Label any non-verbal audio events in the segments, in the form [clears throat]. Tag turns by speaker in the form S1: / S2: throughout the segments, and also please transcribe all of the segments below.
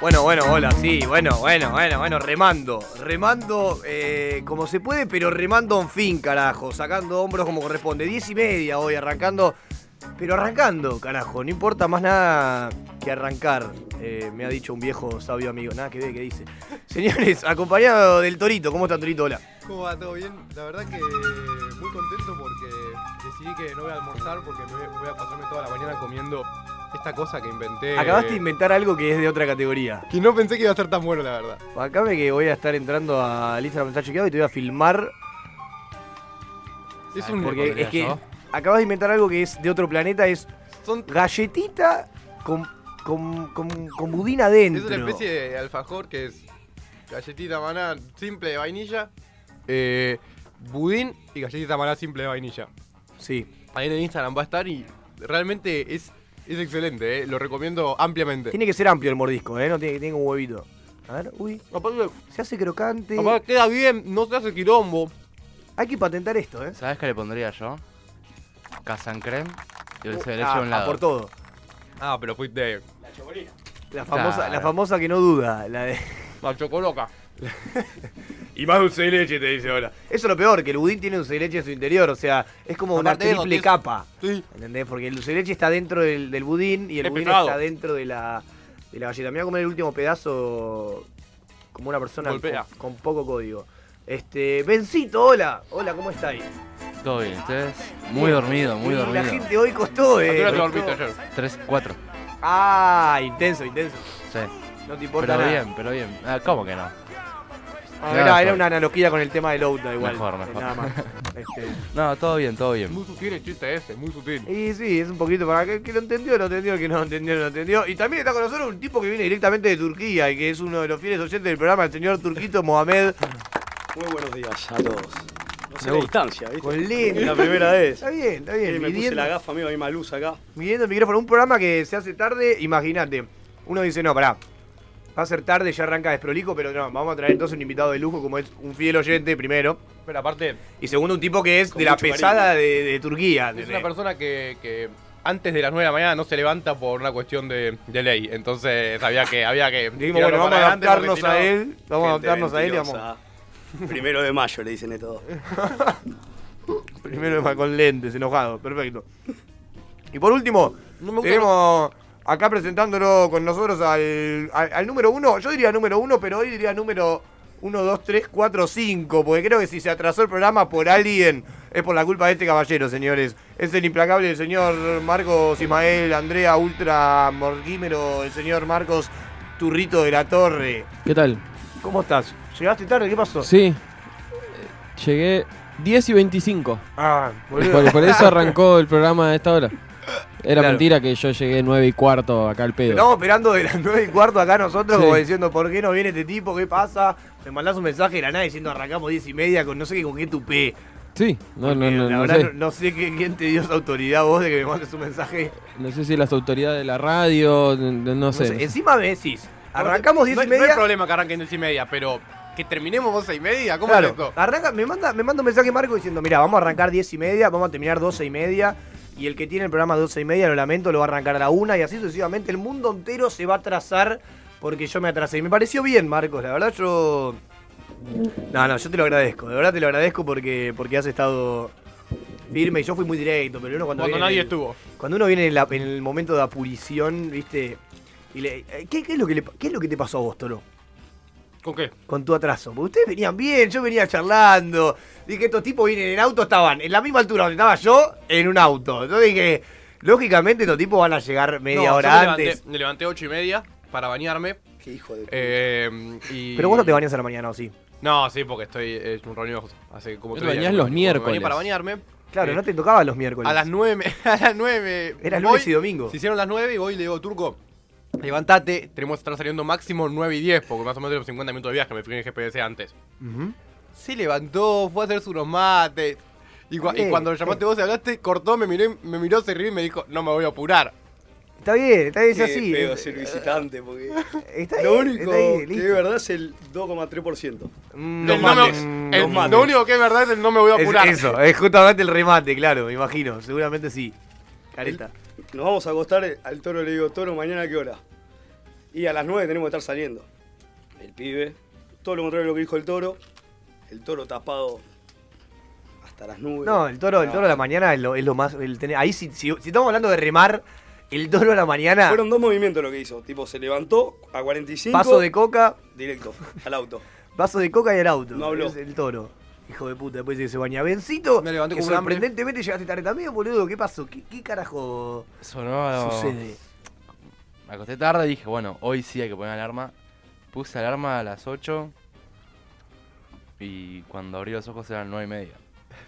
S1: Bueno, bueno, hola, sí, bueno, bueno, bueno, bueno, remando. Remando eh, como se puede, pero remando en fin, carajo. Sacando hombros como corresponde. Diez y media hoy, arrancando. Pero arrancando, carajo. No importa más nada que arrancar. eh, me ha dicho un viejo sabio amigo. Nada que ve, que dice. [laughs] Señores, acompañado del Torito. ¿Cómo está Torito? Hola.
S2: ¿Cómo va? ¿Todo bien? La verdad que muy contento porque decidí que no voy a almorzar porque me voy voy a pasarme toda la mañana comiendo esta cosa que
S3: Este,
S2: inventé.
S1: Acabaste de inventar algo que es de otra categoría.
S2: Que no pensé que iba a ser tan bueno, la verdad.
S1: Acá que voy a estar entrando al Instagram, está chequeado y te voy a filmar
S2: Es
S3: Ah,
S2: un...
S3: ¿por qué?
S1: Porque
S3: podría
S1: es que
S3: yo?
S1: acabas de inventar algo que es de otro planeta, es
S2: Son...
S1: galletita con, con, con, con budín
S2: Es
S1: adentro.
S2: una especie de alfajor que es galletita maná simple de vainilla, eh, budín y galletita maná simple de vainilla.
S1: Sí.
S2: Ahí en el Instagram va a estar y realmente es, es excelente, eh, lo recomiendo ampliamente.
S1: Tiene que ser amplio el mordisco, ¿eh? No tiene que tener un huevito. A ver, uy,
S2: Aparte,
S1: se hace crocante.
S2: aparte queda bien, no se hace quilombo.
S1: Hay que patentar esto, ¿eh?
S3: ¿Sabes qué le pondría yo? Casan creme y el dulce de leche
S1: Ah,
S3: a un
S1: ah,
S3: lado.
S1: por todo.
S2: Ah, pero fuiste
S1: La famosa, la
S3: Claro.
S1: famosa que no duda, la de...
S2: macho coloca.
S1: Y más dulce de leche, te dice ahora. Eso es lo peor, que el budín tiene dulce de leche en su interior, o sea, es como
S2: Aparte de
S1: una
S2: eso,
S1: triple
S2: es-
S1: capa.
S2: Sí.
S1: ¿Entendés? Porque el dulce de leche está dentro del, del budín y el
S2: Es
S1: budín
S2: pesado.
S1: está dentro de la, de la galleta. Me voy a comer el último pedazo como una persona con,
S2: Golpea.
S1: con poco código. Este, Bencito, hola. Hola, ¿cómo estáis?
S3: Todo bien, ustedes. Muy dormido, muy
S1: Y La
S3: dormido.
S1: gente hoy costó,
S2: ¿A
S1: eh.
S2: qué hora te
S1: costó.
S2: dormiste ayer?
S3: 3, 4.
S1: Ah, intenso, intenso.
S3: Sí.
S1: No te importa
S3: Pero
S1: nada.
S3: bien, pero bien. Ah, ¿Cómo que no?
S1: Ah,
S3: Nada
S1: era, era
S3: mejor.
S1: una analogía con el tema del Outa igual.
S3: Mejor,
S1: eh,
S3: mejor.
S1: Nada más. [laughs] Este,
S3: [laughs] No, todo bien, todo bien.
S2: Muy sutil el chiste ese, muy sutil.
S1: Y sí, es un poquito para que, que lo entendió, lo entendió, que no lo entendió, lo entendió. Y también está con nosotros un tipo que viene directamente de Turquía y que es uno de los fieles oyentes del programa, el señor Turquito Mohamed.
S4: Muy buenos días a todos. No sé
S1: Me
S4: la
S1: gusta.
S4: distancia, ¿viste?
S1: Con lente.
S4: Es la primera vez.
S1: Está bien, está bien.
S4: Eh, me puse
S1: midiendo,
S4: la gafa, amigo, hay más luz acá.
S1: midiendo el micrófono. Un programa que se hace tarde, imagínate. Uno dice, no, pará. Va a ser tarde, ya arranca desprolijo, pero no, vamos a traer entonces un invitado de lujo como es un fiel oyente, primero.
S2: Pero aparte,
S1: Y segundo, un tipo que es
S4: Con
S1: de la
S4: mucho
S1: pesada de, de Turquía.
S2: es
S1: ¿entendés?
S2: una persona que, que antes de las 9 de la mañana no se levanta por una cuestión de, de ley. Entonces había que, había que
S1: Dijimos,
S2: tirarlo
S1: bueno, vamos
S2: para
S1: a
S2: adelante porque
S1: adaptarnos
S2: si
S1: a
S2: no-
S1: él, vamos a
S4: Gente
S1: adaptarnos a él y vamos.
S4: mentirosa.
S1: [laughs]
S4: Primero de mayo le dicen de todo.
S1: Primero más con lentes, enojado, perfecto. Y por último, tenemos acá presentándolo con nosotros al, al- al número uno. Yo diría número uno, pero hoy diría número uno, dos, tres, cuatro, cinco. Porque creo que si se atrasó el programa por alguien, es por la culpa de este caballero, señores. Es el implacable el señor Marcos Ismael, Andrea Ultra Morguímero, el señor Marcos Turrito de la Torre.
S5: ¿Qué tal?
S1: ¿Cómo estás? ¿Llegaste tarde? ¿Qué pasó?
S5: Sí, eh, llegué 10 y 25.
S1: Ah, boludo.
S5: Por, por eso arrancó el programa a esta hora. Era
S1: Claro.
S5: mentira que yo llegué 9 y cuarto acá al pedo.
S1: Estamos esperando de las [laughs] 9 y cuarto acá nosotros,
S5: Sí.
S1: como diciendo, ¿por qué no viene este tipo? ¿Qué pasa? Me mandás un mensaje de la nada diciendo, arrancamos 10 y media con no sé qué, con qué tupé.
S5: Sí, no, no,
S1: Porque
S5: no,
S1: la
S5: no
S1: verdad,
S5: sé.
S1: no, no sé qué- quién te dio esa autoridad vos de que me mandes un mensaje.
S5: No sé si las autoridades de la radio, n- n- no,
S1: No
S5: sé.
S1: sé, Encima me decís, arrancamos 10
S2: no,
S1: y
S2: No hay
S1: media.
S2: problema que arranquen 10 y media, pero que terminemos 11 y media, ¿cómo es
S1: claro,
S2: esto?
S1: arranca, me, manda, me manda un mensaje Marco diciendo, mira, vamos a arrancar 10 y media, vamos a terminar 12 y media. Y el que tiene el programa 12 y media, lo lamento, lo va a arrancar a la una y así sucesivamente. El mundo entero se va a atrasar porque yo me atrasé. Y me pareció bien, Marcos. La verdad, yo No, no, yo te lo agradezco. De verdad te lo agradezco porque, porque has estado firme y yo fui muy directo, pero uno cuando,
S2: Cuando
S1: viene en
S2: nadie
S1: el-
S2: estuvo.
S1: Cuando uno viene en, la- en el momento de apurición, ¿viste? Y le- eh, ¿qué, qué es lo que le pa- ¿Qué es lo que te pasó a vos, Toro?
S2: ¿Con qué?
S1: Con tu atraso. Porque ustedes venían bien, yo venía charlando. Dije, estos tipos vienen en auto, estaban en la misma altura donde estaba yo, en un auto. Yo dije, lógicamente estos tipos van a llegar media
S2: No, yo
S1: hora
S2: me levanté-
S1: antes.
S2: me levanté 8 y media para bañarme.
S4: Qué hijo de puta.
S2: eh, y-
S1: Pero vos no te bañas a la mañana, ¿o sí?
S2: No, sí, porque estoy eh, en un reunión. Hace como
S5: Te
S2: tres días
S5: bañás
S2: que
S5: los
S2: me bañé
S5: miércoles.
S2: para bañarme.
S1: Claro,
S2: Eh,
S1: no te tocaba los miércoles.
S2: A las 9. [laughs] A [laughs] las 9.
S1: Era lunes y domingo.
S2: Se hicieron las 9 y voy y le digo, Turco, levantate. Tenemos que estar saliendo máximo 9 y 10, porque más o menos tenemos 50 minutos de viaje. Me fui en el GPS antes.
S1: Ujú.
S2: Se levantó, fue a hacerse unos mates. Y, cua- y
S1: Eh,
S2: cuando lo llamaste vos y hablaste, cortó, me miró, y- me miró, se rió y me dijo, no me voy a apurar.
S1: Está bien, está bien, es
S4: Qué
S1: así. eh.
S4: feo
S1: es-
S4: ser visitante, porque
S1: [laughs]
S2: [laughs]
S1: Está bien,
S4: lo único
S1: está bien,
S4: que
S1: listo.
S4: es verdad es el 2,3%.
S1: Mm,
S2: El no me-
S1: mates.
S2: el-
S1: Es-
S4: los mates.
S2: lo único que es verdad es el no me voy a apurar.
S1: eso, es justamente el remate, claro, me imagino. Seguramente sí. Careta.
S4: eh, Nos vamos a acostar, al toro le digo, toro, mañana a qué hora. Y a las 9 tenemos que estar saliendo. El pibe, todo lo contrario de lo que dijo el toro. El toro tapado hasta las nubes.
S1: No, el toro, el toro de la mañana es lo, es lo más. el tener- ahí, si, si- si estamos hablando de remar, el toro de la mañana,
S4: Fueron dos movimientos lo que hizo. Tipo, se levantó a 45.
S1: paso de coca,
S4: Directo, al auto.
S1: vaso de coca y el auto.
S4: No habló.
S1: Es el toro. Hijo de puta, después dice que se baña. Bencito,
S2: Me levanté
S1: que
S2: con un hambre.
S1: sorprendentemente llegaste tarde también, boludo. ¿Qué pasó? ¿Qué, qué carajo
S3: Sonó.
S1: sucede?
S3: Me acosté tarde y dije, bueno, hoy sí hay que poner alarma. Puse alarma a las 8. Y cuando abrí los ojos eran 9 y media.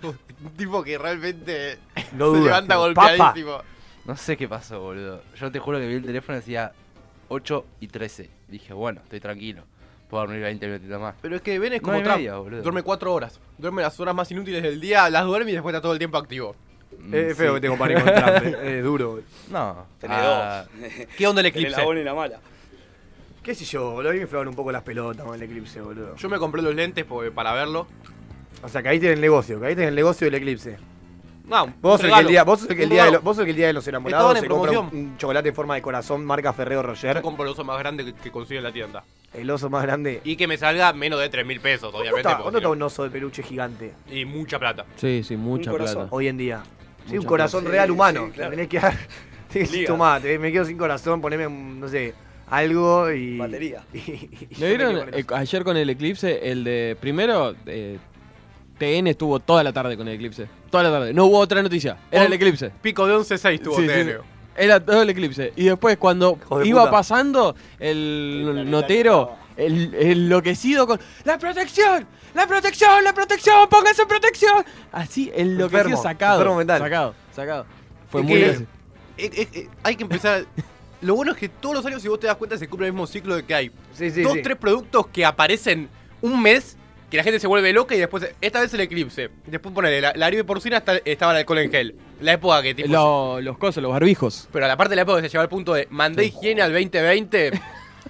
S6: Un tipo que realmente
S1: No
S6: se
S1: dudas,
S6: levanta
S1: tío.
S6: golpeadísimo.
S3: No sé qué pasó, boludo. Yo te juro que vi el teléfono y decía 8 y 13. Dije, bueno, estoy tranquilo. Puedo dormir 20 minutitos más.
S2: Pero es que Ben es
S3: No
S2: como
S3: hay
S2: Trump.
S3: media, boludo.
S2: duerme cuatro horas. Duerme las horas más inútiles del día, las duerme y después está todo el tiempo activo.
S3: Mm,
S1: Eh, Es feo
S3: sí.
S1: que te compare con [laughs] Trump, eh, es duro. boludo.
S3: No.
S4: Tenés
S3: ah,
S4: dos.
S2: ¿Qué onda el
S4: Tenés
S2: eclipse?
S4: la buena y la mala.
S1: ¿Qué sé yo, boludo? A mí me inflaron un poco las pelotas con el eclipse, boludo.
S2: Yo me compré los lentes po- para verlo.
S1: O sea, caíste en el negocio, caíste en el negocio del eclipse.
S2: No, un
S1: Vos sos el que el
S2: regalo.
S1: día, vos sos el que el
S2: Un
S1: día, de
S2: regalo.
S1: los, vos sos el que el día de los
S2: Estaban
S1: enamorados
S2: en
S1: se compra un,
S2: promoción.
S1: un chocolate en forma de corazón marca Ferrero Rocher.
S2: Yo compro el oso más grande que, que consigue en la tienda.
S1: El oso más grande.
S2: Y que me salga menos de 3 mil pesos,
S1: ¿Dónde
S2: obviamente.
S1: está,
S2: porque
S1: dónde está
S2: si
S1: un oso de peluche gigante
S2: no- Y mucha plata.
S5: Sí, sí, mucha
S4: Un
S5: plata.
S4: corazón.
S1: hoy en día? Sí, un
S5: Muchas
S1: corazón
S4: gracias.
S1: real
S4: Sí,
S1: humano.
S4: sí, claro.
S1: Tenés que dar. [laughs] tenés que
S4: Liga.
S1: tomar, te- me quedo sin corazón, poneme, un, no sé, algo y.
S4: Batería.
S1: y- [laughs] y- y
S5: ¿No
S1: yo me
S5: vieron
S1: quedo con el
S5: eh,
S1: oso.
S5: ayer con el eclipse? El de. Primero, eh, TN estuvo toda la tarde con el eclipse. Toda la tarde. No hubo otra noticia. Era el
S2: Oh.
S5: eclipse.
S2: Pico de 11.6 tuvo
S5: Sí, sí,
S2: TN.
S5: sí. Era todo el eclipse. Y después, cuando
S1: Hijo de
S5: iba
S1: puta.
S5: pasando, el,
S4: El planeta
S5: notero, el, el enloquecido con ¡La protección! ¡La protección! ¡La protección! ¡Póngase en protección! Así, enloquecido,
S1: Enfermo,
S5: sacado.
S1: enfermo mental.
S5: Sacado, sacado. Fue
S2: Es
S5: muy
S2: que-
S5: gracioso.
S2: Eh, eh, eh, hay que empezar. [laughs] Lo bueno es que todos los años, si vos te das cuenta, se cumple el mismo ciclo de que hay
S1: Sí, sí,
S2: dos,
S1: sí.
S2: tres productos que aparecen un mes, que la gente se vuelve loca y después, esta vez el eclipse. Después ponele, la, la gripe porcina está- estaba el alcohol en gel. La época que tipo...
S5: Lo-
S4: pues.
S5: los cosas, los barbijos.
S2: Pero la parte de la época que se llevó al punto de mandé higiene al
S1: [laughs]
S2: 2020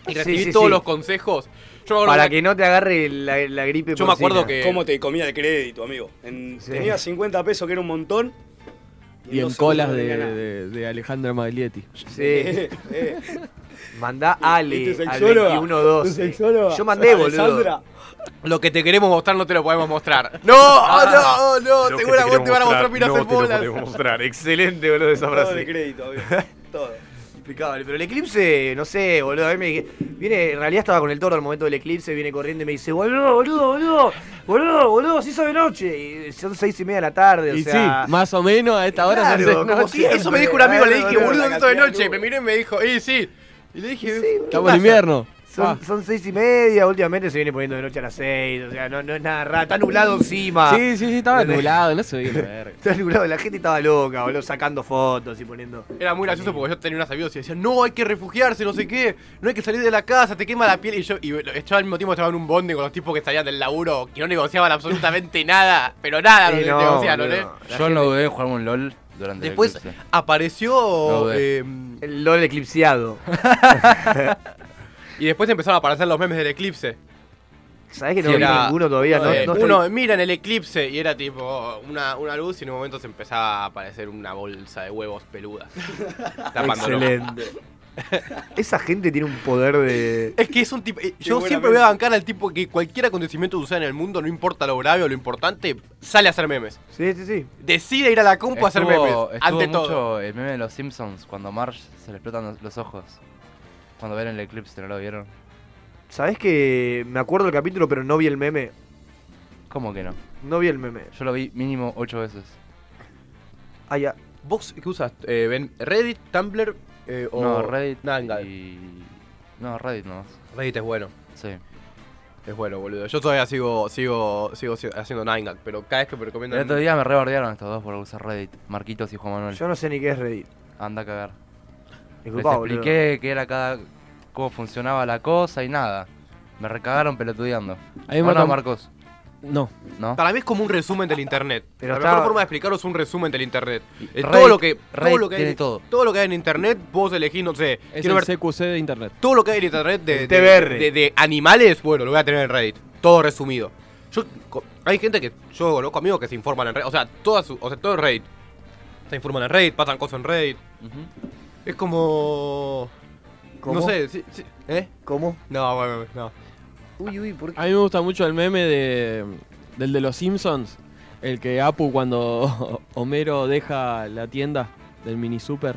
S2: y
S1: Sí,
S2: recibí
S1: sí,
S2: todos
S1: sí.
S2: los consejos. Yo me acuerdo,
S1: Para
S2: una-
S1: que no te agarre la, la gripe.
S2: yo me acuerdo
S1: porcina.
S2: que...
S4: ¿Cómo te comía el crédito, amigo? En-
S1: Sí. [laughs]
S4: Tenías 50 pesos, que era un montón.
S5: Y en
S4: dos
S5: colas
S4: segundos
S5: de,
S4: no tenía nada.
S5: de, de Alejandra Maglietti.
S1: Sí.
S4: [laughs] Eh, eh.
S1: Mandá
S4: Este
S1: Ale
S4: ¿Viste
S1: al
S4: sexóloga? ¿Tu
S1: 21-12.
S4: sexóloga?
S1: Yo mandé, boludo.
S4: Alessandra.
S2: Lo que te queremos mostrar no te lo podemos mostrar. ¡No! oh, ¡No! ¡No! Seguro a vos te van a mostrar miras en bolas.
S1: mostrar. Excelente, boludo, esa
S4: Todo de crédito, amigo. Todo.
S1: Impecable, pero el eclipse, no sé, boludo. A mí me dije- viene, en realidad estaba con el toro al momento del eclipse, viene corriendo y me dice, boludo, boludo, boludo, boludo, boludo, se hizo de noche. Y son seis y media de la tarde,
S5: [laughs]
S1: o
S5: Y
S1: sea.
S5: sí, más o menos a esta hora
S1: claro,
S5: se hace
S1: como
S5: noche.
S1: siempre.
S2: Eso me dijo un amigo, le dije,
S1: Claro,
S2: boludo,
S4: la
S2: esto de
S4: cantidad de
S2: noche. Me
S4: luz.
S2: miró y me dijo, y sí. Y le dije,
S1: Sí,
S5: Estamos en invierno.
S1: Son,
S5: Ah.
S1: son seis y media, últimamente se viene poniendo de noche a las seis, o sea, no, no es nada raro, está nublado encima.
S5: Sí, sí, sí, estaba
S1: Dale.
S5: nublado, no se
S1: [laughs]
S5: veía una verga.
S1: Está nublado, la gente estaba loca, boludo, sacando fotos y poniendo.
S2: Era muy gracioso porque yo tenía unas amigos y decían, no, hay que refugiarse, no sé qué, no hay que salir de la casa, te quema la piel. Y yo, y yo al mismo tiempo estaba en un bonde con los tipos que salían del laburo, que no negociaban absolutamente [laughs] nada, pero nada
S1: Sí,
S2: no,
S1: no,
S2: negociaron,
S1: boludo.
S2: ¿eh?
S3: Yo no dudé en jugar un LOL durante
S2: Después
S3: el eclipse.
S2: apareció...
S3: No, de-
S2: eh,
S1: El LOL eclipseado.
S2: [laughs] y después empezaron a aparecer los memes del eclipse.
S1: ¿Sabés que no
S2: Sí,
S1: vi
S2: era-
S1: ninguno todavía? No,
S2: Eh,
S1: no estoy-
S2: uno, mira en el eclipse y era tipo una, una luz y en un momento se empezaba a aparecer una bolsa de huevos
S1: [laughs]
S2: peluda. tapándolo.
S3: [laughs]
S1: Excelente. Esa gente tiene un poder de.
S2: Es que es un tipo. eh, Yo
S4: buena
S2: siempre voy a
S4: mente.
S2: bancar al tipo que cualquier acontecimiento que suceda en el mundo, no importa lo grave o lo importante, sale a hacer memes.
S1: Sí, sí, sí.
S2: Decide ir a la compu a hacer memes.
S3: Estuvo- estuvo
S2: ante
S3: mucho
S2: todo.
S3: el meme de los Simpsons cuando Marge se le explotan los- los ojos. Cuando ven el eclipse, ¿no lo vieron?
S1: ¿Sabés que me acuerdo del capítulo, pero no vi el meme?
S3: ¿Cómo que no?
S1: No vi el meme.
S3: Yo lo vi mínimo ocho veces.
S1: Ah, ya.
S2: ¿Vos qué usas? Eh, ben, ¿Reddit, Tumblr eh, o.?
S3: No, Reddit
S2: Nada, nada.
S3: y... No, Reddit nomás.
S2: Reddit es bueno.
S3: Sí.
S2: Es bueno, boludo. Yo todavía sigo sigo, sigo, si- haciendo 9gag, pero cada vez que me
S3: El
S2: recomiendan.
S3: otro día me rebardearon estos dos por usar Reddit. Marquitos y Juan Manuel.
S1: Yo no sé ni qué es Reddit.
S3: Anda a cagar. Les
S1: Disculpa, boludo.
S3: expliqué qué era cada... cómo funcionaba la cosa y nada. Me recagaron pelotudeando.
S5: Ahí
S3: ¿O no,
S5: Marco-
S3: Marcos?
S5: No.
S3: ¿No?
S2: Para mí es como un resumen del internet.
S1: Pero
S2: la
S1: está-
S2: mejor forma de explicaros es un resumen del internet. Eh,
S3: Reddit-
S2: todo lo que, todo
S3: Reddit
S2: lo que hay,
S3: tiene todo.
S2: lo que hay en internet, vos elegís, no sé,
S5: Es
S2: quiero ver
S5: el CQC de internet.
S2: todo lo que hay en internet de, de-
S1: El TBR.
S2: de- de animales, bueno, lo voy a tener en Reddit. Todo resumido. Yo co- hay gente que yo conozco amigos que se informan en Reddit, o sea, todas su- o sea, todo en Reddit. Se informan en Reddit, pasan cosas en Reddit.
S3: Ujú.
S2: Es como
S1: ¿Cómo?
S2: No sé, sí, sí. ¿Eh?
S1: ¿Cómo?
S2: No, bueno, no.
S1: Uy, uy, ¿por
S5: A mí me gusta mucho el meme de, del de los Simpsons. El que Apu cuando [laughs] Homero deja la tienda del mini super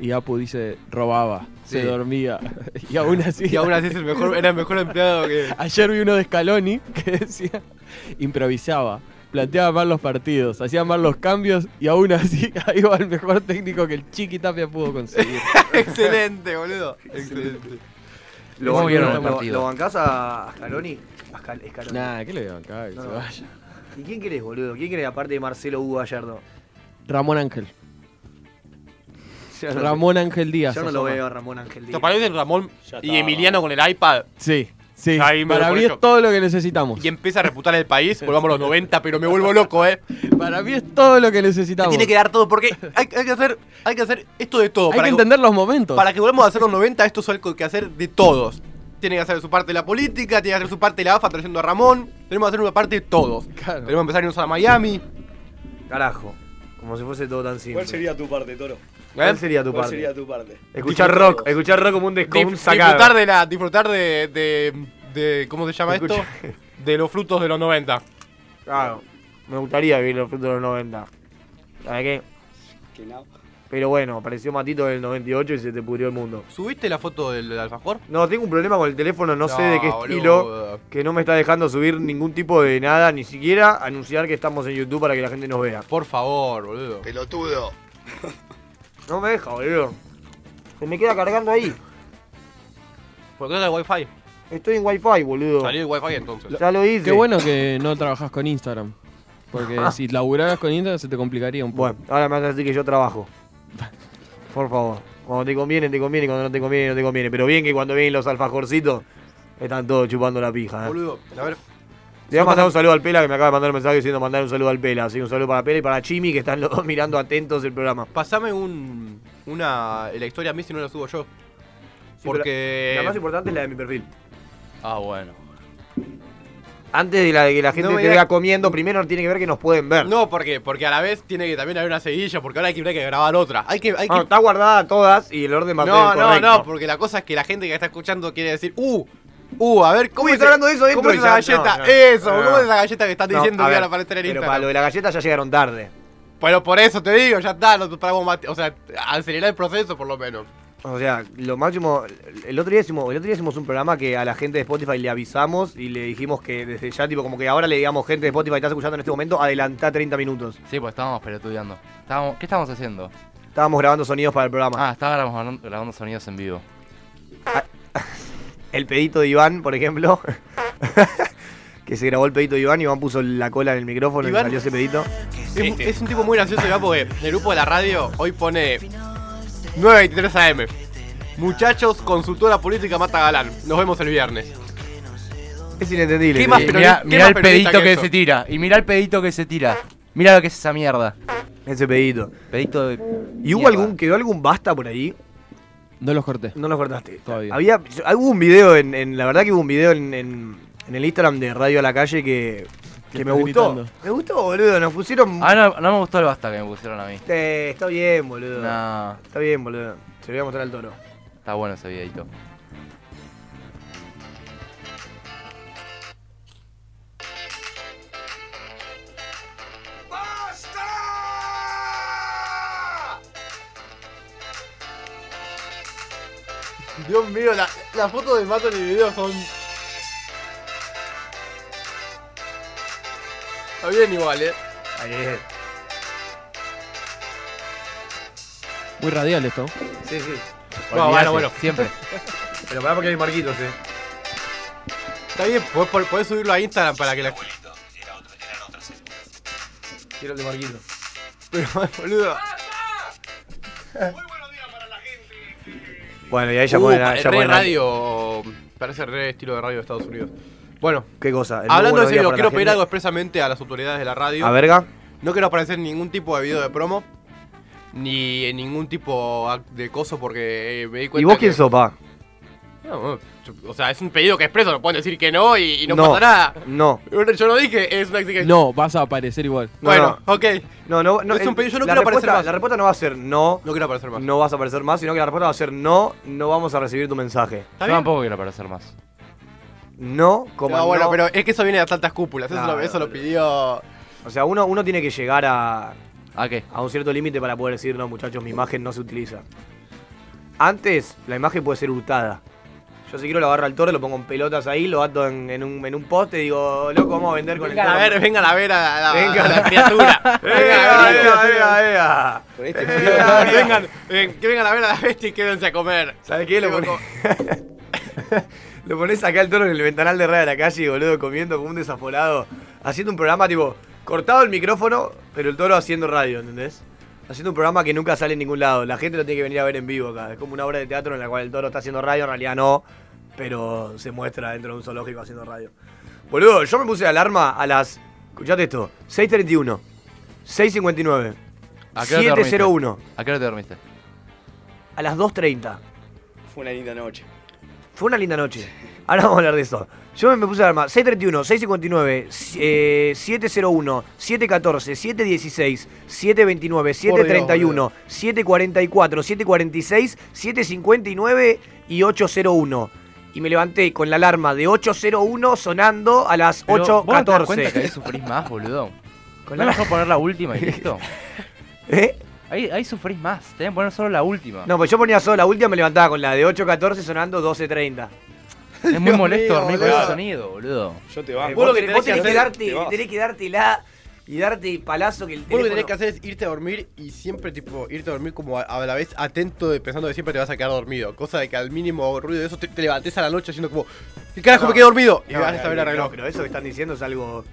S5: y Apu dice robaba, se
S2: Sí.
S5: dormía. [laughs] Y aún así,
S2: Y aún así es el mejor, era el mejor empleado que.
S5: [laughs] ayer vi uno de Scaloni que decía improvisaba, planteaba mal los partidos, hacía mal los cambios y aún así [laughs] ahí va el mejor técnico que el Chiqui Tapia pudo conseguir.
S2: [laughs] [laughs] Excelente, boludo. Excelente.
S1: ¿Lo,
S3: ¿Cómo
S1: ban-
S3: vieron
S1: lo-
S3: el
S1: lo-
S3: partido?
S1: lo bancás a Scaloni? A Scal- Scaloni.
S5: Nah, ¿qué le voy a bancar? Que
S1: No,
S5: se
S1: no.
S5: vaya.
S1: ¿Y quién querés, boludo? ¿Quién querés aparte de Marcelo Hugo Gallardo?
S5: Ramón Ángel.
S1: Yo no-
S5: Ramón Ángel Díaz.
S1: Yo no lo
S5: asoma.
S1: veo a Ramón Ángel
S2: ¿Te
S1: Díaz.
S2: parece Ramón
S4: Ya
S2: y
S4: está.
S2: Emiliano con el iPad?
S5: Sí, sí.
S2: Ahí me
S5: Para
S2: lo
S5: mí
S2: conozco.
S5: es todo lo que necesitamos.
S2: Y empieza a reputar el país, volvamos a los 90, pero me vuelvo loco, ¿eh?
S5: Para mí es todo lo que
S2: Te
S5: necesitamos.
S2: tiene que dar todo, porque hay, hay que hacer, hay que hacer esto de todo.
S5: Hay que
S2: que-
S5: entender los momentos.
S2: Para que volvamos a hacer los 90, esto es algo que hacer de todos. Tiene que hacer su parte de la política, tiene que hacer su parte de la AFA trayendo a Ramón. Tenemos que hacer una parte de todos.
S5: Claro.
S2: Tenemos que empezar a irnos a Miami.
S1: Carajo. Como si fuese todo tan simple.
S4: ¿Cuál sería tu parte, Toro?
S2: ¿Eh?
S1: ¿Cuál sería tu
S4: ¿Cuál
S1: parte?
S4: sería tu parte? Disfrutá
S1: Escuchar rock,
S4: vos.
S1: escuchar rock como un desco,
S2: Dif-
S1: un
S2: disfrutar
S1: sacado.
S2: de la. Disfrutar de. de, de- ¿Cómo se llama esto?
S1: [laughs] Escucha.
S2: De los frutos de los 90.
S1: Claro, me gustaría vivir los frutos de los 90. ¿Sabes qué?
S4: Que no.
S1: Pero bueno, apareció Matito en el 98 y se te pudrió el mundo.
S2: ¿Subiste la foto del, del alfajor?
S1: No, tengo un problema con el teléfono, no, sé de qué
S2: boludo.
S1: estilo, que no me está dejando subir ningún tipo de nada, ni siquiera anunciar que estamos en YouTube para que la gente nos vea.
S2: Por favor, boludo.
S6: Pelotudo.
S1: [laughs] No me deja, boludo. Se me queda cargando ahí.
S2: ¿Por qué no tenés wifi?
S1: Estoy en Wi-Fi, boludo.
S2: Salí el wifi entonces.
S1: Ya lo hice.
S5: Qué bueno que no trabajas con Instagram. Porque
S1: [laughs]
S5: si laburaras con Instagram se te complicaría un poco.
S1: Bueno, ahora me vas a decir que yo trabajo. Por favor. Cuando te conviene, te conviene, cuando no te conviene, no te conviene. Pero bien que cuando vienen los alfajorcitos, están todos chupando la pija. ¿eh?
S2: Boludo, a ver.
S1: Le voy a mandar un saludo al Pela que me acaba de mandar un mensaje diciendo mandar un saludo al Pela. Así que un saludo para Pela y para Chimi que están los dos [laughs] mirando atentos el programa.
S2: Pasame un. Una. La historia a mí si no la subo yo. Porque.
S1: La más importante es la de mi perfil.
S3: Ah, bueno.
S1: Antes de la de que la gente
S2: No me
S1: te
S2: digas-
S1: vea comiendo, primero tiene que ver que nos pueden ver.
S2: No, ¿por qué? Porque a la vez tiene que también haber una seguilla, porque ahora hay que, hay que grabar otra. Hay que. Hay que...
S1: Ah, está guardada todas y el orden va a ser
S2: no, no,
S1: correcto.
S2: no, porque la cosa es que la gente que está escuchando quiere decir, uh, uh, a ver, ¿cómo
S1: Uy,
S2: es
S1: está hablando de eso dentro
S2: ¿Cómo es
S1: y
S2: esa
S1: ya-
S2: galleta?
S1: no, no,
S2: eso,
S1: no,
S2: ¿cómo
S1: no.
S2: es esa galleta que estás
S1: No,
S2: diciendo
S1: a
S2: que
S1: ver,
S2: van a aparecer en
S1: Pero
S2: Instagram?
S1: para lo de la galleta ya llegaron tarde.
S2: Pero por eso te digo, ya está, no te paramos más. O sea, acelerar el proceso por lo menos.
S1: O sea, lo máximo. El otro, día hicimos, el otro día hicimos un programa que a la gente de Spotify le avisamos y le dijimos que desde ya, tipo, como que ahora le digamos, gente de Spotify, estás escuchando en este momento, adelantá 30 minutos.
S3: Sí, pues estábamos pelotudeando. Estábamos, ¿Qué estábamos haciendo?
S1: Estábamos grabando sonidos para el programa. Ah,
S3: Ah, estábamos grabando, grabando sonidos en vivo.
S1: [laughs] El pedito de Iván, por ejemplo. [laughs] que se grabó el pedito de Iván, Iván puso la cola en el micrófono
S2: Iván-
S1: y salió ese pedito.
S2: Es, mu- es un tipo muy gracioso, ¿verdad? Porque el grupo de la radio hoy pone 9.23 AM. Muchachos, consultora política mata galán. Nos vemos el viernes.
S1: Es inentendible.
S2: ¿Qué
S1: el
S2: más
S1: pedito.
S2: peronista-
S3: mirá
S2: qué
S3: mirá
S2: más
S3: el
S2: peronista
S3: pedito
S2: que
S3: que,
S2: eso?
S3: se tira. Y mirá el pedito que se tira. Mirá lo que es esa mierda.
S1: Ese pedito.
S3: Pedito de.
S1: ¿Y hubo
S3: mierda.
S1: algún, quedó algún basta por ahí?
S5: No los corté.
S1: No lo cortaste.
S5: Todavía.
S1: Había, hubo un video, en, en- la verdad que hubo un video en, en- en el Instagram de Radio a la Calle que, que
S5: Que
S1: me
S5: está
S1: gustó.
S5: gritando.
S1: Me gustó, boludo. Nos pusieron...
S3: Ah, no, no me gustó el basta que me pusieron a mí.
S1: Eh, está bien, boludo.
S3: No,
S1: Está bien, boludo. Se lo voy a mostrar al toro.
S3: está bueno ese videito.
S2: Dios mío, la- las fotos de Mato en el video son. Está bien igual, eh.
S1: Ahí es.
S5: Muy radial esto.
S1: Sí, sí.
S2: Bueno,
S3: Olvidate,
S2: bueno, bueno.
S3: Siempre.
S1: [laughs] Pero pará porque hay marquitos, eh.
S2: Está bien, podés, podés- podés subirlo a Instagram para que la.
S1: Quiero el de marquito.
S2: Pero, boludo.
S1: Bueno, y ahí ya
S2: Uh,
S1: ponen... a-
S2: pa-
S1: ya
S2: re
S1: ponen a-
S2: radio. Parece re estilo de radio de Estados Unidos. Bueno,
S1: ¿Qué cosa? El
S2: hablando
S1: nuevo
S2: de serio,
S1: Buenos
S2: quiero
S1: Días
S2: pedir
S1: para la
S2: algo
S1: Gente.
S2: expresamente a las autoridades de la radio.
S1: A verga.
S2: No quiero aparecer en ningún tipo de video de promo. Ni en ningún tipo de coso porque eh, me di cuenta.
S1: ¿Y vos quién
S2: que-
S1: sos, pa?
S2: No, yo- o sea, es un pedido que expreso, no pueden decir que no y, y no,
S1: No.
S2: pasa nada.
S1: No.
S2: Bueno, Yo no dije, es una exigencia.
S5: No, vas a aparecer igual.
S1: No,
S2: Bueno, ok.
S1: No, no, no.
S2: Es un pedido, yo no
S1: la
S2: quiero aparecer
S1: respuesta,
S2: más.
S1: La respuesta no va a ser no,
S2: No quiero aparecer más.
S1: no vas a aparecer más, sino que la respuesta va a ser no, no vamos a recibir tu mensaje.
S3: Yo tampoco quiero aparecer más.
S1: No, como
S2: No, Ah, bueno,
S1: no.
S2: pero es que eso viene de las altas cúpulas. Eso,
S1: Claro,
S2: lo, eso lo
S1: boludo.
S2: pidió.
S1: O sea, uno, uno tiene que llegar a,
S3: ¿A qué?
S1: a un cierto límite para poder decir, no, muchachos, mi imagen no se utiliza. Antes, la imagen puede ser hurtada. Yo si quiero lo agarro al toro, lo pongo en pelotas ahí, lo ato en, en un, en un poste y digo, loco, vamos a vender con el
S2: Vengan a
S1: toro.
S2: ver, vengan a ver a la,
S1: Vengan.
S2: a la [laughs] criatura. vengan a
S1: ¡Ea,
S2: ver.
S1: ea, ea, ea!
S4: Con este
S1: Eh,
S4: frío.
S1: ah,
S2: Vengan, vengan, ven- que vengan a ver a la bestia y quédense a comer.
S1: ¿Sabes qué? Lo
S2: Digo,
S1: ponés,
S2: [laughs]
S1: lo ponés acá al toro en el ventanal de Herrera de la calle, boludo, comiendo como un desaforado. Haciendo un programa tipo, cortado el micrófono, pero el toro haciendo radio, ¿entendés? Haciendo un programa que nunca sale en ningún lado. La gente lo tiene que venir a ver en vivo acá. Es como una obra de teatro en la cual el toro está haciendo radio, en realidad no, pero se muestra dentro de un zoológico haciendo radio. Boludo, yo me puse de alarma a las. Escuchate esto: 6.31, 6.59,
S3: ¿A qué hora te dormiste?
S1: 7.01,
S3: ¿A qué hora te dormiste?
S1: a las 2.30.
S4: Fue una linda noche.
S1: Fue una linda noche. Ahora vamos a hablar de eso. Yo me puse la alarma. 631, 659, eh, 701, 714, 716, 729, 731, 744, 746, 759 y 801. Y me levanté con la alarma de 801 sonando a las
S3: Pero, ¿vos no te das cuenta que ahí
S1: 8.14.
S3: sufrís más, boludo?
S1: Con
S3: ¿No
S1: la-
S3: mejor poner la última y
S1: [laughs]
S3: listo?
S1: ¿Eh?
S3: Ahí, ahí sufrís más. Tenés que poner solo la última.
S1: No, pues yo ponía solo la última, me levantaba con la de 8.14 sonando 12.30.
S3: Es muy molesto dormir con
S4: boludo.
S3: ese sonido, boludo.
S4: Yo te
S1: Eh,
S4: banco.
S1: vos,
S2: lo que
S1: tenés-
S2: tenés
S1: vos tenés
S2: que
S1: que
S2: hacer,
S1: darte,
S4: te vas.
S1: tenés que darte la y darte palazo que el
S2: Vos lo que tenés
S1: teléfono-
S2: que hacer es irte a dormir y siempre, tipo, irte a dormir como a, a la vez atento de pensando que siempre te vas a quedar dormido. Cosa de que al mínimo ruido de eso te, te levantes a la noche haciendo como, ¿qué carajo
S1: No.
S2: me quedé dormido? Y
S1: No,
S2: vas a ver el
S1: no,
S2: reloj.
S1: Pero eso que están diciendo es algo.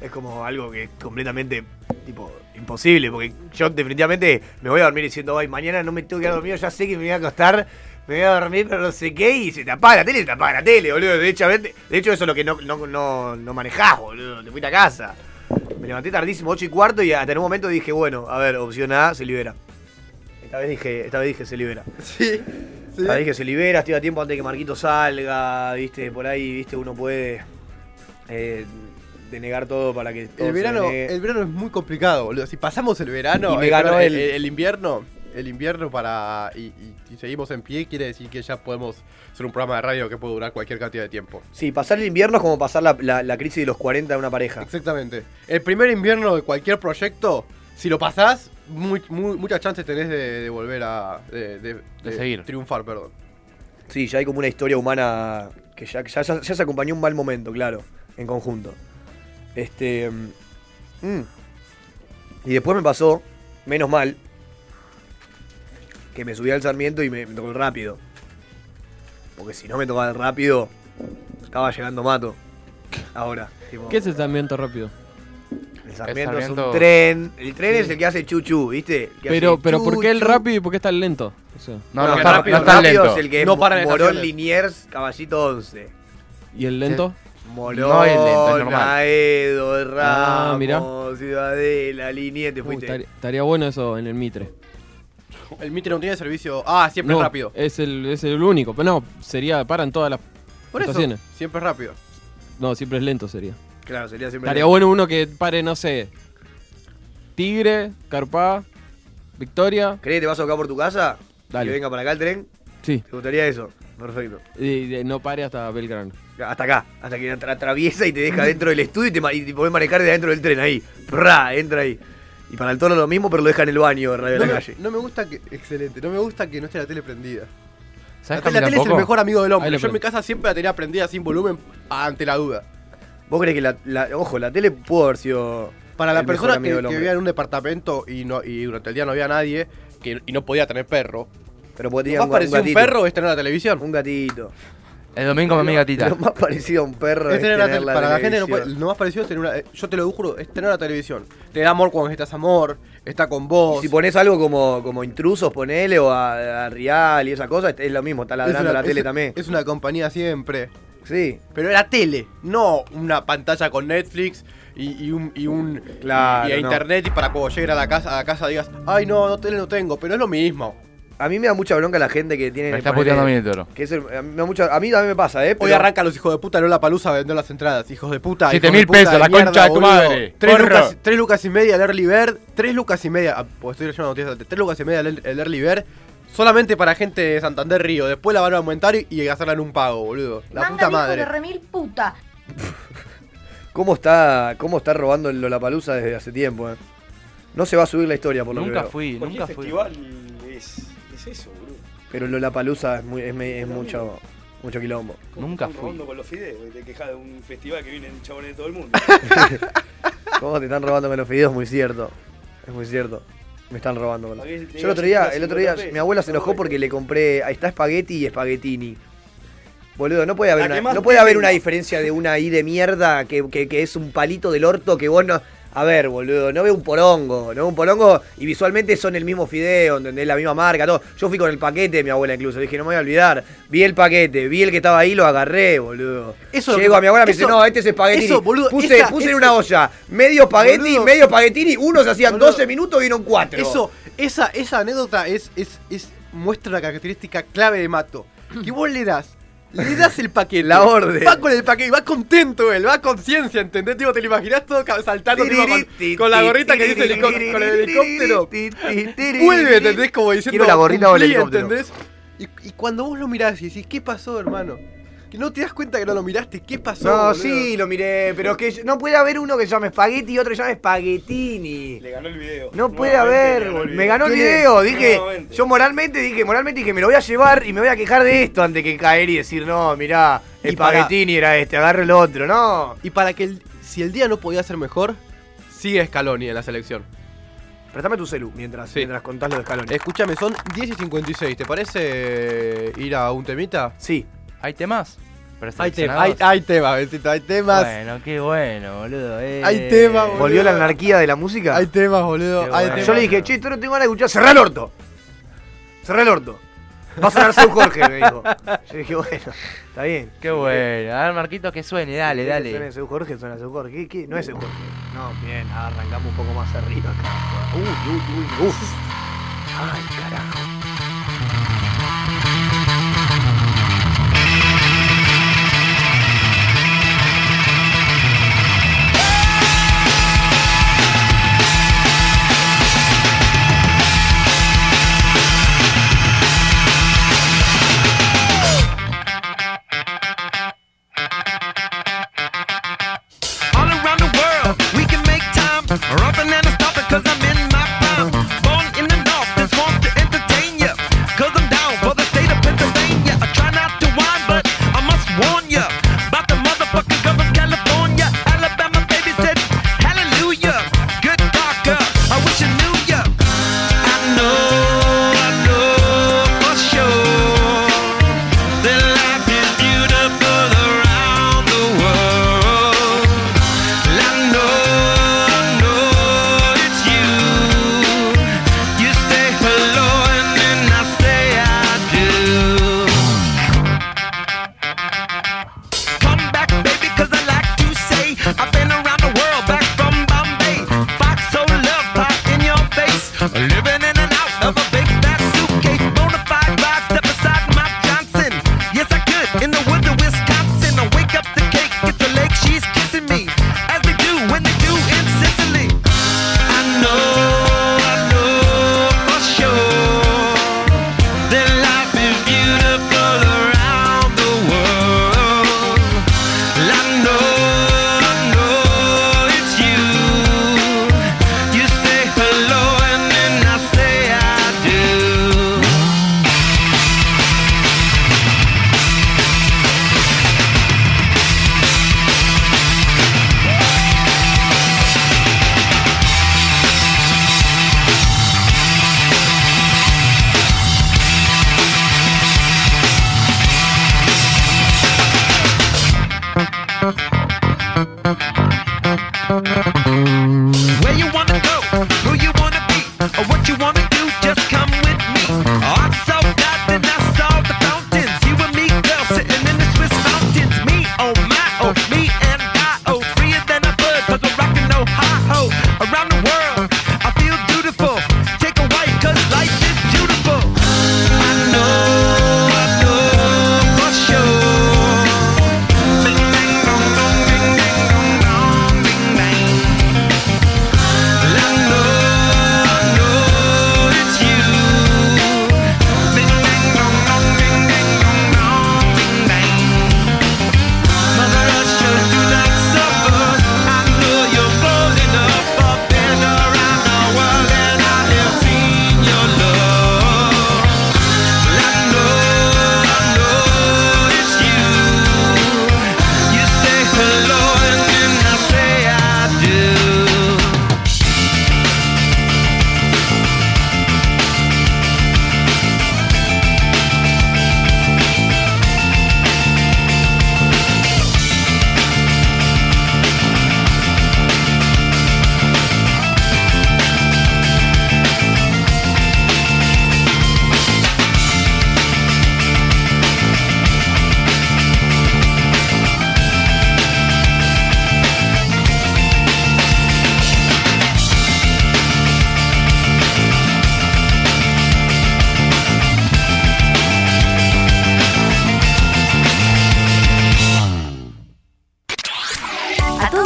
S1: Es como algo que es completamente tipo imposible. Porque yo definitivamente me voy a dormir diciendo, ay, mañana no me tengo que quedar dormido, ya sé que me voy a acostar, me voy a dormir, pero no sé qué, y se te apaga la tele, se te apaga la tele, boludo. De hecho, de hecho eso es lo que no, no, no, no manejás, boludo. Te fuiste a casa. Me levanté tardísimo, 8 y cuarto, y hasta en un momento dije, bueno, a ver, opción A se libera. Esta vez dije, esta vez dije se libera.
S2: [laughs] Sí, sí.
S1: Ahí que se libera, estoy a tiempo antes de que Marquito salga, viste, por ahí, viste, uno puede eh, denegar todo para que todo
S2: El
S1: se
S2: verano,
S1: denegue.
S2: el verano es muy complicado, boludo. Si pasamos el verano,
S1: eh, Y me
S2: el,
S1: ganó
S2: el-
S1: el-
S2: el invierno, el invierno para. Y, y- y seguimos en pie, quiere decir que ya podemos ser un programa de radio que puede durar cualquier cantidad de tiempo.
S1: Sí, pasar el invierno es como pasar la, la- la crisis de los 40 de una pareja.
S2: Exactamente. El primer invierno de cualquier proyecto, si lo pasás, muy, muy- muchas chances tenés de, de volver a. De, de- de
S3: seguir.
S2: Triunfar, perdón.
S1: Sí, ya hay como una historia humana que ya, ya, ya- ya se acompañó un mal momento, claro, en conjunto. Este. mm, mm. Y después me pasó, menos mal, que me subí al Sarmiento y me, me tocó el rápido. Porque si no me tocaba el rápido, estaba llegando mato. Ahora. tipo,
S5: ¿Qué es el Sarmiento rápido?
S1: el Sarmiento es un
S3: Sarmiento-
S1: tren. El tren es el que hace chuchu, ¿viste? El que
S5: Pero,
S1: hace
S5: pero ¿por qué el
S1: chu, chu.
S5: rápido y por qué está lento? O sea,
S3: No, no,
S1: Porque
S3: está,
S1: rápido,
S3: no está
S1: rápido
S3: lento.
S1: es el que
S2: No
S1: Mo-
S2: paran en
S1: Morón
S2: estaciones.
S1: Liniers, caballito 11.
S5: ¿y el lento?
S1: Morón,
S3: No, es lento, es normal.
S1: Aedo,
S5: Ah, mirá.
S1: Ramos, Ciudadela, Liniente,
S2: Uh,
S5: Uy,
S1: fuiste.
S5: estaría, estaría bueno eso en el Mitre.
S2: El Mitre no tiene servicio. Ah, siempre
S5: No,
S2: es rápido.
S5: Es el, es el único, pero no, sería, paran todas las
S2: Por eso,
S5: estaciones.
S2: siempre es rápido.
S5: No, siempre es lento sería.
S1: Claro, sería siempre
S5: Estaría
S1: lento.
S5: bueno uno que pare, no sé, Tigre, Carpá, Victoria.
S1: ¿Crees que te vas a acá por tu casa?
S5: Dale.
S1: Que venga para acá el tren.
S5: Sí,
S1: ¿Te gustaría eso? Perfecto.
S5: y, y no pare hasta Belgrano.
S1: Hasta acá, hasta que atra- atraviesa y te deja dentro del estudio y te, ma- y te podés manejar de adentro del tren, ahí. Prá, entra ahí. Y para el toro lo mismo, pero lo deja en el baño de Radio de
S2: No
S1: la
S2: me,
S1: Calle.
S2: no me gusta que. Excelente. No me gusta que no esté la tele prendida. La,
S3: ¿Sabes que
S2: tele-
S3: a
S2: la tele
S3: mí
S2: es el
S3: tampoco?
S2: mejor amigo del
S5: Ahí
S2: hombre.
S5: la
S2: Yo en mi
S5: prendo.
S2: casa siempre la tenía prendida sin volumen ante la duda.
S1: ¿Vos crees que la, la- Ojo, la tele pudo haber sido.
S2: Para la
S1: el mejor
S2: persona que,
S1: amigo del
S2: que
S1: hombre,
S2: vivía en un departamento y, no, y durante el día no había nadie que, y no podía tener perro,
S1: Pero porque tenía
S2: lo más
S1: un, un
S2: parecido a un
S1: gatito.
S2: perro es tener la televisión.
S1: Un gatito.
S3: El domingo me mi gatita.
S1: Lo más parecido a un perro
S2: Es
S1: es
S2: tener la
S1: tener
S2: tele-
S1: la
S2: para la gente no
S1: televisión.
S2: puede- lo más parecido es tener una. eh, Yo te lo juro, es tener la televisión. Te da amor cuando estás amor, está con
S1: Y
S2: vos.
S1: Si pones algo como, como intrusos, ponele, o a, a Rial y esa cosa, es lo mismo, está
S2: Es
S1: ladrando
S2: una-
S1: la tele
S2: es-
S1: también.
S2: Es una compañía siempre.
S1: sí,
S2: Pero era tele, no una pantalla con Netflix y, y un. Y un
S1: Claro,
S2: y a
S1: no.
S2: internet y para cuando llegue a la casa, a la casa digas, ay no, no tele no tengo, pero es lo mismo.
S1: a mí me da mucha bronca la gente que tiene.
S3: Me está puteando a mí el toro.
S1: Que es el- a, mí me da mucha- a mí también me pasa, ¿eh?
S2: Hoy
S1: Pero-
S2: arranca los hijos de puta Lola Palusa a vender las entradas, hijos de puta.
S3: Siete
S2: hijos de
S3: mil
S2: puta
S3: pesos,
S2: de
S3: la
S2: mierda,
S3: concha de tu
S2: boludo.
S3: madre.
S2: Tres
S3: Porro.
S2: lucas, tres lucas y media al Early Bird, tres lucas y media, ah, porque estoy leyendo noticias antes, tres lucas y media al el Early Bird, solamente para gente de Santander Río. Después la van a aumentar y, y hacerla en un pago, boludo. La
S7: Mandan
S2: puta
S7: hijos
S2: madre.
S7: de remil puta.
S1: ¿Cómo está, cómo está robando el Lollapalooza desde hace tiempo, eh? No se va a subir la historia, por lo que
S3: Nunca
S1: veo.
S3: fui,
S4: Cualquier
S3: nunca fui.
S4: festival es, es eso, boludo.
S1: Pero el Lollapalooza es, muy, es, me- es mucho, mucho quilombo.
S4: ¿Cómo
S3: Nunca
S4: están
S3: fui.
S4: robando con los fideos, y te quejas de un festival que vienen chabones de todo el
S1: [laughs]
S4: mundo.
S1: ¿Cómo te están robando con los fideos? Muy cierto. Es muy cierto. Me están robando con los-
S4: Pagué-
S1: Yo el otro día,
S4: pagué
S1: el otro día,
S4: 50
S1: mi abuela se
S4: pesos.
S1: enojó porque le compré. Ahí está espagueti y espaguetini. Boludo, no puede
S4: La
S1: haber,
S4: que
S1: una,
S4: más
S1: no puede haber
S4: tenga.
S1: una diferencia de una I de mierda que, que- que es un palito del orto que vos no. A ver, boludo, no veo un porongo, no veo un porongo y visualmente son el mismo fideo, ¿entendés? La misma marca, todo. Yo fui con el paquete de mi abuela incluso, dije, no me voy a olvidar. Vi el paquete, vi el que estaba ahí, lo agarré, boludo.
S2: Eso-
S1: Llego a mi abuela, me dice,
S2: eso-
S1: no, este es espagueti.
S2: eso, boludo,
S1: puse
S2: esa-
S1: puse en
S2: esa-
S1: una olla, medio espagueti,
S2: Boludo.
S1: medio espaguetini, unos hacían
S2: Boludo.
S1: 12 minutos, vieron 4.
S2: Eso, esa, esa anécdota es, es, es- muestra la característica clave de Mato. Que vos le das, le das el paquete.
S1: La orden.
S2: Va con el paquete, va contento él, va con ciencia, ¿entendés? Tipo, te lo imaginás todo ca- saltando tipo, con, con la gorrita que dice helico- con el helicóptero. Vuelve, ¿entendés? Como diciendo.
S1: Quiero la gorrita o el
S2: "Cumplí",
S1: helicóptero.
S2: ¿entendés? Y, y cuando vos lo mirás y decís, ¿qué pasó, hermano? Que no te das cuenta que no lo miraste, ¿qué pasó?
S1: No,
S2: boludo?
S1: sí, lo miré, pero es que yo- no puede haber uno que se llame espagueti y otro que se llame espaguetini.
S4: Le ganó el video.
S1: No puede
S4: Nuevamente
S1: haber,
S4: le
S1: bol-
S4: el
S1: me ganó el
S2: ¿Qué?
S1: video, dije,
S4: Nuevamente.
S1: yo moralmente dije, moralmente dije, me lo voy a llevar y me voy a quejar de esto antes que caer y decir, no, mirá,
S2: Y pará.
S1: espaguetini era este, agarre el otro, no.
S2: Y para que el- si el día no podía ser mejor, sigue Scaloni en la selección.
S1: Préstame tu celu mientras,
S2: Sí.
S1: mientras contás los escalones.
S2: Escúchame, son 10 y 56. ¿Te parece ir a un temita?
S1: Sí,
S3: ¿Hay temas? Pero
S2: Hay, te- hay,
S3: seleccionados.
S2: hay temas, Bencito, hay temas.
S3: Bueno, qué bueno, boludo. eh.
S2: Hay tema, boludo.
S1: volvió la anarquía de la música.
S2: Hay temas, boludo.
S3: Qué
S2: hay
S3: bueno.
S2: temas.
S1: Yo le dije, che, esto no tengo ganas de escuchar, cerrá el orto. Cerrá el orto. Va a sonar Seu Jorge,
S2: [laughs]
S1: me dijo. Yo dije, bueno, está bien.
S3: Qué bueno. A ver, Marquito, que suene, dale,
S1: Suena
S3: dale.
S1: Seu Jorge, suena Seu Jorge. ¿Qué, qué? No es Seu Jorge. No, bien, arrancamos un poco más arriba acá. Uy, uy, uy, uff. Ay, carajo.
S8: All around the world, we can make time. Or up and then stop it, cause I'm in my prime. Born in the north, this want to entertain ya.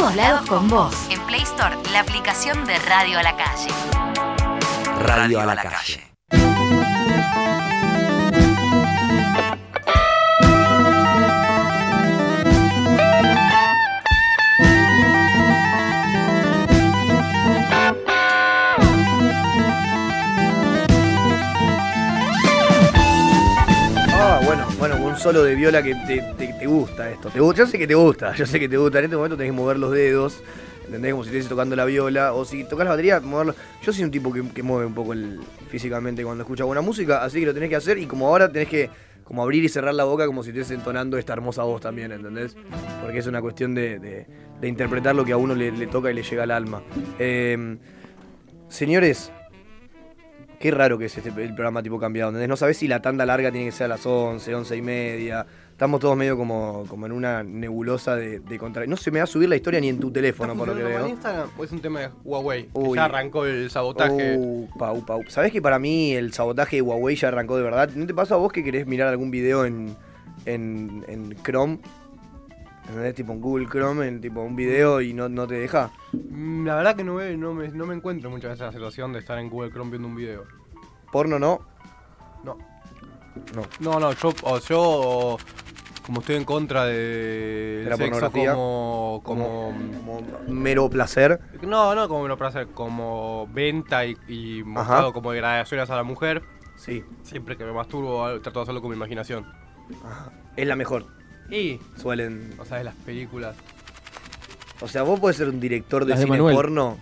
S7: Hablados con vos. En Play Store, la aplicación de Radio a la Calle.
S9: Radio a la calle.
S1: Ah, bueno, bueno, un solo de viola que te, te- te gusta esto. Te, gu- yo sé que te gusta, [laughs] yo sé que te gusta. En este momento tenés que mover los dedos, ¿entendés? Como si estuviese tocando la viola. O si tocas la batería, moverlo. Yo soy un tipo que, que mueve un poco el- físicamente cuando escucha buena música, así que lo tenés que hacer. Y como ahora tenés que como abrir y cerrar la boca como si estuviese entonando esta hermosa voz también, ¿entendés? Porque es una cuestión de, de- de interpretar lo que a uno le, le toca y le llega al alma. Eh, señores, Qué raro que es este, el programa tipo cambiado, ¿entendés? No sabés si la tanda larga tiene que ser a las 11, 11 y media. Estamos todos medio como, como en una nebulosa de, de contra... No se me va a subir la historia ni en tu teléfono, por lo que
S2: ¿En
S1: veo.
S2: Instagram? ¿O es un tema de Huawei? Que
S1: Uy. Uh.
S2: ya arrancó el sabotaje.
S1: Upa, upa, upa. ¿Sabés que para mí el sabotaje de Huawei ya arrancó de verdad? ¿No te pasa a vos que querés mirar algún video en, en, en Chrome? ¿Entendés? Tipo en Google Chrome, en tipo un video y no, no te deja.
S2: Mm, La verdad que no, ve- no, me, no me encuentro muchas veces en la situación de estar en Google Chrome viendo un video.
S1: Porno no.
S2: No, no, yo, o yo como estoy en contra de,
S1: la
S2: sexo
S1: pornografía.
S2: como, como,
S1: Mero placer.
S2: No, no como lo placer, como venta y, y mostrado como degradaciones a la mujer.
S1: Sí.
S2: Siempre que me masturbo al- trato de hacerlo con mi imaginación.
S1: Es la mejor.
S2: Y,
S1: Suelen...
S2: o sea, de las películas.
S1: O sea, vos podés ser un director de
S5: Las de
S1: cine
S5: Manuel.
S1: porno.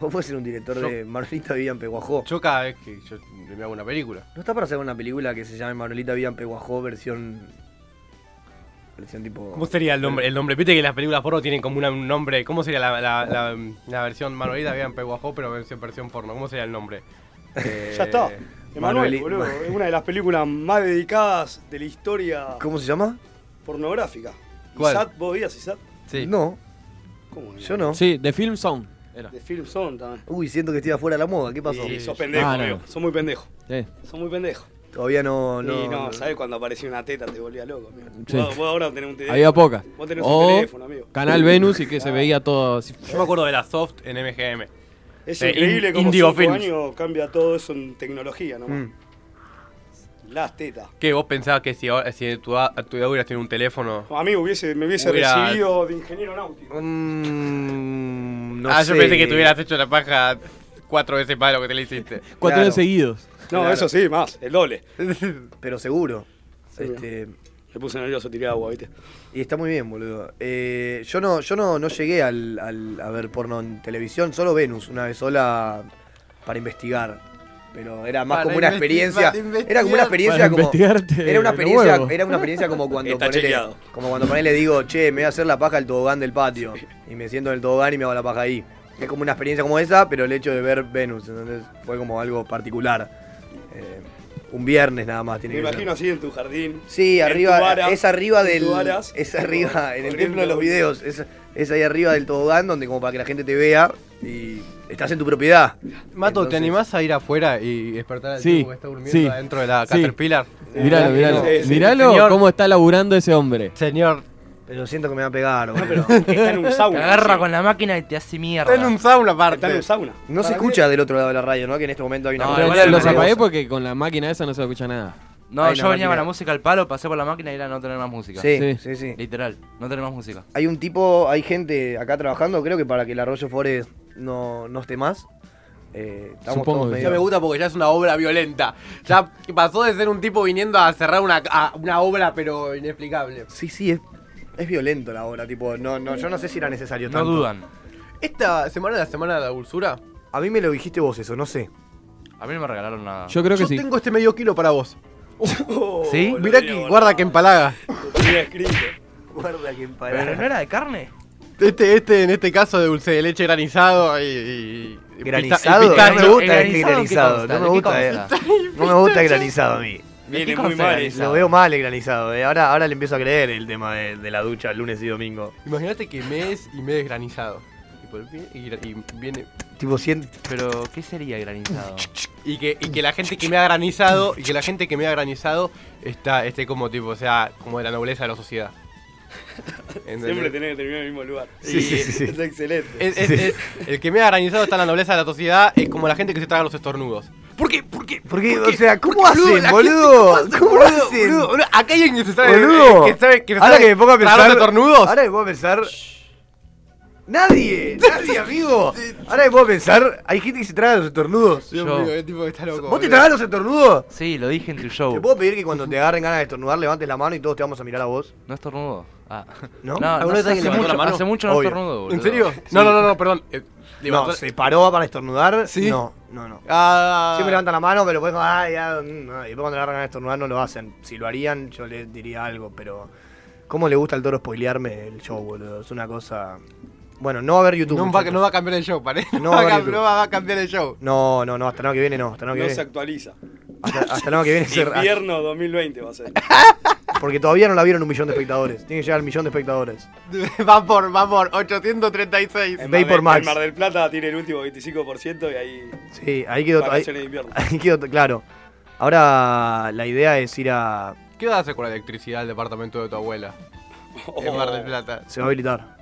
S1: Vos podés ser un director
S2: Yo-
S1: de Manuelita Vivian Peguajó.
S2: Yo cada vez que yo me hago una película.
S1: ¿No está para hacer una película que se llame Manuelita Vivian Peguajó versión. versión tipo.
S2: ¿Cómo sería el nombre? El nombre, viste que las películas porno tienen como una- un nombre. ¿Cómo sería la, la, la, la versión Manuelita? Habían Peguajó, pero versión, versión porno. ¿Cómo sería el nombre?
S4: [laughs] Ya está.
S2: Eh,
S4: Emanuel,
S1: Manueli-
S4: boludo,
S1: Ma-
S4: es una de las películas más dedicadas de la historia
S1: ¿Cómo se llama?
S4: pornográfica.
S2: ¿Cuál?
S4: ¿Isat? ¿Vos veías Isat?
S2: Sí.
S1: No,
S4: ¿Cómo no?
S1: yo no.
S5: Sí, The Film Sound. Era.
S4: De Film Zone también.
S1: Uy, siento que estoy afuera de la moda. ¿Qué pasó?
S4: Y sos pendejo,
S5: Ah, no.
S4: amigo. Sos muy pendejo.
S5: Sí.
S4: Sos muy pendejo.
S1: Todavía no. no,
S4: y no,
S1: no.
S4: ¿sabes? Cuando apareció una teta te volvía loco, amigo.
S5: Sí.
S4: Vos, vos ahora tenés un teléfono.
S5: Había poca.
S4: Vos tenés
S5: O
S4: un teléfono, amigo.
S5: Canal Venus y que se veía todo así.
S2: Yo me acuerdo de la soft en MGM.
S4: Es
S2: Eh,
S4: increíble
S2: in-
S4: cómo
S2: Indigo
S4: cinco
S2: Films.
S4: años cambia todo eso en tecnología nomás.
S1: Mm.
S4: Las tetas.
S2: ¿Qué? ¿Vos pensabas que si, ahora- si tu, a tu edad hubieras tenido un teléfono?
S4: A mí hubiese, me hubiese
S2: Hubiera-
S4: recibido de ingeniero náutico.
S1: Mm, no
S2: ah, yo
S1: sé.
S2: pensé que te hubieras hecho la paja cuatro veces más de lo que te le hiciste.
S5: Cuatro
S1: Claro.
S5: días seguidos.
S4: No,
S1: Claro.
S4: eso sí, más, el [laughs] doble.
S1: Pero seguro.
S4: Seguro.
S1: Este,
S4: Me puse nervioso, tiré agua, ¿viste?
S1: Y está muy bien, boludo. Eh, yo no, yo no, no llegué al, al- a ver porno en televisión, solo Venus, una vez sola para investigar. Pero era más
S2: Para
S1: como una
S2: investi-
S1: experiencia.
S2: para investigar.
S1: Era como una experiencia
S5: Para
S1: como.
S5: investigarte
S1: Era una
S5: los
S1: experiencia,
S5: huevos.
S1: era una experiencia
S2: [laughs]
S1: como cuando
S4: Está
S1: ponele,
S4: chequeado.
S1: como cuando ponele digo, che, me voy a hacer la paja al tobogán del patio. Y me siento en el tobogán y me hago la paja ahí. Es como una experiencia como esa, pero el hecho de ver Venus, entonces fue como algo particular. Eh, un viernes nada más tiene
S4: Me
S1: que ser.
S4: imagino así en tu jardín.
S1: Sí,
S4: en
S1: arriba,
S4: tu vara,
S1: es arriba
S4: en
S1: del,
S4: tu varas,
S1: es
S4: como
S1: arriba, en el
S4: corriendo.
S1: templo de los videos, es, es ahí arriba del tobogán donde como para que la gente te vea y estás en tu propiedad.
S2: Mato, ¿te
S1: Entonces-
S2: animás a ir afuera y despertar al
S5: Sí,
S2: tipo que está durmiendo
S5: sí,
S2: adentro de la
S5: sí.
S2: Caterpillar?
S5: Eh, Miralo, miralo.
S4: Sí, sí,
S5: miralo
S2: señor.
S5: cómo está laburando ese hombre.
S2: Señor,
S1: Pero siento que me va a pegar.
S2: [laughs]
S1: boludo.
S4: Pero está en un
S3: Te
S4: sauna.
S3: agarra
S4: sí.
S3: con la máquina y te hace mierda.
S2: está en un sauna
S4: Está en
S2: aparte.
S4: un sauna.
S1: No se escucha del otro lado de la radio, ¿no? Que en este momento hay una...
S3: No,
S1: cosa
S5: Pero
S3: igual
S5: los
S3: era
S5: apagué
S1: nerviosa.
S5: porque con la máquina esa no se escucha nada.
S3: No,
S1: Hay
S3: yo
S1: una
S3: venía con
S1: máquina.
S3: la música al palo, pasé por la máquina y era no tener más música.
S1: Sí,
S5: Sí.
S1: sí, sí.
S3: Literal, no tener más música.
S1: Hay un tipo, hay gente acá trabajando, creo que para que el Arroyo Forest no, no esté más. Eh, estamos
S5: Supongo
S1: todos
S5: que
S2: Ya me
S1: medio...
S2: gusta porque ya es una obra violenta. Ya pasó de ser un tipo viniendo a cerrar una, a una obra, pero inexplicable.
S1: Sí, sí, es, es violento la hora, tipo, no, no, yo no sé si era necesario
S3: No
S1: tanto.
S3: dudan.
S2: Esta semana, la semana de la dulzura,
S1: A mí me lo dijiste vos eso, no sé.
S3: A mí no me regalaron nada.
S5: Yo creo que
S2: yo
S5: sí.
S2: tengo este medio kilo para
S1: [laughs]
S2: vos.
S4: Oh,
S3: ¿Sí?
S4: lo
S2: Mirá
S4: tenía
S2: que
S4: guardado.
S2: guarda que empalaga.
S4: Lo tenía escrito.
S1: Guarda que
S3: ¿Pero no era de carne?
S2: Este, este, en este caso, de dulce de leche granizado y. y- y
S1: Granizado,
S2: pita-
S1: no
S2: y
S1: me
S2: pistacho.
S1: gusta
S3: ¿El
S1: este
S3: granizado
S1: granizado,
S3: en qué
S1: no me
S3: consta?
S1: gusta
S3: ¿De
S2: [laughs]
S3: qué
S1: eh. No me gusta el granizado a mí.
S4: Viene
S3: qué
S4: muy
S3: consta
S4: mal
S3: el
S4: eso.
S1: Lo veo mal el granizado, eh. ahora, ahora le empiezo a creer el tema de, de la ducha lunes y domingo.
S2: Imagínate que mes y mes granizado. Y, por- y gra- y viene.
S1: Tipo 100.
S3: Pero, ¿qué sería granizado?
S2: [laughs] Y que, y que la gente que me ha granizado, y que la gente que me ha granizado está, esté como tipo, o sea, como de la nobleza de la sociedad.
S1: ¿Entendés?
S4: Siempre tenés que terminar en el mismo lugar.
S1: Sí,
S4: Y
S1: sí, sí, sí.
S4: Es excelente.
S2: Es- es- es- el que me ha organizado está en la nobleza de la sociedad es como la gente que se traga los estornudos. ¿Por qué? ¿Por qué?
S1: Porque, o sea, ¿cómo hacen,
S2: La
S1: boludo?
S2: gente-
S1: ¿Cómo
S2: boludo,
S1: hacen?
S2: boludo, boludo? acá hay alguien que se sabe. eh,
S1: Boludo.
S2: Que sabe, que
S1: ahora
S2: sabe
S1: que me pongo a
S2: tragar
S1: pensar.
S2: los estornudos.
S1: Ahora que me pongo a pensar. Nadie, nadie, amigo. Ahora que me pongo a pensar, hay gente que se traga los estornudos.
S2: Dios
S3: Yo-
S2: mío, el tipo que está loco.
S1: ¿Vos te
S2: boludo.
S1: tragas los estornudos?
S3: Sí, lo dije en tu show.
S1: ¿Te puedo pedir que cuando te agarren ganas de estornudar levantes la mano y todos te vamos a mirar a vos?
S3: No estornudo. Ah.
S1: ¿No?
S3: No,
S2: ¿Alguna vez alguien
S3: hace,
S2: levantó la
S3: mucho,
S2: mano?
S3: hace mucho no
S1: Obvio.
S3: estornudo, boludo.
S2: ¿En serio? No, no, no, no, perdón. Eh,
S1: No,
S2: levantó-
S1: ¿se paró para estornudar?
S2: Sí.
S1: No, no, no.
S2: Ah.
S1: Siempre levantan la mano, pero pues, ah, ya, mm, ah, y después cuando le agarran ganas de estornudar no lo hacen. Si lo harían, yo les diría algo, pero. ¿Cómo le gusta al toro spoilearme el show, boludo? Es una cosa. Bueno, no va a haber YouTube.
S2: No va,
S1: muchachos.
S2: no va a cambiar el show, parece.
S1: No
S2: No,
S1: va a
S2: va, a cam-
S1: YouTube.
S2: no va a cambiar el show.
S1: No, no, no, hasta el año que viene no, hasta el año que
S4: No se
S1: viene.
S4: actualiza.
S1: [laughs] Hasta, hasta el año que viene se-
S4: Invierno 2020 va a [laughs] ser.
S1: Porque todavía no la vieron un millón de espectadores. Tiene que llegar al millón de espectadores.
S2: Va por, va por, 836.
S4: En
S1: Ve
S4: Mar
S1: por
S4: del-
S1: Max.
S4: En Mar del Plata tiene el último 25% y ahí
S1: Sí, ahí quedó. Ahí,
S4: vacaciones de invierno.
S1: [laughs] ahí quedó, claro. Ahora la idea es ir a.
S2: ¿Qué vas a hacer con la electricidad del departamento de tu abuela? En
S4: Oh.
S2: Mar del Plata.
S1: Se va a habilitar.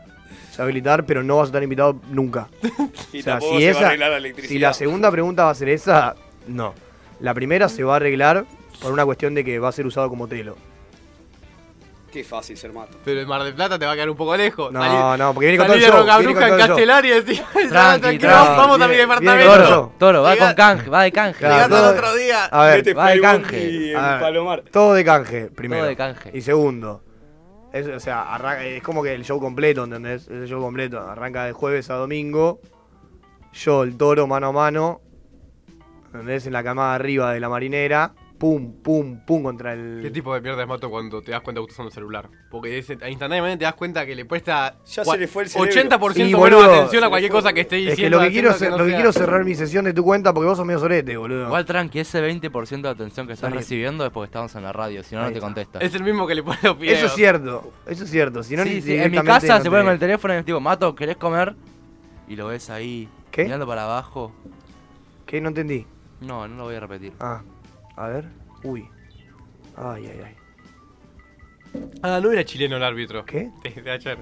S1: Se va a habilitar, pero no vas a estar invitado
S4: [laughs]
S1: nunca.
S4: Y
S1: O sea,
S4: tampoco
S1: si
S4: se va
S1: esa-
S4: a arreglar la
S1: Si la
S4: electricidad.
S1: segunda pregunta va a ser esa, no. La primera se va a arreglar por una cuestión de que va a ser usado como telo.
S4: Qué fácil ser mato.
S2: Pero en Mar del Plata te va a quedar un poco lejos.
S1: No,
S2: Salí-
S1: no, porque viene con todo
S2: salí
S1: el
S2: de
S1: show.
S2: Roca
S1: viene con
S2: Bruja en
S1: todo el show.
S2: Castelar y decís, [laughs]
S3: Tranqui,
S2: tranquilo,
S3: tranqui,
S2: vamos a mi
S1: viene- viene con
S2: departamento.
S1: todo el show.
S3: Toro, va
S2: Llega-
S3: con canje, va de canje.
S1: Claro,
S2: Llegás al
S1: todo-
S2: otro día. Este
S1: A ver,
S4: Vete
S3: va de
S4: Facebook
S3: canje.
S4: y en
S1: A ver.
S4: Palomar.
S1: Todo de canje, primero.
S3: Todo de canje.
S1: Y segundo, es, o sea, arranca- es como que el show completo, ¿entendés? Es el show completo. Arranca de jueves a domingo. Yo, el toro, mano a mano. ¿Entendés? En la camada arriba de la marinera. Pum, pum, pum contra el.
S2: ¿Qué tipo de mierda es mato cuando te das cuenta que estás usando el celular? Porque de ese- instantáneamente te das cuenta que le presta
S4: Ya
S2: cua-
S4: se le fue el cerebro.
S2: 80%
S1: Sí,
S2: menos
S1: boludo.
S2: atención
S1: Se
S2: a
S1: le
S2: cualquier
S4: fue,
S2: cosa que esté diciendo.
S1: es que lo que, quiero,
S2: haciendo no
S1: cer- lo que
S2: sea-
S1: quiero es cerrar mi sesión de tu cuenta porque vos sos medio sorete, boludo.
S3: Igual tranqui, ese 20% de atención que estás
S1: Sale.
S3: recibiendo es porque estamos en la radio, si no, no
S1: Ahí
S3: te
S1: está.
S3: contesta.
S2: Es el mismo que le pone los videos.
S1: Eso es cierto, eso es cierto. Si no,
S3: Sí,
S1: ni-
S3: sí, en mi
S1: directamente
S3: casa
S1: no
S3: se pone
S1: te-
S3: con el teléfono y es tipo, Mato, ¿querés comer? Y lo ves ahí,
S1: ¿Qué?
S3: mirando para abajo.
S1: ¿Qué? No entendí.
S3: No, no lo voy a repetir.
S1: Ah, a ver. Uy. Ay, ay, ay.
S2: Ah, no era chileno el árbitro.
S1: ¿Qué?
S2: [laughs] De, de ayer.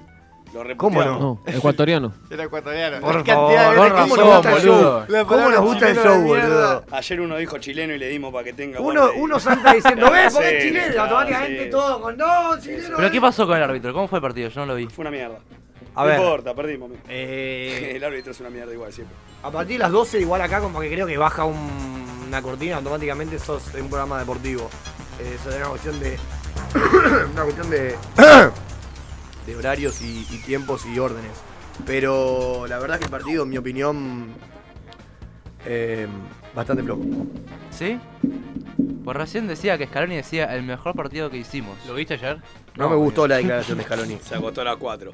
S4: Lo reputeamos.
S1: ¿Cómo no?
S5: No, ecuatoriano.
S2: Era ecuatoriano.
S1: Por
S2: La [laughs] cantidad de
S1: favor,
S2: veces que
S1: ¿cómo nos
S2: hizo-
S1: gusta el show?
S2: La
S1: ¿Cómo
S2: palabra
S1: nos gusta el
S2: chileno de
S1: show,
S2: mierda.
S1: boludo?
S4: Ayer uno dijo chileno y le dimos para que tenga.
S1: Uno,
S4: guarda y-
S1: uno salta
S4: [laughs]
S1: diciendo, ¿ves? Porque es
S4: Sí,
S1: chileno,
S4: claro,
S1: automáticamente
S4: sí.
S1: todo con no, chileno.
S3: ¿Pero
S1: eh".
S3: qué pasó con el árbitro? ¿Cómo fue el partido? Yo no lo vi.
S4: Fue una mierda.
S1: A
S4: no
S1: ver.
S4: importa, perdimos. amigo.
S1: Eh,
S4: [laughs] El árbitro es una mierda igual siempre.
S1: a partir de las 12, igual acá, como que creo que baja un- una cortina, automáticamente sos un programa deportivo. Eh, Eso es una cuestión de. [coughs] una cuestión de. de horarios y, y tiempos y órdenes. Pero la verdad que el partido, en mi opinión. eh, bastante flojo.
S3: ¿Sí? Pues recién decía que Scaloni decía el mejor partido que hicimos.
S2: ¿Lo viste ayer?
S1: No, me gustó la declaración de Scaloni.
S4: Se acostó a las 4.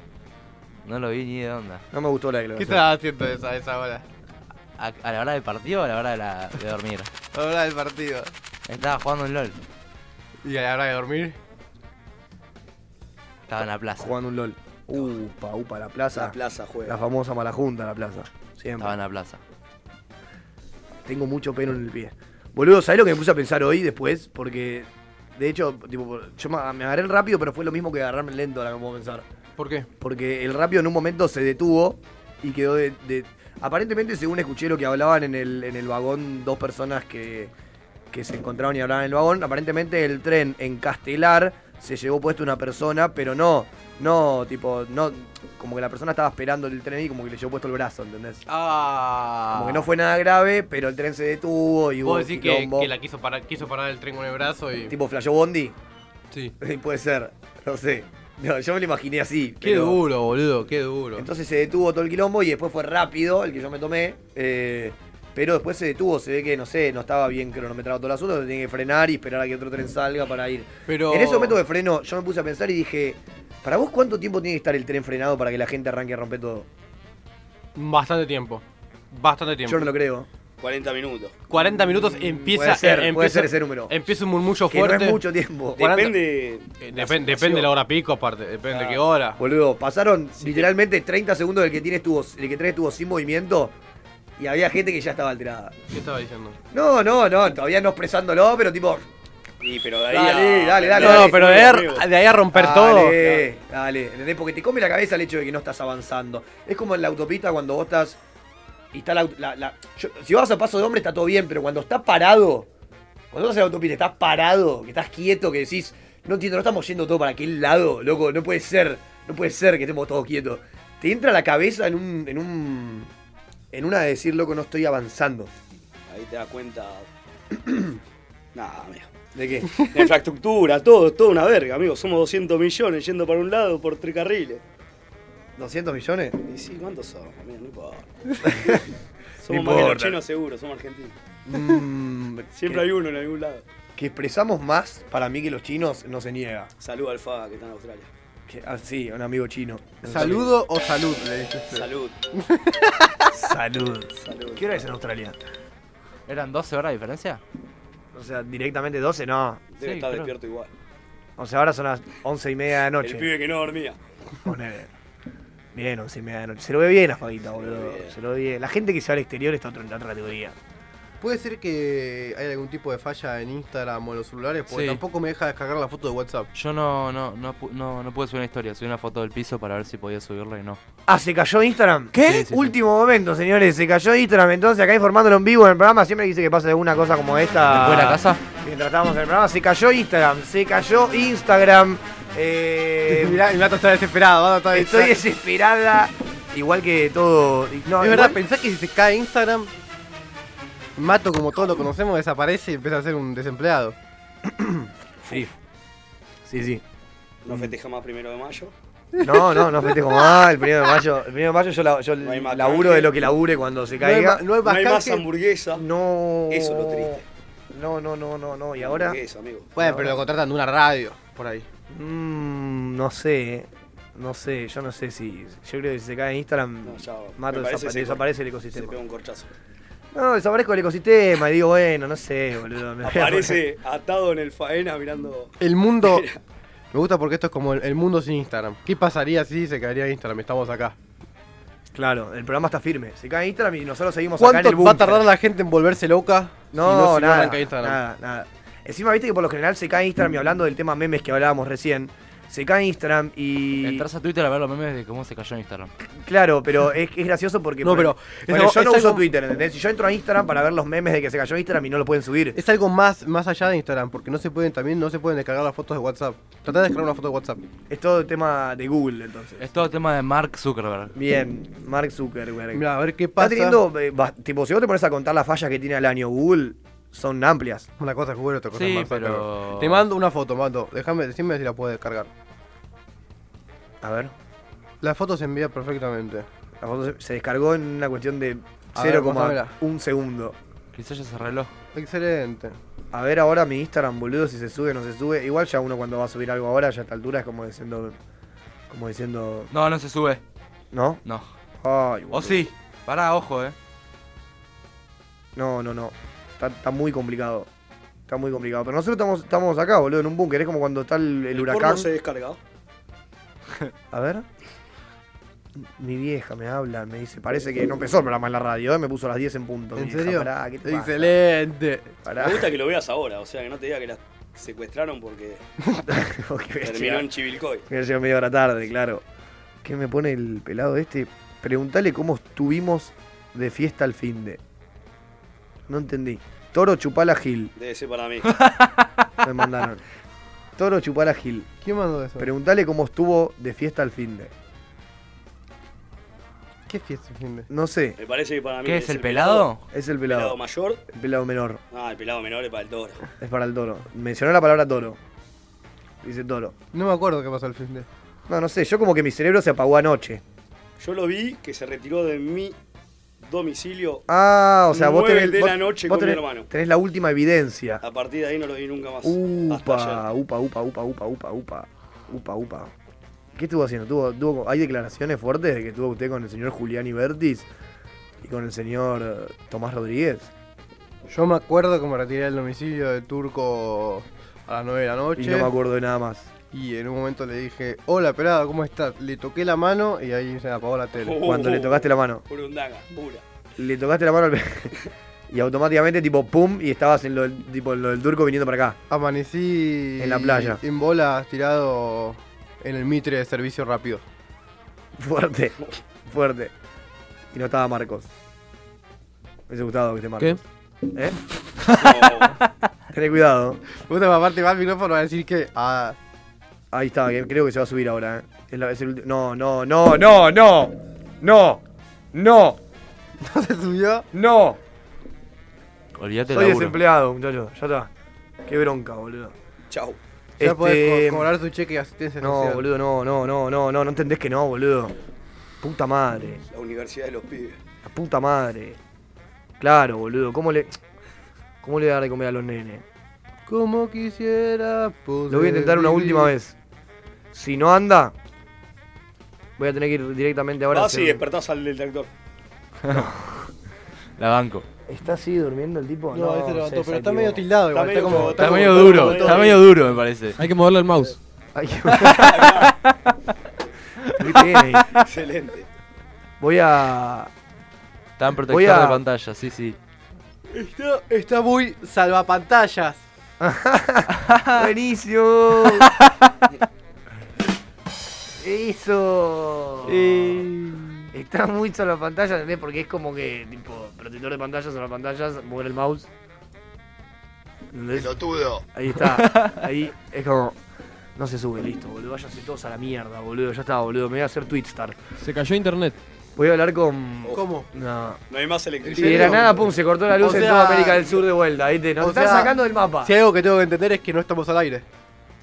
S3: No lo vi ni de onda.
S1: No me gustó la
S2: ¿Qué
S1: declaración.
S2: estabas haciendo a esa, a esa hora?
S3: ¿A, a la hora del partido o a la hora de, la- de dormir?
S2: A la hora del partido.
S3: Estaba jugando en LOL.
S2: ¿Y a la hora de dormir?
S3: Estaba en la plaza.
S1: jugando un LOL. Upa, upa, la plaza.
S4: La plaza
S1: La
S4: juega.
S1: famosa mala junta, la plaza. Siempre.
S3: Estaba en la plaza.
S1: Tengo mucho pelo en el pie. Boludo, ¿sabés lo que me puse a pensar hoy después? Porque, de hecho, tipo, por- yo ma- me agarré el rápido, pero fue lo mismo que agarrarme el lento, ahora que me puedo pensar.
S2: ¿Por qué?
S1: Porque el rápido en un momento se detuvo y quedó de... de- Aparentemente, según escuché lo que hablaban en el, en el vagón, dos personas que, que se encontraron y hablaban en el vagón, aparentemente el tren en Castelar se llevó puesto una persona, pero no, no, tipo, no, como que la persona estaba esperando el tren y como que le llevó puesto el brazo, ¿entendés?
S2: Ah.
S1: Como que no fue nada grave, pero el tren se detuvo y hubo
S2: Puedo decir que,
S1: quilombo.
S2: que la quiso parar, quiso parar el tren con el brazo y.
S1: Tipo, flasheó Bondi. [laughs]
S2: Sí.
S1: Puede ser, no sé. No, yo me lo imaginé así.
S2: Qué
S1: pero-
S2: duro, boludo, qué duro.
S1: Entonces se detuvo todo el quilombo y después fue rápido el que yo me tomé. eh, pero después se detuvo, se ve que, no sé, no estaba bien cronometrado todo el asunto, tiene que frenar y esperar a que otro tren salga para ir.
S2: Pero.
S1: En ese momento de freno, yo me puse a pensar y dije, ¿para vos cuánto tiempo tiene que estar el tren frenado para que la gente arranque a romper todo?
S2: Bastante tiempo. Bastante tiempo.
S1: Yo no lo creo.
S4: 40 minutos.
S2: 40 minutos empieza.
S1: Mm, Puede ser,
S2: eh,
S1: puede
S2: empieza-
S1: ser ese número.
S2: Empieza un murmullo
S1: Que no
S2: fuerte.
S1: es mucho tiempo.
S2: Cuarenta-
S4: Depende.
S2: Eh, depen- depende la hora pico, aparte. Depende de qué hora.
S1: Boludo, pasaron literalmente 30 segundos del que tiene estuvo, el que tren estuvo sin movimiento y había gente que ya estaba alterada.
S2: ¿Qué estaba diciendo?
S1: No, no, no, todavía no expresándolo, pero tipo,
S4: Y pero de ahí.
S1: Dale,
S4: a-
S1: dale, dale.
S4: No,
S1: dale.
S2: pero de ahí a- de ahí a romper
S1: Dale,
S2: todo.
S1: Dale, ¿entendés? Porque te come la cabeza el hecho de que no estás avanzando. Es como en la autopista cuando vos estás. Y está la, aut- la- la- yo- si vas a paso de hombre está todo bien, pero cuando estás parado, cuando vas a la autopista, estás parado, que estás quieto, que decís, no entiendo, no estamos yendo todo para aquel lado, loco, no puede ser, no puede ser que estemos todos quietos. Te entra la cabeza en un. en un. en una de decir, loco, no estoy avanzando.
S4: Ahí te das
S1: [clears throat]
S4: cuenta. Nada, amigo.
S1: ¿De qué?
S4: La infraestructura, todo, todo una verga, amigo. Somos 200 millones yendo para un lado por tres carriles.
S1: ¿200 millones?
S4: Y sí, ¿cuántos somos? Mira, no
S1: [laughs]
S4: importa.
S1: No
S4: somos más que los
S1: importa.
S4: chinos seguro, somos argentinos.
S1: Mm,
S4: [laughs] Siempre hay uno en algún lado.
S1: que expresamos más, para mí que los chinos no se niega.
S4: Salud al Faba, que está en Australia.
S1: Que, ah, sí, un amigo chino.
S2: ¿Saludo o salud? Le dijiste.
S4: Salud,
S1: Salud.
S4: salud.
S1: ¿Qué hora es en Australia?
S3: ¿Eran 12 horas de diferencia?
S1: O sea, directamente 12, no.
S4: Debe
S3: Sí,
S4: estar
S3: creo.
S4: despierto igual.
S1: O sea, ahora son las 11 y media de la
S4: El
S1: noche.
S4: pibe que no dormía.
S1: Ponele. Bien, 11 y media de la noche. Se lo ve bien a Fabita, boludo.
S4: bien.
S1: Se lo ve bien. La gente que se va al exterior está otra- en otra categoría.
S2: ¿Puede ser que hay algún tipo de falla en Instagram o en los celulares? Porque Pues
S3: Sí.
S2: tampoco me deja descargar la foto de WhatsApp.
S3: Yo no, no, no, pu- no, no pude subir una historia, subí una foto del piso para ver si podía subirla y no.
S1: Ah, ¿se cayó Instagram?
S3: ¿Qué? Sí, sí, sí.
S1: Último momento, señores. Se cayó Instagram. Entonces, acá informándolo en vivo en el programa. Siempre quise que pase alguna cosa como esta.
S3: ¿Después de la casa?
S1: Mientras estábamos en el programa. Se cayó Instagram. Se cayó Instagram. Eh,
S2: Mirá, [laughs] el gato está desesperado. Gato está
S1: Estoy
S2: desesperado.
S1: desesperada, igual que todo. y- No,
S2: es verdad,
S1: igual-
S2: pensás que si se cae Instagram, Mato, como todos lo conocemos, desaparece y empieza a ser un
S1: [clears throat]
S2: desempleado.
S1: Sí, sí.
S4: No festeja más primero de mayo.
S1: No, no, no [laughs] festejo más. El primero de mayo, el primero de mayo yo, la- yo
S4: No hay más
S1: laburo
S4: canje.
S1: de lo que labure cuando se
S2: No hay,
S1: caiga.
S2: ma- no hay
S4: No
S2: más
S4: hay más
S2: canje.
S4: hamburguesa.
S1: No.
S4: Eso es lo triste.
S1: No, no, no, no, no. Y ahora.
S4: Hamburguesa, amigo.
S2: Bueno, pero lo contratan de una radio, por ahí.
S1: mm, no sé. No sé, yo no sé si. Yo creo que si se cae en Instagram,
S4: No, ya.
S1: mato,
S4: me parece
S1: desapa-
S4: que se-
S1: desaparece el
S4: Se
S1: ecosistema.
S4: pega un
S1: [laughs]
S4: corchazo.
S1: No, desaparezco el ecosistema y digo, bueno, no sé, boludo. me voy a poner-
S4: Aparece atado en el faena mirando.
S2: El
S1: [laughs]
S2: mundo. Me gusta porque esto es como el, el mundo sin Instagram. ¿Qué pasaría si se caería Instagram? Estamos acá.
S1: Claro, el programa está firme. Se cae Instagram y nosotros seguimos acá en el
S2: ¿Cuánto va a
S1: búnker.
S2: tardar la gente en volverse loca? si
S1: No,
S2: si
S1: nada,
S2: arranca Instagram? Mm.
S1: nada, nada. Encima viste que por lo general se cae Instagram y hablando del tema memes que hablábamos recién, se cae Instagram y
S3: Entrás a Twitter a ver los memes de cómo se cayó en Instagram.
S1: claro, pero es, es gracioso
S2: [laughs]
S1: porque
S2: No, pero
S1: Bueno,
S2: es
S1: yo no
S2: algo-
S1: uso Twitter, ¿entendés? Si yo entro a Instagram para ver los memes de que se cayó Instagram y no lo pueden subir.
S2: Es algo más, más allá de Instagram, porque no se pueden, también no se pueden descargar las fotos de WhatsApp. Tratá de descargar una foto de WhatsApp.
S1: Es todo tema de Google entonces.
S3: Es todo tema de Mark Zuckerberg.
S1: Bien, Mark Zuckerberg.
S2: Mira, a ver qué
S1: Está
S2: pasa.
S1: teniendo, eh, ba- tipo, si vos te pones a contar las fallas que tiene al año Google, son amplias.
S2: Una cosa es Google, otra cosa
S3: Sí,
S2: es Mark Zuckerberg.
S3: pero-
S2: Te mando una foto, mando. Déjame, decime si la puedo descargar.
S1: A ver,
S2: La foto se envía perfectamente.
S1: la foto se- se descargó en una cuestión de
S2: A ver,
S1: 0,1 segundo.
S3: Quizás ya se arregló.
S2: Excelente.
S1: A ver ahora mi Instagram, boludo, si se sube o no se sube. Igual ya uno cuando va a subir algo ahora, ya a esta altura es como diciendo. Como diciendo.
S3: No, no se sube.
S1: ¿No?
S3: No.
S1: Ay,
S3: O
S1: boludo.
S3: sí. Pará, ojo, eh.
S1: No, no, no. Está, está muy complicado. Está muy complicado. Pero nosotros estamos, estamos acá, boludo, en un búnker. Es como cuando está el, el huracán.
S4: porno se descarga.
S1: A ver. Mi vieja me habla, me dice. Parece que no empezó el programa en la radio, ¿eh? me puso a las 10 en punto.
S2: ¿En
S1: vieja.
S2: serio?
S1: Pará, ¿qué Ah, te pasa?
S2: Excelente.
S1: Pará.
S4: Me gusta que lo veas ahora, o sea, que no te diga que la secuestraron
S1: [laughs]
S4: porque
S1: Ok, voy a llegar.
S4: terminó en Chivilcoy.
S1: Me llegó media hora tarde, claro. ¿Qué me pone el pelado este? Preguntale cómo estuvimos de fiesta al fin de. No entendí. Toro Chupala Gil,
S4: Debe ser para
S1: [laughs]
S4: mí.
S2: [laughs]
S1: me mandaron. Toro Chupala Gil.
S2: ¿Quién mandó eso?
S1: Preguntale cómo estuvo de fiesta al fin de.
S2: ¿Qué fiesta finde?
S1: No sé,
S4: Me parece que para mí.
S3: ¿Qué es
S4: debe ser
S3: el pelado?
S1: es el
S4: ¿El pelado
S1: pelado.
S4: mayor?
S1: El pelado menor.
S4: Ah, el pelado menor es para el toro.
S1: Es para el toro. Mencionó la palabra toro. Dice toro.
S2: No me acuerdo qué pasó el finde.
S1: No, no sé, yo como que mi cerebro se apagó anoche.
S4: Yo lo vi que se retiró de mi domicilio.
S1: Ah, o sea, vos
S4: Nueve
S1: tenés.
S4: de
S1: vos-
S4: la noche
S1: vos
S4: con mi
S1: tenés-
S4: hermano.
S1: tenés la última evidencia.
S4: A partir de ahí no lo vi nunca más.
S1: Uh,
S4: Hasta
S1: Upa,
S4: ayer.
S1: upa, upa, upa, upa, upa, upa, upa, upa. ¿Qué estuvo haciendo? ¿Tuvo, tuvo, hay declaraciones fuertes de que tuvo usted con el señor Julián Ibertis y con el señor eh, Tomás Rodríguez.
S2: Yo me acuerdo que me retiré del domicilio de Turco a las 9 de la noche.
S1: Y no me acuerdo de nada más.
S2: Y en un momento le dije, hola pelada, ¿cómo estás? Le toqué la mano
S1: [laughs]
S2: y ahí se me apagó la tele.
S4: Oh.
S1: Cuando le tocaste la mano.
S4: Burundanga, pura.
S1: Le tocaste la mano al... [laughs] y automáticamente, tipo, pum, y estabas en lo del, tipo, en lo del turco viniendo para acá.
S2: Amanecí.
S1: En la playa.
S2: En bolas, tirado en el mitre de servicio rápido.
S1: Fuerte, fuerte. Y no estaba Marcos. Me hubiese gustado que esté Marcos. ¿Qué? ¿Eh? Tené cuidado.
S2: Puta, pero aparte va el micrófono a decir que. Ah,
S1: Ahí está, que creo que se va a subir ahora. ¿eh? Es la- es el ulti- no, no, no, no, no. No. No.
S2: [laughs] ¿No se subió?
S1: No.
S3: Olvídate
S1: Soy
S3: del laburo.
S1: desempleado, muchachos. Ya está. Qué bronca, boludo.
S4: Chau.
S2: ya podés co-
S1: Este,
S2: cobrar tu cheque
S1: [laughs]
S2: de asistencia
S1: no,
S2: social.
S1: boludo, no, no, no, no, no. No entendés que no, boludo. Puta madre.
S4: La universidad de los pibes.
S1: La puta madre. Claro, boludo. ¿Cómo le. ¿Cómo le voy a dar de comer a los nenes?
S2: Como quisiera poder
S1: Lo voy a intentar una
S2: vivir.
S1: última vez. Si no anda, voy a tener que ir directamente ahora. a
S4: Ah,
S1: hacer-
S4: sí, despertás al del tractor.
S3: La banco.
S1: ¿Está así durmiendo el tipo?
S2: No, ahí se levantó,
S1: se
S2: pero está
S1: desactivó.
S2: medio tildado igual. Está,
S4: medio
S2: como.
S3: Está
S4: como-
S3: medio
S4: como-
S3: duro,
S4: como-
S3: está medio duro, me parece.
S5: Hay que moverle el mouse.
S1: [laughs] ¿Qué tiene?
S4: Excelente.
S1: Voy a.
S3: Está en protector
S1: Voy a-
S3: de pantalla, sí, sí.
S2: Está, está muy [laughs] salvapantallas.
S1: ¡Buenísimo! Eso. Está muy solo la pantalla, ¿entendés? Porque es como que, tipo, protector de pantallas, solo pantallas, mover el mouse. ¿Entendés?
S6: Pelotudo.
S1: Ahí está. Ahí es como. No se sube, listo, boludo. Váyanse todos a la mierda, boludo. Ya está, boludo. Me voy a hacer Twitstar.
S5: Se cayó internet.
S1: Voy a hablar con.
S2: ¿Cómo?
S1: No.
S4: No hay más
S1: Y de
S4: electricidad.
S1: la nada, pum, se cortó la luz
S2: O
S1: en
S2: sea-
S1: toda América del Sur de vuelta. Ahí te nos
S2: o
S1: están
S2: sea-
S1: sacando del mapa.
S2: Si hay algo que tengo que entender es que no estamos al aire.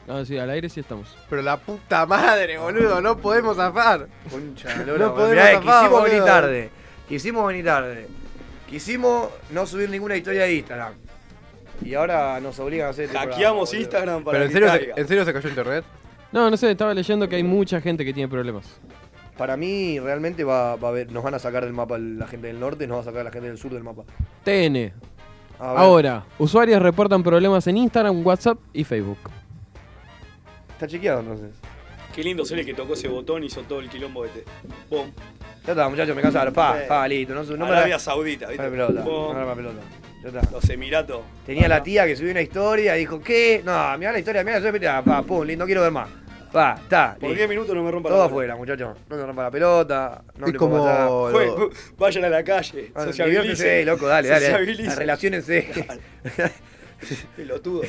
S5: Ah, sí, al aire sí estamos.
S2: Pero la puta madre, boludo, no podemos zafar.
S1: Ah. Concha,
S2: [laughs] No podemos
S1: Mirá, eh,
S2: zafar,
S1: quisimos
S2: boludo.
S1: venir tarde. Quisimos venir tarde. Quisimos no subir ninguna historia de Instagram. Y ahora nos obligan a hacer. este
S4: Hackeamos
S1: programa, boludo.
S4: Instagram para
S2: Pero en
S4: que
S2: serio, se,
S4: caiga.
S1: eh,
S2: en serio se cayó internet.
S5: No, no sé, estaba leyendo que hay mucha gente que tiene problemas.
S1: Para mí, realmente va, va a haber- nos van a sacar del mapa la gente del norte, nos va a sacar la gente del sur del mapa.
S5: TN.
S1: A ver,
S5: Ahora, usuarios reportan problemas en Instagram, WhatsApp y Facebook.
S1: Está chequeado entonces.
S4: Qué lindo ser el que tocó ese botón y hizo todo el quilombo de este. Pum.
S1: Ya está, muchachos, me cansaron. Pa,
S4: Sí.
S1: pa, listo. No, su- no me la,
S4: Arabia Saudita,
S1: no
S4: ¿viste?
S1: me pelota. No
S4: Pum.
S1: me la pelota. Ya está.
S4: Los Emiratos.
S1: Tenía la tía que subió una historia y dijo, ¿qué? No, mirá la historia, mirá la historia. mirá, Pa, pum, lindo, no quiero ver más. Pa, está.
S4: Por
S1: listo.
S4: 10 minutos no me rompa
S1: Todo
S4: la
S1: afuera, muchachos. No se rompa la pelota. No
S2: es
S1: le
S2: como.
S1: pongo atrás.
S4: Jue-
S2: lo-
S4: Vayan a la calle.
S1: Ah, diviértanse,
S4: Sociabilicen.
S1: loco, dale, dale. dale.
S4: Sociabilicen.
S1: Relaciónense.
S4: [laughs] Pelotudo.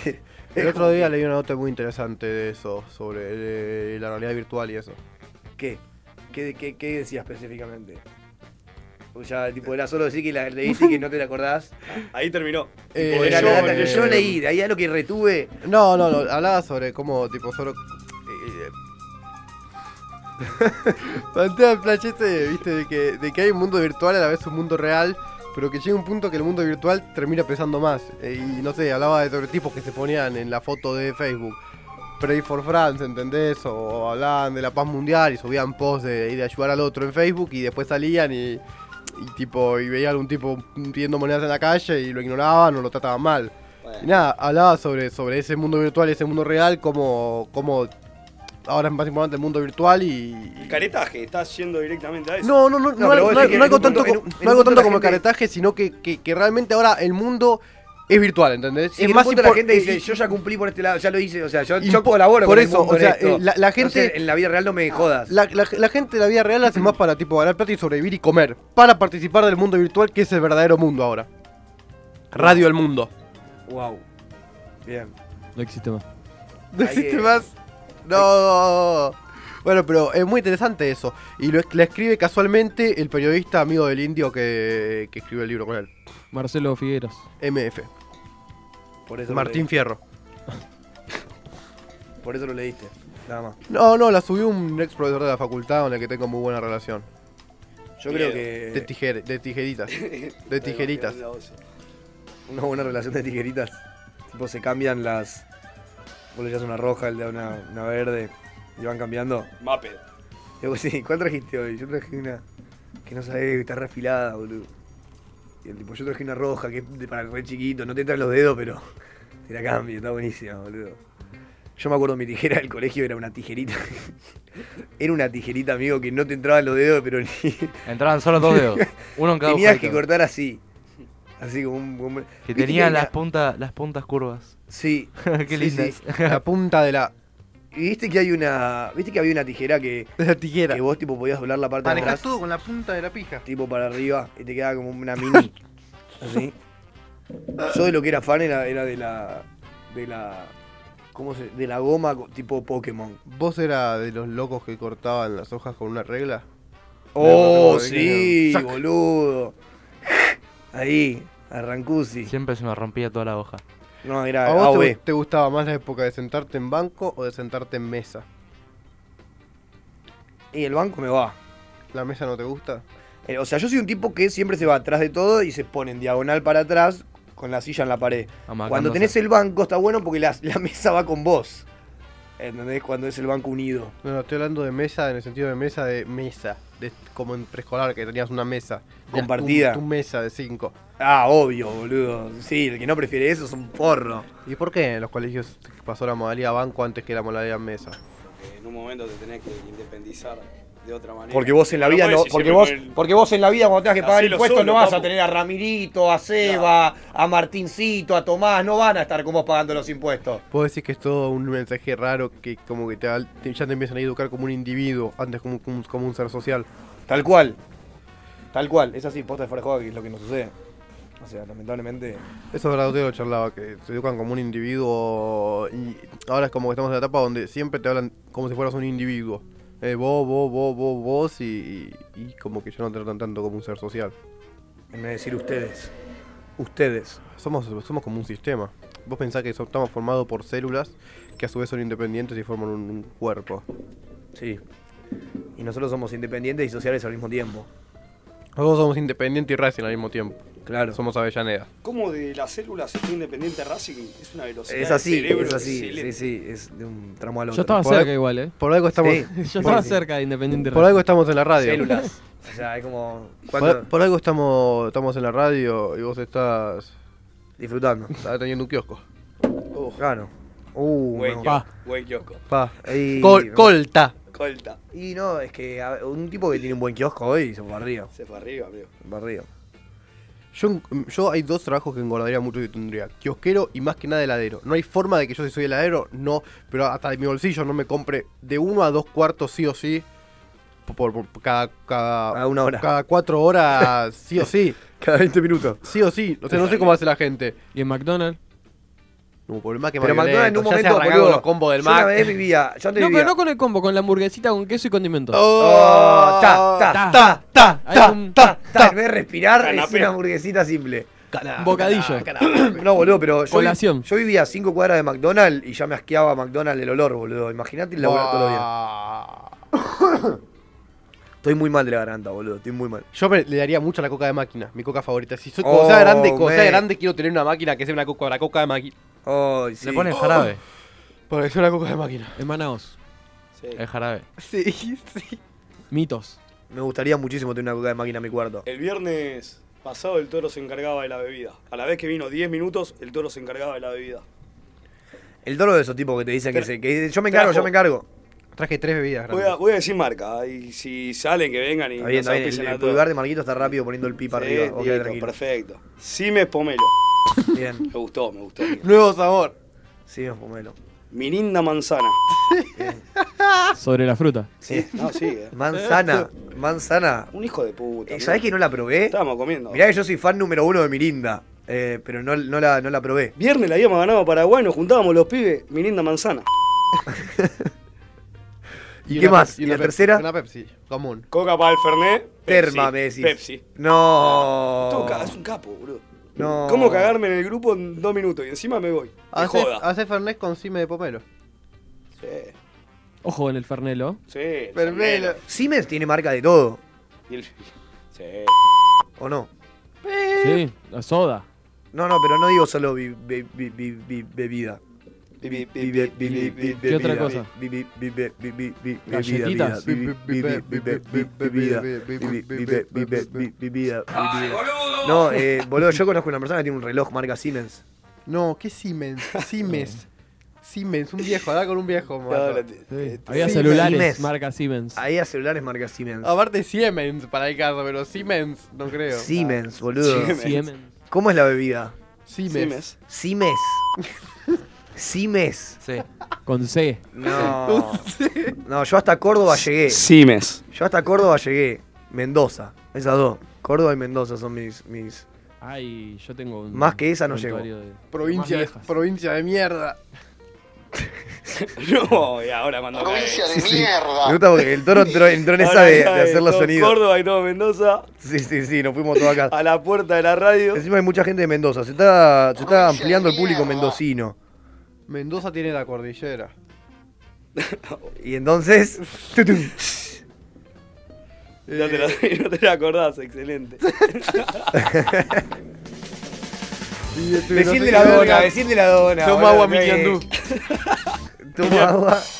S2: El otro día leí una nota muy interesante de eso, sobre eh, la realidad virtual y eso.
S1: ¿Qué? ¿Qué, qué, qué decía específicamente? O ya, tipo, era solo decir que la leíste y que no te la acordás.
S4: [laughs] Ahí terminó.
S2: Eh,
S4: Tipo,
S1: Era
S4: yo,
S1: la data que
S2: eh,
S1: yo leí, de ahí a lo que retuve.
S2: No, no, no, hablaba sobre cómo, tipo, solo. Plantea el flash este, viste, de que, de que hay un mundo virtual a la vez un mundo real, pero que llega un punto que el mundo virtual termina pesando más. Eh, y no sé, hablaba de sobre tipos que se ponían en la foto de Facebook. Pray for France, ¿entendés? O hablaban de la paz mundial y subían posts de, de ayudar al otro en Facebook y después salían y, y tipo y veían a un tipo pidiendo monedas en la calle y lo ignoraban o lo trataban mal. Y nada, hablaba sobre, sobre ese mundo virtual, ese mundo real, como, como ahora es más importante el mundo virtual y...
S4: El caretaje, estás yendo directamente a eso.
S2: No, no, no, no,
S1: pero vos
S2: no,
S1: decís que
S2: no
S1: en
S2: algo
S1: un punto-
S2: tanto,
S1: en
S2: como-
S1: un- en
S2: no
S1: un
S2: algo
S1: punto
S2: tanto
S1: la
S2: como
S1: gente-
S2: caretaje, sino que, que, que realmente ahora el mundo es virtual, ¿entendés?
S1: Y en eh, un punto la
S2: impor-
S1: gente dice,
S2: y-
S1: yo ya cumplí por este lado, ya lo hice, o sea, yo,
S2: Y
S1: yo
S2: por-
S1: colaboro
S2: por
S1: con el
S2: eso,
S1: mundo
S2: o
S1: en
S2: sea,
S1: esto.
S2: eh, la- la gente-
S1: Entonces, en la vida real no me ah, jodas.
S2: La, la- la gente de la vida real hace más para tipo ganar plata y sobrevivir y comer, para participar del mundo virtual que es el verdadero mundo ahora. Radio el mundo.
S1: Wow. Bien.
S5: No existe más.
S2: ¿No
S1: Ahí
S2: existe
S1: es.
S2: más? No. Bueno, pero es muy interesante eso. Y lo, es- la escribe casualmente el periodista amigo del indio que, que escribió el libro con él.
S5: Marcelo Figueras.
S2: MF.
S1: Por eso lo
S2: Martín Fierro.
S1: leí. Por eso lo leíste. Nada más.
S2: No, no, la subió un ex profesor de la facultad con el que tengo muy buena relación. Eh,
S1: Yo
S4: Miedo.
S1: creo que.
S2: De, tijer- de
S1: [laughs]
S2: tijeritas. De tijeritas.
S1: una buena relación de tijeritas. Tipo, se cambian las. Vos le echas una roja, él le da una, una verde. Y van cambiando.
S4: Mape.
S1: Yo, sí, ¿cuál trajiste hoy? Yo traje una. Que no sabés, que está reafilada, boludo. Y el tipo, yo traje una roja, que es de- para re chiquito, no te entran los dedos, pero. Te la cambio, está buenísima, boludo. Yo me acuerdo mi tijera del colegio era una tijerita. [laughs] era una tijerita, amigo, que no te entraban los dedos, pero ni. [laughs]
S3: Entraban solo dos dedos. Uno en cada
S1: Tenías
S3: agujero.
S1: que cortar así. Así como un. como un-
S3: Que
S1: ¿Viste
S3: tenía
S1: hay
S3: las
S1: una-
S3: puntas, las puntas curvas.
S1: Sí.
S3: [laughs] Qué
S1: sí,
S3: lindas.
S1: sí.
S2: La punta de la,
S1: Y viste que hay una. Viste que había una tijera que,
S2: de [laughs] la tijera.
S1: que vos tipo podías doblar la parte de
S6: Manejás
S1: atrás,
S6: todo con la punta de la pija.
S1: tipo para arriba, y te quedaba como
S6: [laughs]
S1: una mini. así. Yo de lo que era fan era, era de la. de la. ¿Cómo se? de la goma co- tipo Pokémon.
S2: ¿Vos era de los locos que cortaban las hojas con una regla?
S1: Oh,
S2: Pokémon,
S1: sí,
S2: sac.
S1: boludo. Ahí, arrancusi.
S3: Siempre se me rompía toda la hoja.
S1: No,
S2: ¿A
S1: era E.
S2: vos te,
S1: AOB.
S2: te gustaba más la época de sentarte en banco o de sentarte en mesa?
S1: Y el banco me va.
S2: ¿La mesa no te gusta?
S1: Eh, O sea, yo soy un tipo que siempre se va atrás de todo y se pone en diagonal para atrás con la silla en la pared.
S3: Amacándose.
S1: Cuando tenés el banco está bueno porque la, la mesa va con vos. ¿Entendés? Cuando es el banco unido.
S2: No, no, estoy hablando de mesa en el sentido de mesa de mesa. de- como en preescolar que tenías una mesa. Tenías tu-
S1: Compartida.
S2: Tu, mesa de cinco.
S1: Ah, obvio, boludo. Sí, el que no prefiere eso es un porro.
S2: ¿Y por qué en los colegios pasó la modalidad banco antes que la modalidad mesa?
S4: En un momento te tenés que independizar de otra manera.
S1: Porque vos en la
S4: No
S1: vida
S4: podés
S1: no,
S4: ir
S1: porque
S4: siempre
S1: vos,
S4: con el-
S1: porque vos en la vida cuando tengas que pagar
S4: Hacelo
S1: impuestos
S4: solo,
S1: no vas a
S4: papu.
S1: tener a Ramirito, a Seba, a Martincito, a Tomás, no van a estar con vos pagando los impuestos.
S2: Puedo decir que es todo un mensaje raro que como que te, da- te- ya te empiezan a educar como un individuo, antes como, como, un- como un ser social.
S1: Tal cual. Tal cual. Es así, posta de fuera de juego, que es lo que nos sucede. O sea, lamentablemente.
S2: Eso es verdad, usted lo charlaba, que se educan como un individuo y ahora es como que estamos en la etapa donde siempre te hablan como si fueras un individuo. Eh, vos, vos, vos, vos, vos y, y- y como que ya no te tratan tanto como un ser social.
S1: En vez de decir ustedes. Ustedes.
S2: Somos, somos como un sistema. Vos pensás que so- estamos formados por células que a su vez son independientes y forman un, un cuerpo.
S1: Sí. Y nosotros somos independientes y sociales al mismo tiempo.
S2: Nosotros somos independientes y racing al mismo tiempo.
S1: Claro.
S2: Somos Avellaneda.
S4: ¿Cómo de las células está independiente Racing? Es una velocidad.
S1: Es
S4: del
S1: así,
S4: cerebro
S1: es así.
S4: excelente.
S1: Sí, sí, es de un tramo al otro.
S5: Yo estaba
S2: Por ahí-
S5: cerca igual, ¿eh?
S2: Por algo estamos,
S1: [laughs] Sí.
S5: Yo
S1: Por-
S5: estaba cerca de Independiente
S2: por algo estamos en la radio.
S1: Células. O sea, es como. ¿Cuánto?
S2: Por, por algo estamos, estamos en la radio y vos estás,
S1: Disfrutando.
S2: estás teniendo un kiosco.
S1: Claro. Uh,
S4: Buen
S1: no.
S5: Pa.
S4: kiosco, Buen kiosco.
S2: Pa.
S1: Ahí-
S2: Col- colta.
S4: Colta.
S1: Y no, es que a- un tipo que tiene un buen kiosco hoy se fue para arriba.
S4: Se fue arriba, amigo.
S1: para arriba.
S2: Yo, en- yo hay dos trabajos que engordaría mucho y tendría. Kiosquero y más que nada heladero. No hay forma de que yo si soy heladero, no, pero hasta de mi bolsillo no me compre de uno a dos cuartos sí o sí. Por, por- por cada, cada,
S1: A una hora.
S2: cada cuatro horas sí o sí.
S1: [laughs] Cada 20 minutos.
S2: Sí o sí. O sea, no sé cómo hace la gente.
S5: Y en McDonald's.
S2: No, por más que
S1: Pero
S2: más
S1: McDonald's en
S2: violento,
S1: un
S2: ya se
S1: momento.
S2: arrancaba con
S1: boludo,
S2: los combos del
S1: yo una
S2: Mac.
S1: vez vivía. Yo antes
S5: No,
S1: vivía.
S5: pero no con el combo, con la hamburguesita con queso y condimento.
S1: Oh, ta, ta, ta, ta,
S5: Hay
S1: ta,
S5: un-
S1: ta, ta. En vez de respirar, es
S4: Canapé.
S1: una hamburguesita simple.
S5: Bocadillo.
S1: [coughs] No, boludo, pero yo, vi-
S5: Colación.
S1: yo vivía a 5 cuadras de McDonald's y ya me asqueaba McDonald's el olor, boludo. Imagínate el laburar todos los días.
S2: Ah.
S1: Estoy muy mal de la garganta, boludo. Estoy muy mal.
S2: Yo me- le daría mucho a la coca de máquina, mi coca favorita. Si soy cuando sea
S1: Oh,
S2: grande, cuando sea
S1: man.
S2: grande quiero tener una máquina que sea una coca, la coca de máquina.
S1: Ay, sí. Oh.
S3: Le
S2: [laughs]
S3: ponen jarabe.
S2: Porque sea una coca de máquina.
S5: En Manaos.
S4: Sí.
S3: El jarabe.
S2: Sí, [laughs] sí.
S5: Mitos.
S1: Me gustaría muchísimo tener una coca de máquina en mi cuarto.
S4: El viernes pasado el toro se encargaba de la bebida. A la vez que vino 10 minutos, el toro se encargaba de la bebida.
S1: El toro de esos tipos que te dicen que
S4: Tra-
S1: se. Que dicen, yo me encargo,
S4: trajo-
S1: yo me encargo.
S2: Traje tres bebidas
S4: Voy
S2: grandes.
S4: a, voy a decir marca, y si salen que vengan y
S1: Está
S4: nos
S1: bien, está bien. El,
S4: auspician a
S1: el
S4: todos.
S1: pulgar de Marquito está rápido poniendo el pi para
S4: Sí,
S1: arriba. Ok,
S4: directo,
S1: tranquilo.
S4: perfecto. Simes Pomelo.
S1: Bien.
S4: Me gustó, me gustó.
S2: Nuevo sabor.
S1: Sí, es pomelo.
S4: Mirinda Manzana.
S5: Sobre la fruta.
S4: Sí, no, sí. eh.
S1: Manzana. Manzana.
S4: Un hijo de puta.
S1: Eh, ¿Sabés que no la probé?
S4: Estábamos comiendo.
S1: Mirá que yo soy fan número uno de Mirinda. eh, pero no, no, la, no la probé.
S4: Viernes la habíamos ganado a Paraguay, nos juntábamos los pibes. Mirinda Manzana.
S1: [laughs] ¿Y qué
S2: una
S1: más?
S2: Pepsi-
S1: ¿Y la
S2: una Pepsi-
S1: tercera?
S2: Una Pepsi, común.
S4: Coca para el Fernet.
S1: Terma, me decís.
S4: Pepsi.
S1: No.
S4: Todo ca- es un capo, boludo.
S1: No.
S4: ¿Cómo cagarme en el grupo en dos minutos? Y encima me voy. Me
S2: Hace,
S4: joda.
S2: hace Fernet con cime de pomelo.
S4: Sí,
S5: Ojo en el Fernelo.
S4: sí. el
S2: Fermelo.
S4: San
S1: Siemens tiene marca de todo,
S4: Miguel. Y el- [laughs] Sí.
S1: ¿o no?
S5: Sí, la soda.
S1: No, no, pero no digo solo bi- bi- bi- bi- bi- bebida.
S4: Bi- bi- bi- bi- bi- bi-
S5: ¿Qué
S1: ¿Qué
S5: otra cosa? Galletitas.
S1: No, eh, boludo, yo conozco una persona que tiene un reloj marca Siemens.
S2: No, ¿qué
S4: [laughs]
S2: Siemens? Siemens. Siemens, un viejo, habla con un viejo.
S4: No,
S2: mato.
S4: la- eh,
S5: Había
S1: Siemens.
S5: celulares,
S1: Siemens.
S5: marca Siemens.
S1: Ahí a celulares marca
S5: Ah,
S1: Siemens.
S2: Aparte Siemens para el caso, pero Siemens no creo.
S1: Siemens, boludo.
S4: Siemens.
S5: Siemens.
S1: ¿Cómo es la bebida?
S4: Simes.
S1: [laughs] Simes. Simes.
S3: Sí.
S5: Con C.
S2: [laughs]
S5: [laughs]
S1: No. No, yo hasta Córdoba llegué.
S4: Simes.
S1: Yo hasta Córdoba llegué. Mendoza. Esas dos. Córdoba y Mendoza son mis. mis...
S5: Ay, yo tengo un.
S1: Más que esa no llego.
S5: prontuario de-
S2: Provincia,
S5: Más viejas.
S2: provincia de mierda.
S4: [laughs] No, y ahora cuando. cae.
S6: Provincia de
S1: Sí, sí. Me
S6: mierda.
S1: gusta porque el toro entró, entró en esa
S4: Ahora
S1: de, de
S4: cae
S1: hacer los
S4: todo
S1: sonidos.
S4: Córdoba y todo Mendoza
S1: Sí, sí, sí, nos fuimos todos acá.
S4: a la puerta de la radio.
S1: Encima hay mucha gente de Mendoza. Se está, se está
S6: Provincia
S1: ampliando el
S6: de
S1: público
S6: mierda.
S1: mendocino.
S2: Mendoza tiene la cordillera.
S6: [laughs]
S1: Y entonces. tutum.
S4: No te,
S1: Eh.
S4: lo, no te lo acordás,
S1: [laughs]
S4: excelente.
S2: Y este, no
S1: Decir
S2: sé
S1: de
S2: qué
S1: la
S2: verga.
S1: dona, decir de la dona.
S2: Toma agua,
S1: boludo,
S2: Mikiandú.
S1: que-
S2: [laughs]
S1: Toma agua.
S4: [laughs]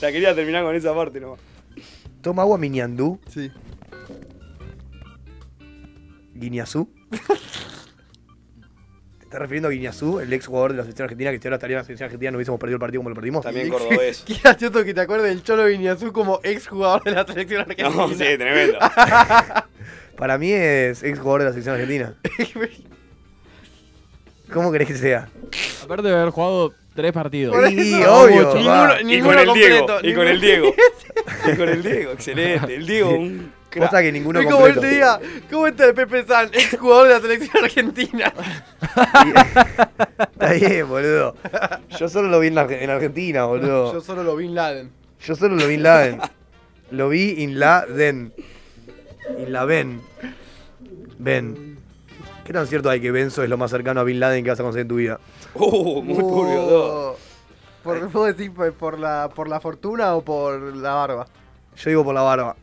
S4: La quería terminar con esa parte
S1: [laughs]
S4: nomás.
S1: Toma agua, Miñandú.
S2: Sí.
S1: Guiñazú. ¿Te estás refiriendo a Guiñazú, el ex jugador de la selección argentina que si ahora estaría en la selección argentina no hubiésemos perdido el partido como lo
S4: [laughs]
S1: perdimos? [laughs]
S2: [laughs]
S4: También cordobés.
S2: Qué gracioso que te acuerdes del Cholo Viñazú como ex jugador de la selección argentina.
S4: [laughs] No, sí, tremendo.
S2: [laughs]
S1: Para mí es ex jugador de la
S4: [laughs]
S1: selección argentina. ¿Cómo querés que sea?
S5: Aparte de haber jugado tres partidos.
S1: Sí, obvio.
S5: mucho.
S1: va.
S4: Y con el Diego. Y con el Diego. Y con el Diego, excelente. El Diego,
S1: [laughs]
S4: un crack.
S1: Cosa que ninguno
S2: es como él
S1: completo.
S2: te diga, ¿cómo está el Pepe San, ex jugador de la selección argentina?
S1: Está bien, boludo. Yo solo lo vi en, la- en Argentina,
S2: [laughs]
S1: boludo.
S2: Yo solo lo vi en Laden.
S1: Yo solo lo vi en Laden. Lo vi en Laden. En la Ben. Ben. ¿Qué tan cierto hay que Benzo es lo más cercano a Bin Laden que vas a conseguir en tu vida?
S4: Uh, muy turbio todo.
S2: Oh. Por, ¿Puedo decir por, por la, por la fortuna o por la barba?
S1: Yo digo por la barba.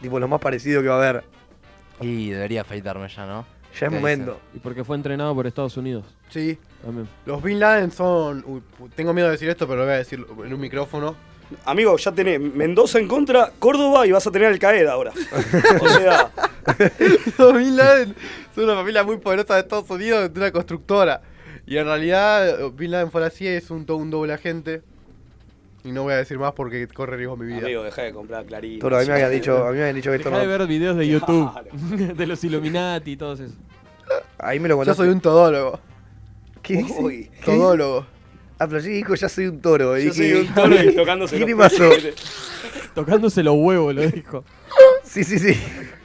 S1: Tipo, lo más parecido que va a haber.
S3: Y debería afeitarme ya, ¿no?
S1: Ya
S3: ¿Qué
S1: es momento.
S5: Y porque fue entrenado por Estados Unidos.
S2: Sí.
S5: También.
S2: Los Bin Laden son... uy, pu- tengo miedo de decir esto, pero lo voy a decir en un micrófono.
S4: Amigo, ya tenés Mendoza en contra, Córdoba y vas a tener al Qaeda ahora.
S1: [laughs]
S4: O sea,
S2: [laughs] Los Bin Laden son una familia muy poderosa de Estados Unidos, de una constructora. Y en realidad, Bin Laden fuera así, es un, todo un doble agente. Y no voy a decir más porque corre riesgo mi vida.
S4: amigo, dejá de comprar clarín.
S1: Toro, a mí me habían dicho, a mí me habían dicho que esto
S5: Dejá de
S1: no.
S5: ver videos de YouTube.
S4: Claro.
S5: [laughs] de los Illuminati y todos esos.
S1: Ahí me lo
S2: Yo
S1: contaste.
S2: soy un todólogo.
S1: ¿Qué dice?
S4: Uy,
S1: ¿Qué?
S2: Todólogo.
S1: Ah, pero sí dijo, ya soy un toro. Y
S4: Yo soy
S1: dije,
S4: un toro
S1: [laughs]
S4: y tocándose
S1: ¿Qué
S4: los [laughs]
S1: le pasó?
S4: pelos.
S5: Tocándose los huevos, lo dijo.
S1: Sí, sí, sí.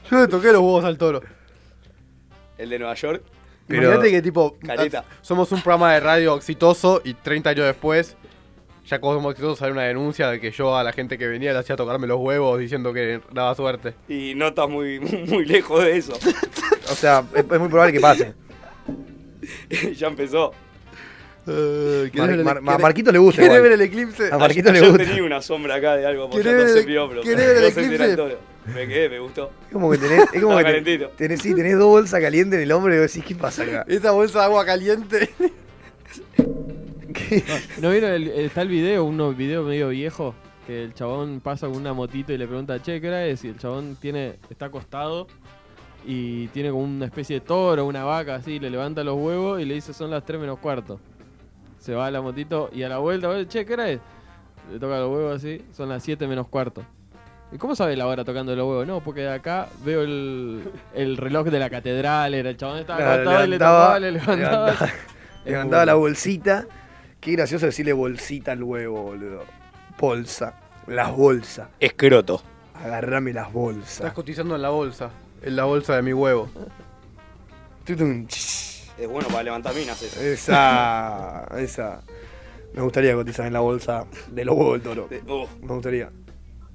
S2: Yo le toqué los huevos al toro.
S4: El de Nueva York.
S1: Pero-
S2: Imagínate que tipo ah,
S4: Careta.
S2: somos un programa de radio exitoso y 30 años después, ya como somos exitosos, hay una denuncia de que yo a la gente que venía le hacía tocarme los huevos diciendo que daba suerte.
S4: Y no estás muy, muy lejos de eso.
S1: O sea, es, es muy probable que pase.
S4: [laughs] ya empezó.
S2: Eh, ¿querés
S1: Mar-
S2: ver el-
S1: Mar- a
S2: querés-
S1: Marquito le gusta.
S2: ¿Querés ver
S1: igual.
S2: el eclipse?
S1: A Marquito le
S4: Yo
S1: gusta.
S4: tenía una sombra acá de algo
S2: ¿Querés
S4: apoyando, no
S2: ver
S4: se
S2: el-
S4: vio, pero
S2: querés ver el
S4: no se
S2: eclipse?
S4: entera el toro. Me quedé, me gustó.
S1: Es como que tenés, es como
S4: Está
S1: que ten-
S4: calentito.
S1: tenés, sí, tenés dos bolsas calientes en el hombro y vos decís, ¿qué pasa acá?
S2: Esa bolsa de agua
S1: [laughs]
S2: caliente.
S1: ¿Qué?
S5: [laughs] ¿No vieron? El, está el video, un video medio viejo, que el chabón pasa con una motito y le pregunta, che, ¿qué hora es? Y el chabón tiene, está acostado y tiene como una especie de toro, una vaca así, le levanta los huevos y le dice, son las 3 menos cuarto. Se va a la motito y a la vuelta, "Oye, che, ¿qué hora es? Le toca los huevos así, son las 7 menos cuarto. ¿Y cómo sabe la hora tocando los huevos? No, porque de acá veo el, el reloj de la catedral, era el chabón estaba
S1: Claro,
S5: acostado y le tocaba, le levantaba.
S1: levantaba-
S5: Es
S1: [laughs] levantaba la
S5: muy
S1: bolsita. Qué gracioso decirle bolsita al huevo, boludo. Bolsa. Las bolsas.
S4: Escroto.
S1: Agarrame las
S2: Estás
S1: bolsas.
S2: cotizando en la bolsa. En la bolsa de mi huevo.
S1: Tutum, ch.
S4: Es bueno para levantar minas eso.
S1: Esa. Esa. Me gustaría cotizar en la bolsa de los huevos del toro.
S4: De- oh,
S1: Me gustaría.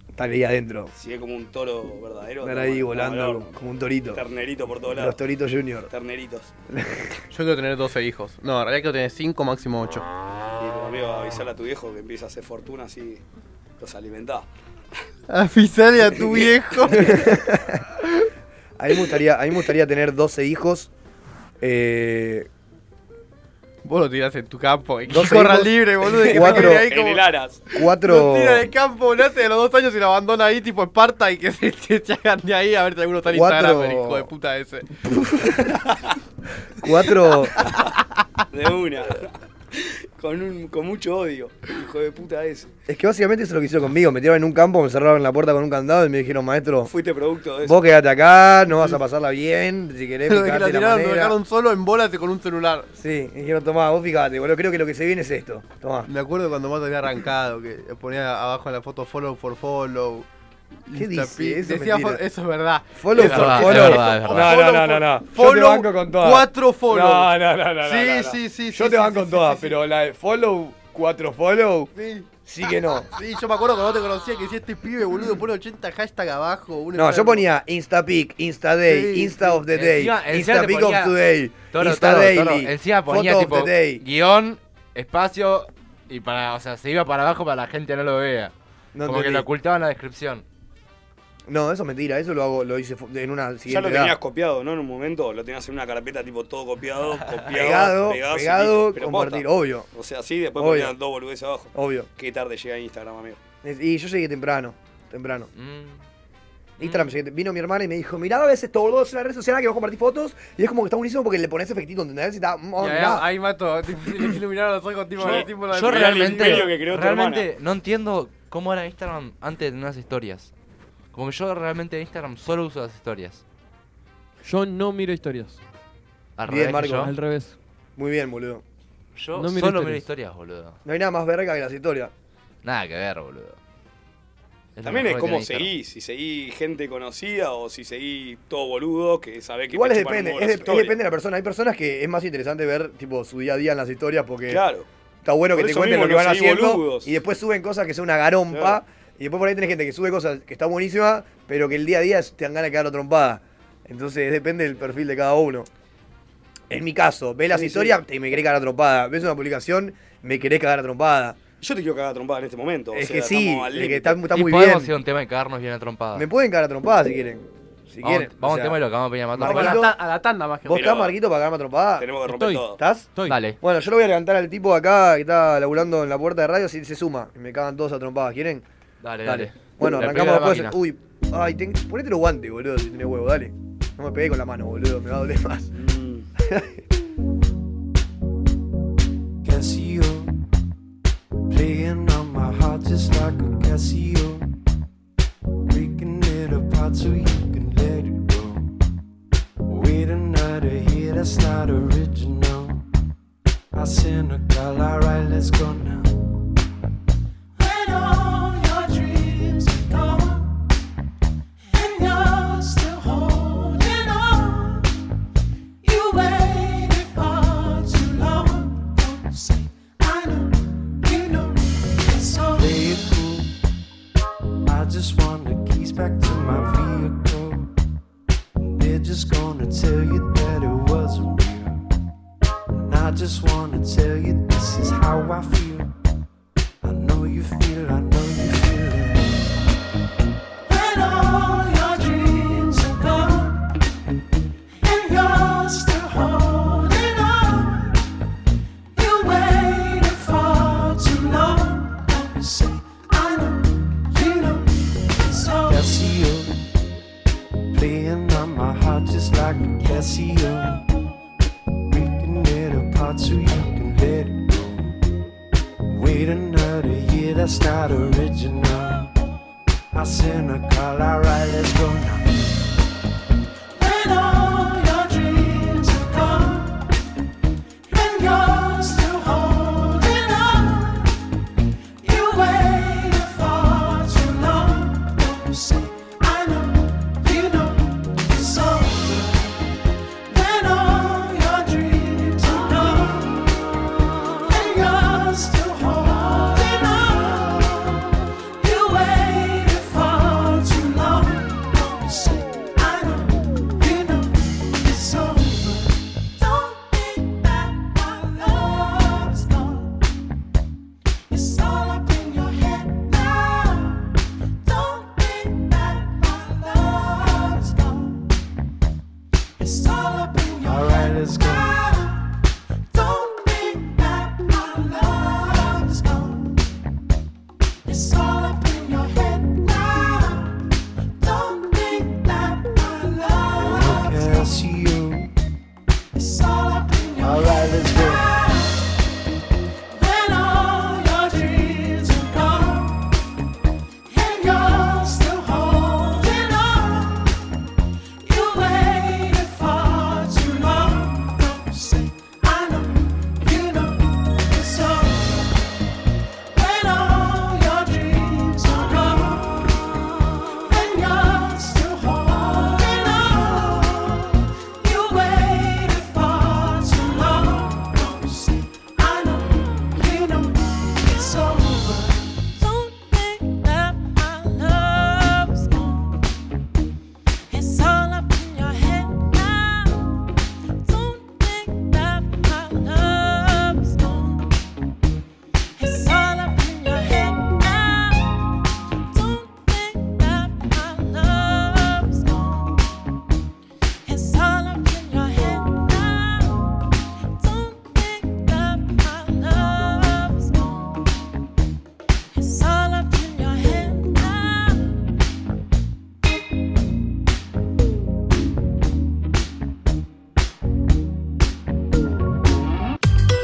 S1: Estar ahí adentro.
S4: si es como un toro verdadero.
S1: Estar
S4: está
S1: ahí
S4: bueno, está
S1: volando
S4: valor.
S1: como, como un torito.
S4: Ternerito por todos
S1: Los
S4: lados.
S1: toritos junior. [laughs]
S4: Terneritos.
S2: Yo quiero tener 12 hijos. No, en realidad quiero tener 5, máximo 8.
S4: Y pero, amigo, avisale a tu viejo que empieza a hacer fortuna así los
S1: [laughs]
S4: alimentás.
S2: Avisale a tu viejo.
S1: A mí me gustaría, a mí me gustaría tener 12 hijos. Eh,
S2: Vos lo tirás en tu campo. eh.
S1: Dos
S2: Corra
S1: hijos,
S2: libre, boludo. que
S1: cuatro-
S2: te quede ahí
S4: En
S2: como-
S4: el Aras.
S1: cuatro.
S2: Lo tira de campo, nace a los dos años y lo abandona ahí, tipo Esparta, y que [laughs] se, que se hagan de ahí a ver si alguno está en
S1: Cuatro-
S2: Instagram, el hijo de puta ese.
S1: Cuatro.
S4: De una. con, un- con mucho odio. Hijo de puta ese.
S1: Es que básicamente eso es lo que hicieron conmigo. Me tiraron en un campo, me cerraron la puerta con un candado y me dijeron, maestro,
S4: Fuiste producto de eso.
S1: vos quedate acá, no vas a pasarla bien, si querés
S2: Pero de que la
S1: fijate la,
S2: tiraron, lo
S1: manera.
S2: dejaron solo en bolas y con un celular.
S1: Sí, me dijeron, tomá, vos fijate, boludo, creo que lo que se viene es esto. Tomá.
S2: Me acuerdo cuando Mato había arrancado, que ponía abajo en la foto follow for follow.
S1: ¿Qué
S2: Insta
S1: dice?
S2: pi-
S1: Eso es
S2: decía
S1: mentira.
S2: fo- eso es verdad.
S1: Follow
S2: Eso
S1: for
S2: es
S1: follow.
S2: verdad,
S3: Es
S2: eso-
S3: verdad.
S2: follow
S1: No, no, no,
S2: for-
S1: no, no. Yo te
S2: follow,
S1: banco con todas.
S2: Cuatro follow.
S1: No, no, no, no.
S2: Sí,
S1: no, no.
S2: sí, sí,
S1: Yo
S2: sí,
S1: te
S2: sí,
S1: van con
S2: sí,
S1: todas,
S2: sí, sí.
S1: pero la de follow, cuatro follow,
S2: Sí.
S1: sí que no.
S2: Sí, yo me acuerdo cuando te conocía que decía este pibe, boludo, pone 80 hashtag abajo. un
S1: No, yo
S2: enfermo". [laughs]
S1: ponía Instapic, Instaday,
S2: Sí,
S1: Insta
S2: sí.
S1: of the day,
S3: Encima- encima te
S1: Instapic of
S3: ponía-
S1: today,
S3: Toro,
S1: Insta
S3: toro,
S1: daily,
S3: toro. Encima ponía
S1: photo
S3: tipo
S1: of the day.
S3: guión, espacio y para, o sea, se iba para abajo para que la gente no lo vea.
S1: No
S3: Como que
S1: entendí.
S3: lo ocultaba en la descripción.
S1: No, eso es mentira, eso lo hago, lo hice fu- en una siguiente
S4: Ya lo
S1: edad.
S4: tenías copiado, ¿no? En un momento lo tenías en una carpeta tipo todo
S1: [laughs]
S4: copiado, copiado,
S1: pegado,
S4: pegás y
S1: pegado,
S4: listo. Pero
S1: compartir,
S4: posta.
S1: obvio,
S4: O sea, sí, después
S1: Obvio.
S4: ponían dos boludeces abajo.
S1: obvio.
S4: Qué tarde llega Instagram, amigo.
S1: Es- Y yo llegué temprano, temprano.
S3: Mm.
S1: Instagram llegué, vino mi hermana y me dijo, mirá a veces todo boludo, es una red social en la que vos compartís fotos y es como que está buenísimo porque le pones efectito, ¿entendés? Y está, mm, oh,
S2: Y ahí-
S3: ah,
S1: mirá.
S2: Ahí mato, [laughs] tipo, le iluminaron los ojos, tipo,
S4: Yo-
S2: de- tipo, la-
S3: Yo
S4: Mirá el imperio que
S3: realmente,
S4: creó tu
S3: realmente no entiendo cómo era Instagram antes de unas historias. Como que yo realmente en Instagram solo uso las historias.
S5: Yo no miro historias.
S3: Al
S1: Bien,
S3: revés que
S1: Marco.
S5: Al
S3: yo.
S5: revés.
S1: Muy bien, boludo.
S3: Yo
S5: No miro
S3: solo miro
S5: historias.
S3: historias, boludo.
S1: No hay nada más verga que las historias.
S3: Nada que ver, boludo. Es lo
S4: También
S3: mejor
S4: es
S3: que
S4: como
S3: tiene Instagram.
S4: seguís, si seguís gente conocida o si seguís todo boludo que sabés que
S1: Igual
S4: te
S1: es
S4: chupan un
S1: depende,
S4: huevo
S1: es,
S4: las
S1: de- es
S4: historias.
S1: depende de la persona. Hay personas que es más interesante ver tipo su día a día en las historias porque
S4: Claro.
S1: está bueno que
S4: Por
S1: te
S4: eso
S1: cuenten
S4: mismo
S1: lo que
S4: no
S1: van
S4: seguís
S1: haciendo
S4: boludos.
S1: y después suben cosas que son una garompa
S4: Claro.
S1: y después por ahí tenés gente que sube cosas que está buenísima pero que el día a día te dan ganas de quedar trompada. Entonces depende del perfil de cada uno. En mi caso, ves las
S4: Sí, sí.
S1: historias y me querés cagar a trompada. Ves una publicación, me querés cagar a trompada.
S4: Yo te quiero cagar a trompada en este momento. o
S1: es
S4: sea,
S1: que sí,
S4: estamos al
S1: es que
S4: límite.
S1: está, está
S3: Y
S1: muy bien.
S3: podemos ir a un tema de cagarnos bien a trompadas.
S1: Me pueden cagar a trompada si quieren. Si
S3: vamos
S1: quieren.
S3: vamos
S1: O sea,
S3: a un tema y lo acabamos a piña matar.
S2: Como a la,
S1: Marquito.
S2: ta- a la tanda más que
S1: ¿Vos
S4: Pero-
S1: estás, Marquito, para cagarme a trompada?
S4: Tenemos que romper
S5: Estoy.
S4: todo.
S1: ¿Estás?
S5: Estoy.
S3: Dale.
S1: Bueno, yo lo voy a levantar al tipo de acá que está laburando en la puerta de radio si se suma. Y me cagan todos a trompadas, ¿quieren?
S3: Dale, dale.
S1: Bueno,
S3: La
S1: arrancamos
S3: primera
S1: después.
S3: máquina.
S1: Uy, ay, ten... ponete los guantes, boludo, si tenés huevo, dale. No me pegué con la mano, boludo, me va a doler más.
S4: Mm.
S1: [laughs]
S10: Can see you playing on my heart just like a Casio, breaking it apart so you can let it go. Wait another here, that's not original. I cynical, alright, let's go now. When all your dreams are gone and you're still holding on, you waited far too long. Don't say I know, you know it's all. Play it cool. I just want the keys back to my vehicle. They're just gonna tell you that it wasn't real. And I just wanna tell you this is how I feel. I know you feel, I know you feel it. When all your dreams are gone. And you're still holding on. You waited far too long. Don't say I know, you know it's all. Casio, playing on my heart just like a Casio, breaking it apart so you can let it go. Wait another year, that's not original. I sent a call, alright, let's go now. When all your dreams are gone and you're still holding on, you waited far too long. Don't say I know, you know it's over. When all your dreams are gone and you're still holding on, you waited far too long. Don't say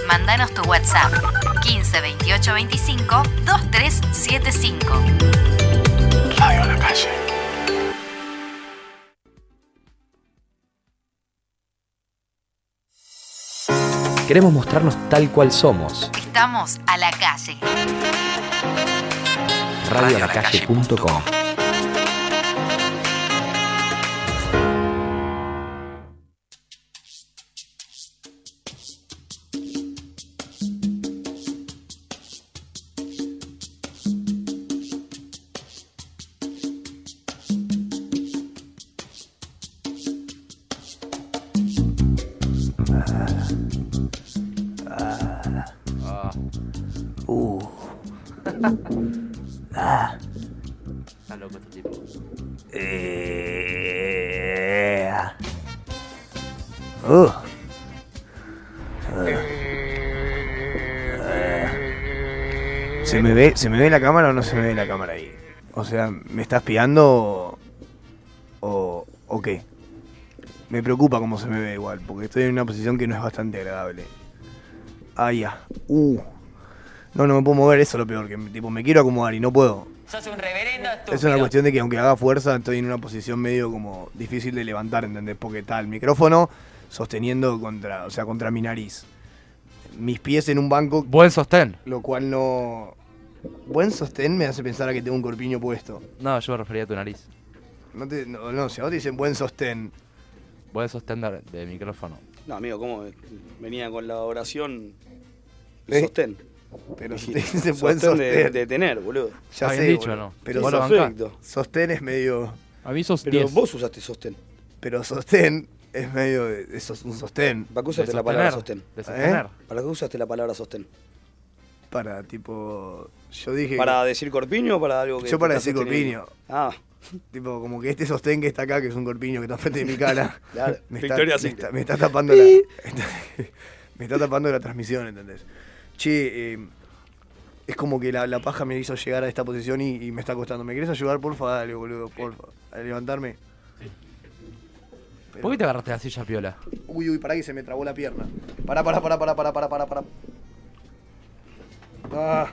S7: Mandanos tu WhatsApp 15 28 25 2375.
S10: Radio a la calle.
S11: Queremos mostrarnos tal cual somos.
S7: Estamos a la calle.
S11: Radioalacalle.com
S3: Ah.
S1: Uh. Ah.
S3: Está loco este tipo.
S1: Eh. Uh. ¿Se me, ve, ¿Se me ve la cámara o no se me ve la cámara ahí? O sea, ¿me estás espiando o, o, o qué? Me preocupa cómo se me ve igual, porque estoy en una posición que no es bastante agradable. Ah, ya. Uh. No, no me puedo mover, eso es lo peor, que tipo, me quiero acomodar y no puedo.
S10: Sos un reverendo
S1: Es una cuestión de que aunque haga fuerza, estoy en una posición medio como difícil de levantar, ¿entendés? Porque está el micrófono sosteniendo contra, o sea, contra mi nariz. Mis pies en un banco.
S3: Buen sostén.
S1: Lo cual no. Buen sostén me hace pensar a que tengo un corpiño puesto.
S3: No, yo me refería a tu nariz.
S1: No, te, no, no, si a vos te dicen buen sostén.
S3: Buen sostén de, de micrófono.
S4: No, amigo, ¿cómo? Venía con la oración. el
S1: ¿Eh?
S4: Sostén.
S1: Pero
S4: Y-
S1: si [laughs] te dicen buen
S4: sostén de-
S1: sostén.
S4: De, tener, boludo.
S1: Ya sé. boludo. Pero
S4: Vos lo
S1: sostén-
S4: bancás.
S1: sostén es medio.
S5: A mí sos
S4: Pero vos usaste sostén.
S1: Pero sostén es medio. de- eso es un sostén.
S4: ¿Para qué usaste la palabra sostén?
S1: ¿Eh?
S4: ¿Para qué usaste la palabra sostén?
S1: Para, tipo. Yo dije.
S4: ¿Para decir corpiño o para algo que.? te
S1: Yo para
S4: estás
S1: decir
S4: sosteniendo?
S1: corpiño.
S4: Ah.
S1: Tipo, como que este sostén que está acá, que es un corpiño que está enfrente de mi cara.
S4: [laughs] Claro,
S1: me, está,
S4: Victoria
S1: me,
S4: Secret.
S1: está, me [laughs] está
S4: [laughs]
S1: tapando la. me está tapando la transmisión, ¿entendés? Che, eh, es como que la, la paja me hizo llegar a esta posición y, y me está costando. ¿Me querés ayudar, porfa? Dale, boludo, porfa. A levantarme.
S4: Eh,
S3: ¿Por qué te agarraste la silla piola?
S1: Uy, uy, pará que se me trabó la pierna. Pará, pará, pará, pará, pará, pará, pará, pará. Ah.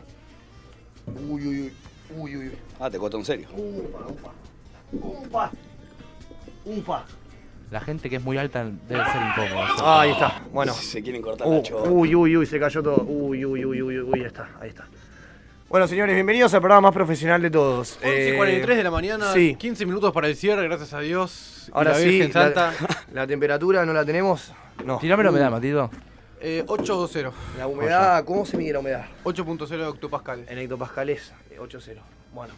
S1: Uy, uy, uy. Uy, uy, uy.
S4: Ah, te costó en serio.
S1: Upa, upa. Upa. Upa.
S3: La gente que es muy alta debe ser incómoda.
S1: Ah, ahí está. Bueno.
S4: Se quieren cortar
S1: Uh,
S4: la chota.
S1: uy, uy, uy, se cayó todo. Uy, uy, uy, uy, uy, ya está, ahí está. Bueno, señores, bienvenidos al programa más profesional de todos. Eh,
S2: 11.43 de la mañana,
S1: Sí.
S2: 15 minutos para el cierre, gracias a Dios. y
S1: Ahora
S2: la
S1: sí,
S2: Virgen
S1: la-
S2: Santa.
S1: [laughs] La, temperatura no la tenemos. No.
S3: Tirámelo, me da, Matito.
S2: Eh, 8.0.
S1: La humedad, ¿cómo se mide la humedad?
S2: 8.0 de hectopascales.
S1: En hectopascales, 8.0. Bueno.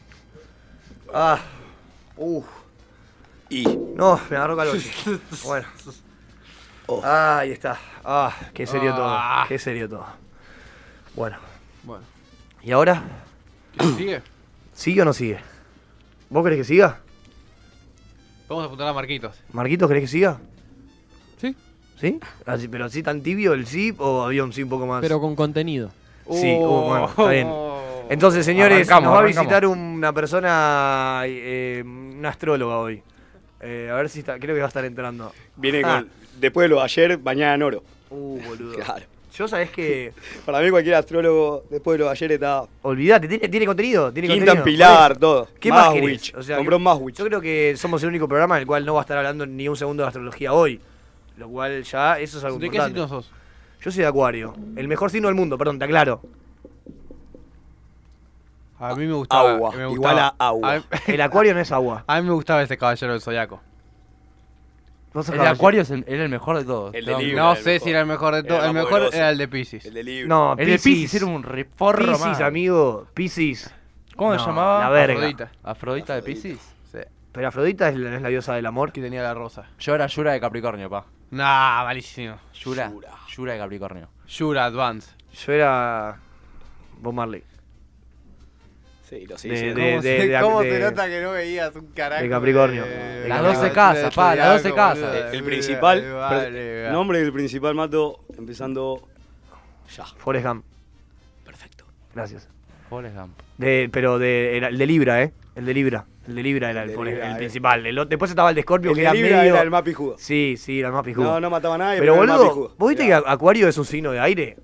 S1: Ah. Uf.
S4: Y.
S1: No, me agarró calor.
S2: [laughs]
S1: bueno. Ah, ahí está. Ah, qué serio
S2: Oh. Ah.
S1: todo. Qué serio todo. Bueno.
S2: Bueno.
S1: ¿Y ahora?
S2: ¿Sigue?
S1: ¿Sigue o no sigue? ¿Vos querés que siga?
S2: Vamos a apuntar a Marquitos.
S1: ¿Marquitos querés que siga?
S5: Sí.
S1: ¿Sí? Así, ¿Pero así tan tibio el sí o había un sí un poco más?
S5: Pero con Oh. contenido.
S1: Sí, uh, bueno,
S3: Oh.
S1: está bien. Entonces, señores,
S5: Arrancamos,
S1: nos va a
S5: arrancamos.
S1: visitar una persona, eh, una astróloga hoy. Eh, a ver si está, creo que va a estar entrando.
S4: Viene
S1: Ah.
S4: con. Después de lo de ayer, mañana en oro.
S1: Uh, boludo.
S4: Claro.
S1: Yo sabés que.
S4: [laughs] Para mí, cualquier astrólogo, después de lo de ayer, está.
S1: Olvídate, ¿tiene, tiene contenido. ¿Tiene
S4: Quinta en
S1: contenido?
S4: Pilar, todo.
S1: ¿Qué más
S4: Maswich.
S1: querés? O sea,
S4: Compró un Maswich.
S1: Yo creo que somos el único programa en el cual no va a estar hablando ni un segundo de astrología hoy. Lo cual ya, eso es algo
S2: ¿De qué
S1: importante.
S2: signo sos?
S1: Yo soy de Acuario. El mejor signo del mundo, perdón, te aclaro.
S2: A mí me gustaba.
S4: Agua,
S2: me gustaba.
S4: igual a agua.
S2: mí-
S1: [laughs]
S2: Ah,
S1: El Acuario no
S2: [laughs]
S1: es agua.
S2: a mí me gustaba
S12: este
S2: ese caballero del zodiaco.
S1: No sos
S3: El
S1: caballero.
S3: acuario es el- era el mejor de todos.
S4: El de
S3: Estaba-
S4: Libra.
S2: No
S4: era el
S2: sé
S4: mejor.
S2: si era el mejor de todos.
S4: Era
S2: El
S4: más
S2: mejor
S4: poderoso.
S2: era el de Pisces.
S4: El de libro.
S1: No,
S3: El de
S1: Piscis.
S3: Pisces era un reporro
S1: Piscis,
S3: más.
S1: amigo. Piscis.
S3: ¿Cómo
S1: No,
S3: se llamaba?
S1: La verga.
S2: Afrodita.
S3: Afrodita de Pisces.
S2: Sí.
S1: Pero Afrodita es la, es la diosa del amor.
S2: Aquí tenía la rosa.
S3: Yo era Yura de Capricornio, pa.
S2: Nah, malísimo.
S3: Yura.
S4: Yura.
S3: Yura de Capricornio.
S2: Yura Advance.
S1: Yo era. Bob Marley.
S4: Sí, lo sí,
S1: De-
S4: sí.
S1: de-
S12: [laughs]
S1: de-
S13: ¿Cómo
S1: de-
S13: se nota que no veías un carajo?
S1: de Capricornio.
S13: de-
S1: Las
S13: de-
S1: 12
S13: de-
S3: casas,
S13: de-
S3: pa, las 12
S13: de-
S3: casas.
S13: de-
S4: El, el
S13: de-
S4: principal.
S13: de- vale,
S4: per-
S13: vale.
S4: Nombre del principal mato, empezando ya.
S1: Forrest Gump.
S4: Perfecto.
S1: Gracias.
S3: Forrest Gump.
S1: De, pero de, era el de Libra, ¿eh? El de Libra. El de Libra era
S4: El
S1: el,
S4: de
S1: Forrest-
S4: Libra,
S1: el
S4: eh.
S1: principal. El o- después estaba el de Scorpio,
S4: El
S1: que
S4: de
S1: era
S4: Libra
S1: medio.
S4: era el más pijudo.
S1: Sí, sí, era el más pijudo.
S4: No, no mataba a nadie,
S1: pero
S4: era el más
S1: boludo,
S4: pijudo.
S1: ¿vos viste que
S4: Mirá.
S1: Acuario es un signo de aire?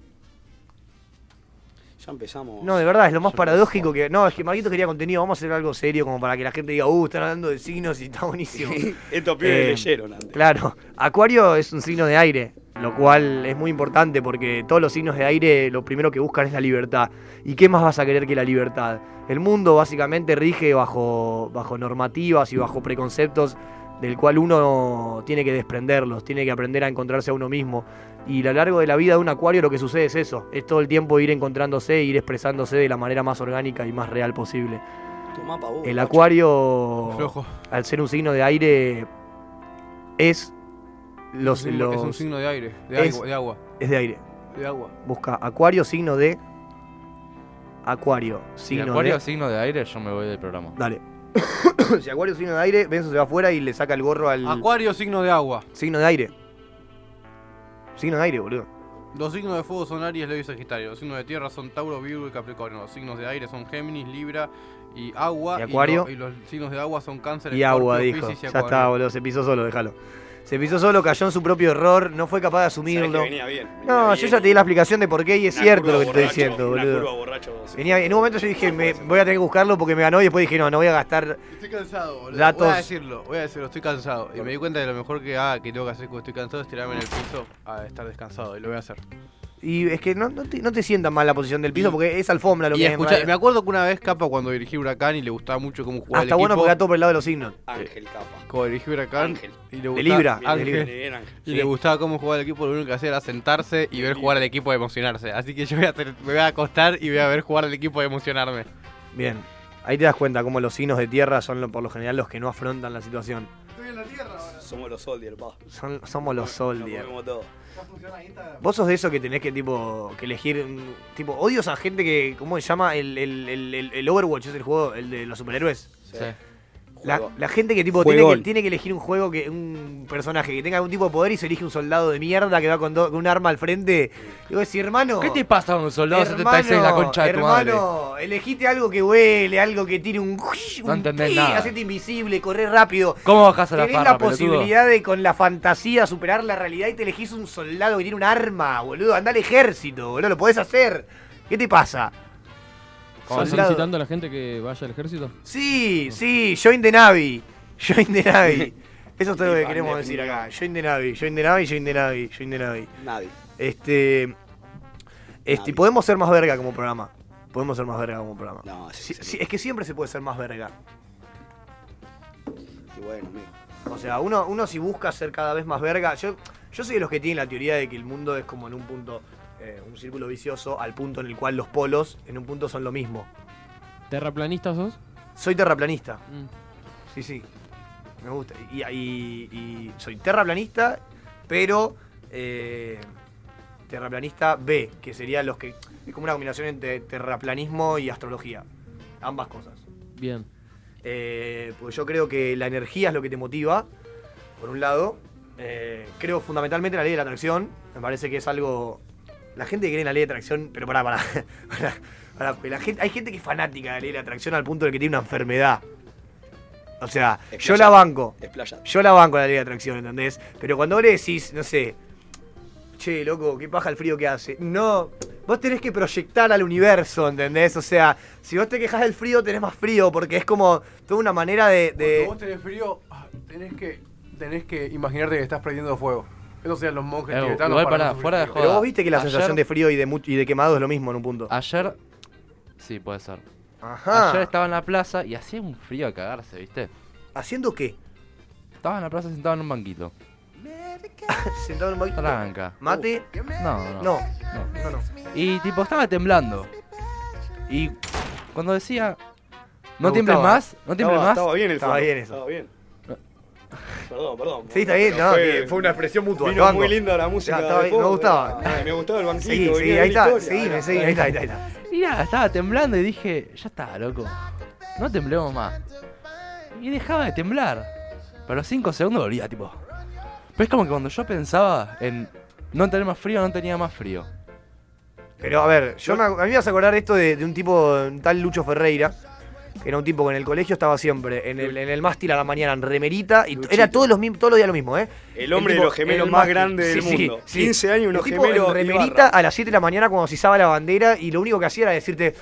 S4: Ya empezamos.
S1: No, de verdad, es lo más
S4: Ya
S1: paradójico que. No, es que Marquito quería contenido, vamos a hacer algo serio como para que la gente diga, uh, están hablando de signos y
S4: [laughs]
S1: está buenísimo. Eh,
S4: Sí, estos pibes leyeron antes.
S1: Claro, Acuario es un signo de aire, lo cual es muy importante porque todos los signos de aire lo primero que buscan es la libertad. ¿Y qué más vas a querer que la libertad? El mundo básicamente rige bajo, bajo normativas y bajo preconceptos del cual uno tiene que desprenderlos, tiene que aprender a encontrarse a uno mismo. Y a lo largo de la vida de un acuario lo que sucede es eso, es todo el tiempo ir encontrándose, e ir expresándose de la manera más orgánica y más real posible.
S4: Tu mapa, vos,
S1: El
S4: macho.
S1: acuario,
S12: Flojo.
S1: al ser un signo de aire, es
S12: Es
S1: los...
S12: un- es un
S1: los-
S12: signo de aire, de
S1: es-
S12: agua- de agua.
S1: Es de aire.
S12: De agua.
S1: Busca acuario, signo de... Acuario, signo
S3: si acuario
S1: de...
S3: signo de aire, yo me voy del programa.
S1: Dale. si acuario es [coughs] signo de aire, Benzo se va afuera y le saca el gorro al...
S12: Acuario, signo de agua.
S1: Signo de aire. Signo de aire, boludo.
S12: Los signos de fuego son Aries, Leo y Sagitario. Los signos de tierra son Tauro, Virgo y Capricornio. Los signos de aire son Géminis, Libra y agua.
S1: Y Acuario.
S12: lo- Y, los signos de agua son Cáncer,
S1: Y agua,
S12: Escorpio,
S1: dijo.
S12: Piscis y
S1: Ya
S12: Acuario.
S1: está, boludo, se pisó solo, déjalo. Se pisó solo, cayó en su propio error, no fue capaz de asumirlo.
S4: Sabés que venía bien, venía
S1: no, yo
S4: bien
S1: ya te di la explicación de por qué y es cierto
S4: curva
S1: lo que te estoy
S4: borracho,
S1: diciendo,
S4: una
S1: boludo.
S4: curva borracho, sí.
S1: venía, en un momento yo dije, me, voy a tener que buscarlo porque me ganó y después dije, no, no voy a gastar.
S12: Estoy cansado, boludo.
S1: Datos.
S12: Voy a decirlo, voy a decirlo, estoy cansado. Y me di cuenta de lo mejor que, ah, que tengo que hacer cuando estoy cansado es tirarme en el piso a estar descansado. Y lo voy a hacer.
S1: Y es que no, no te, no te sientas mal la posición del piso porque es alfombra lo
S12: y
S1: que es, en
S12: escuchá,
S1: realidad.
S12: me acuerdo que una vez Capa cuando dirigí Huracán y le gustaba mucho cómo jugaba
S1: Ah,
S12: el
S1: está bueno
S12: equipo,
S1: porque da todo por el lado de los signos.
S4: Ángel Capa.
S12: Cuando dirigí Huracán y le gustaba,
S1: Libra,
S12: Ángel.
S1: de Libra.
S4: Bien, Ángel.
S12: Y
S1: Sí.
S12: le gustaba cómo jugaba el equipo, lo único que hacía era sentarse y ver jugar al equipo de emocionarse. Así que yo voy a ter- me voy a acostar y voy a ver jugar al equipo de emocionarme.
S1: Bien. Ahí te das cuenta cómo los signos de tierra son lo- por lo general los que no afrontan la situación.
S4: Estoy en la tierra ahora. Somos los soldiers, pa.
S1: Son- somos los soldiers.
S4: Nos comemos todo.
S1: Vos sos de eso que tenés que tipo que elegir mm, tipo odio a gente que cómo se llama el, el- el- el- el Overwatch es el juego el de los superhéroes. La,
S4: Juego.
S1: la gente que tipo tiene que,
S4: Juegón.
S1: tiene que elegir un juego que un personaje que tenga algún tipo de poder y se elige un soldado de mierda que va con, do- con un arma al frente. Digo, decís, hermano,
S3: ¿Qué te pasa con un soldado 76 la concha de tu madre?
S1: hermano, elegiste algo que huele, algo que tiene [laughs] un,
S3: No entendés
S1: pi,
S3: nada.
S1: hacete invisible, correr rápido.
S3: ¿Cómo bajás a la
S1: Tenés
S3: farra,
S1: la posibilidad de con la fantasía superar la realidad y te elegís un soldado que tiene un arma, boludo. Andá al ejército, boludo, lo podés hacer. ¿Qué te pasa?
S5: ¿Estás
S1: Soldado.
S5: solicitando a la gente que vaya al ejército?
S1: Sí, sí, join the Navy. [laughs] Join the Navy. Eso es todo lo que
S5: Iba,
S1: queremos decir
S5: definido.
S1: acá. Join the Navy, join the Navy, join the Navy, join the Navy.
S4: Nadie.
S1: Este. Este, podemos ser más verga como programa. Podemos ser más verga como programa. Sí, sí, es que siempre se puede ser más verga.
S4: Y bueno, amigo.
S1: O sea, uno, uno si busca ser cada vez más verga. Yo, yo soy de los que tienen la teoría de que el mundo es como en un punto, eh, un círculo vicioso, al punto en el cual los polos en un punto son lo mismo.
S5: ¿Terraplanistas sos? Mm,
S1: Soy terraplanista. Sí, sí. Me gusta. Y, y- y soy terraplanista, pero eh, terraplanista B, que sería los que. Es como una combinación entre terraplanismo y astrología. Ambas cosas.
S5: Bien.
S1: Eh, porque yo creo que la energía es lo que te motiva, por un lado. Eh, creo fundamentalmente en la ley de la atracción. Me parece que es algo. La gente que cree en la ley de atracción, pero pará, [laughs] pará. pará, pará, porque la gente, hay gente que es fanática de la ley de la atracción al punto de que tiene una enfermedad. O sea, yo la banco.
S4: Explayate.
S1: Yo la banco la ley de atracción, ¿entendés? Pero cuando vos le decís, no sé, che, loco, qué paja el frío que hace. No, vos tenés que proyectar al universo, ¿entendés? O sea, si vos te quejas del frío, tenés más frío, porque es como toda una manera de. de-
S12: Cuando vos tenés frío, ah, tenés que, tenés que imaginarte que estás prendiendo fuego. Eso sean los monjes
S3: Eh,
S12: tibetanos.
S3: igual
S12: para no
S3: pará,
S12: sufrir
S3: fuera de
S12: frío.
S3: joda.
S1: Pero vos viste que la
S3: Ayer-
S1: sensación de frío y de, mu- y de quemado es lo mismo en un punto.
S3: Ayer. Sí, puede ser.
S1: Ajá.
S3: Ayer estaba en la plaza y hacía un frío a cagarse, ¿viste?
S1: ¿Haciendo qué?
S3: Estaba en la plaza sentado en un banquito.
S1: [laughs] Sentado en un banquito.
S3: Tranca.
S1: ¿Mate?
S3: No, no. No.
S1: No. No, no.
S3: Y tipo, estaba temblando. Y cuando decía.
S1: Me
S3: No tiembles
S1: gustaba.
S3: más, no tiembles
S1: Estaba-
S3: más.
S1: estaba bien el Estaba fondo. bien eso.
S4: Estaba bien. Perdón, perdón.
S1: Sí, está bien,
S4: Pero
S1: no,
S4: fue-
S1: que fue una expresión mutua.
S4: Vino
S1: lo banco.
S4: muy linda la música.
S1: Ya, estaba
S4: de
S1: bien, me
S4: fondo,
S1: gustaba.
S4: era- ay, me gustaba el banquito.
S1: Sí, sí,
S4: venía
S1: ahí
S4: bien la
S1: está,
S4: historia.
S1: seguime, seguime, ahí está, ahí está, ahí está.
S3: Y nada, estaba temblando y dije, ya está, loco. No temblemos más. Y dejaba de temblar. Pero a los 5 segundos volvía, tipo. Pero es como que cuando yo pensaba en no tener más frío, no tenía más frío.
S1: Pero a ver, yo me ac- a mí me vas a acordar esto de, de un tipo, un tal Lucho Ferreira, Era un tipo que en el colegio estaba siempre en el, en el mástil a la mañana en remerita. Y era todos los, mim- todos los días lo mismo, ¿eh?
S4: El hombre de los gemelos
S1: en el
S4: más
S1: mástil.
S4: grande del
S1: Sí, sí,
S4: mundo.
S1: sí.
S4: 15 años, unos
S1: El tipo en
S4: gemelos. y
S1: remerita
S4: barra.
S1: a las 7 de la mañana cuando se izaba la bandera y lo único que hacía era decirte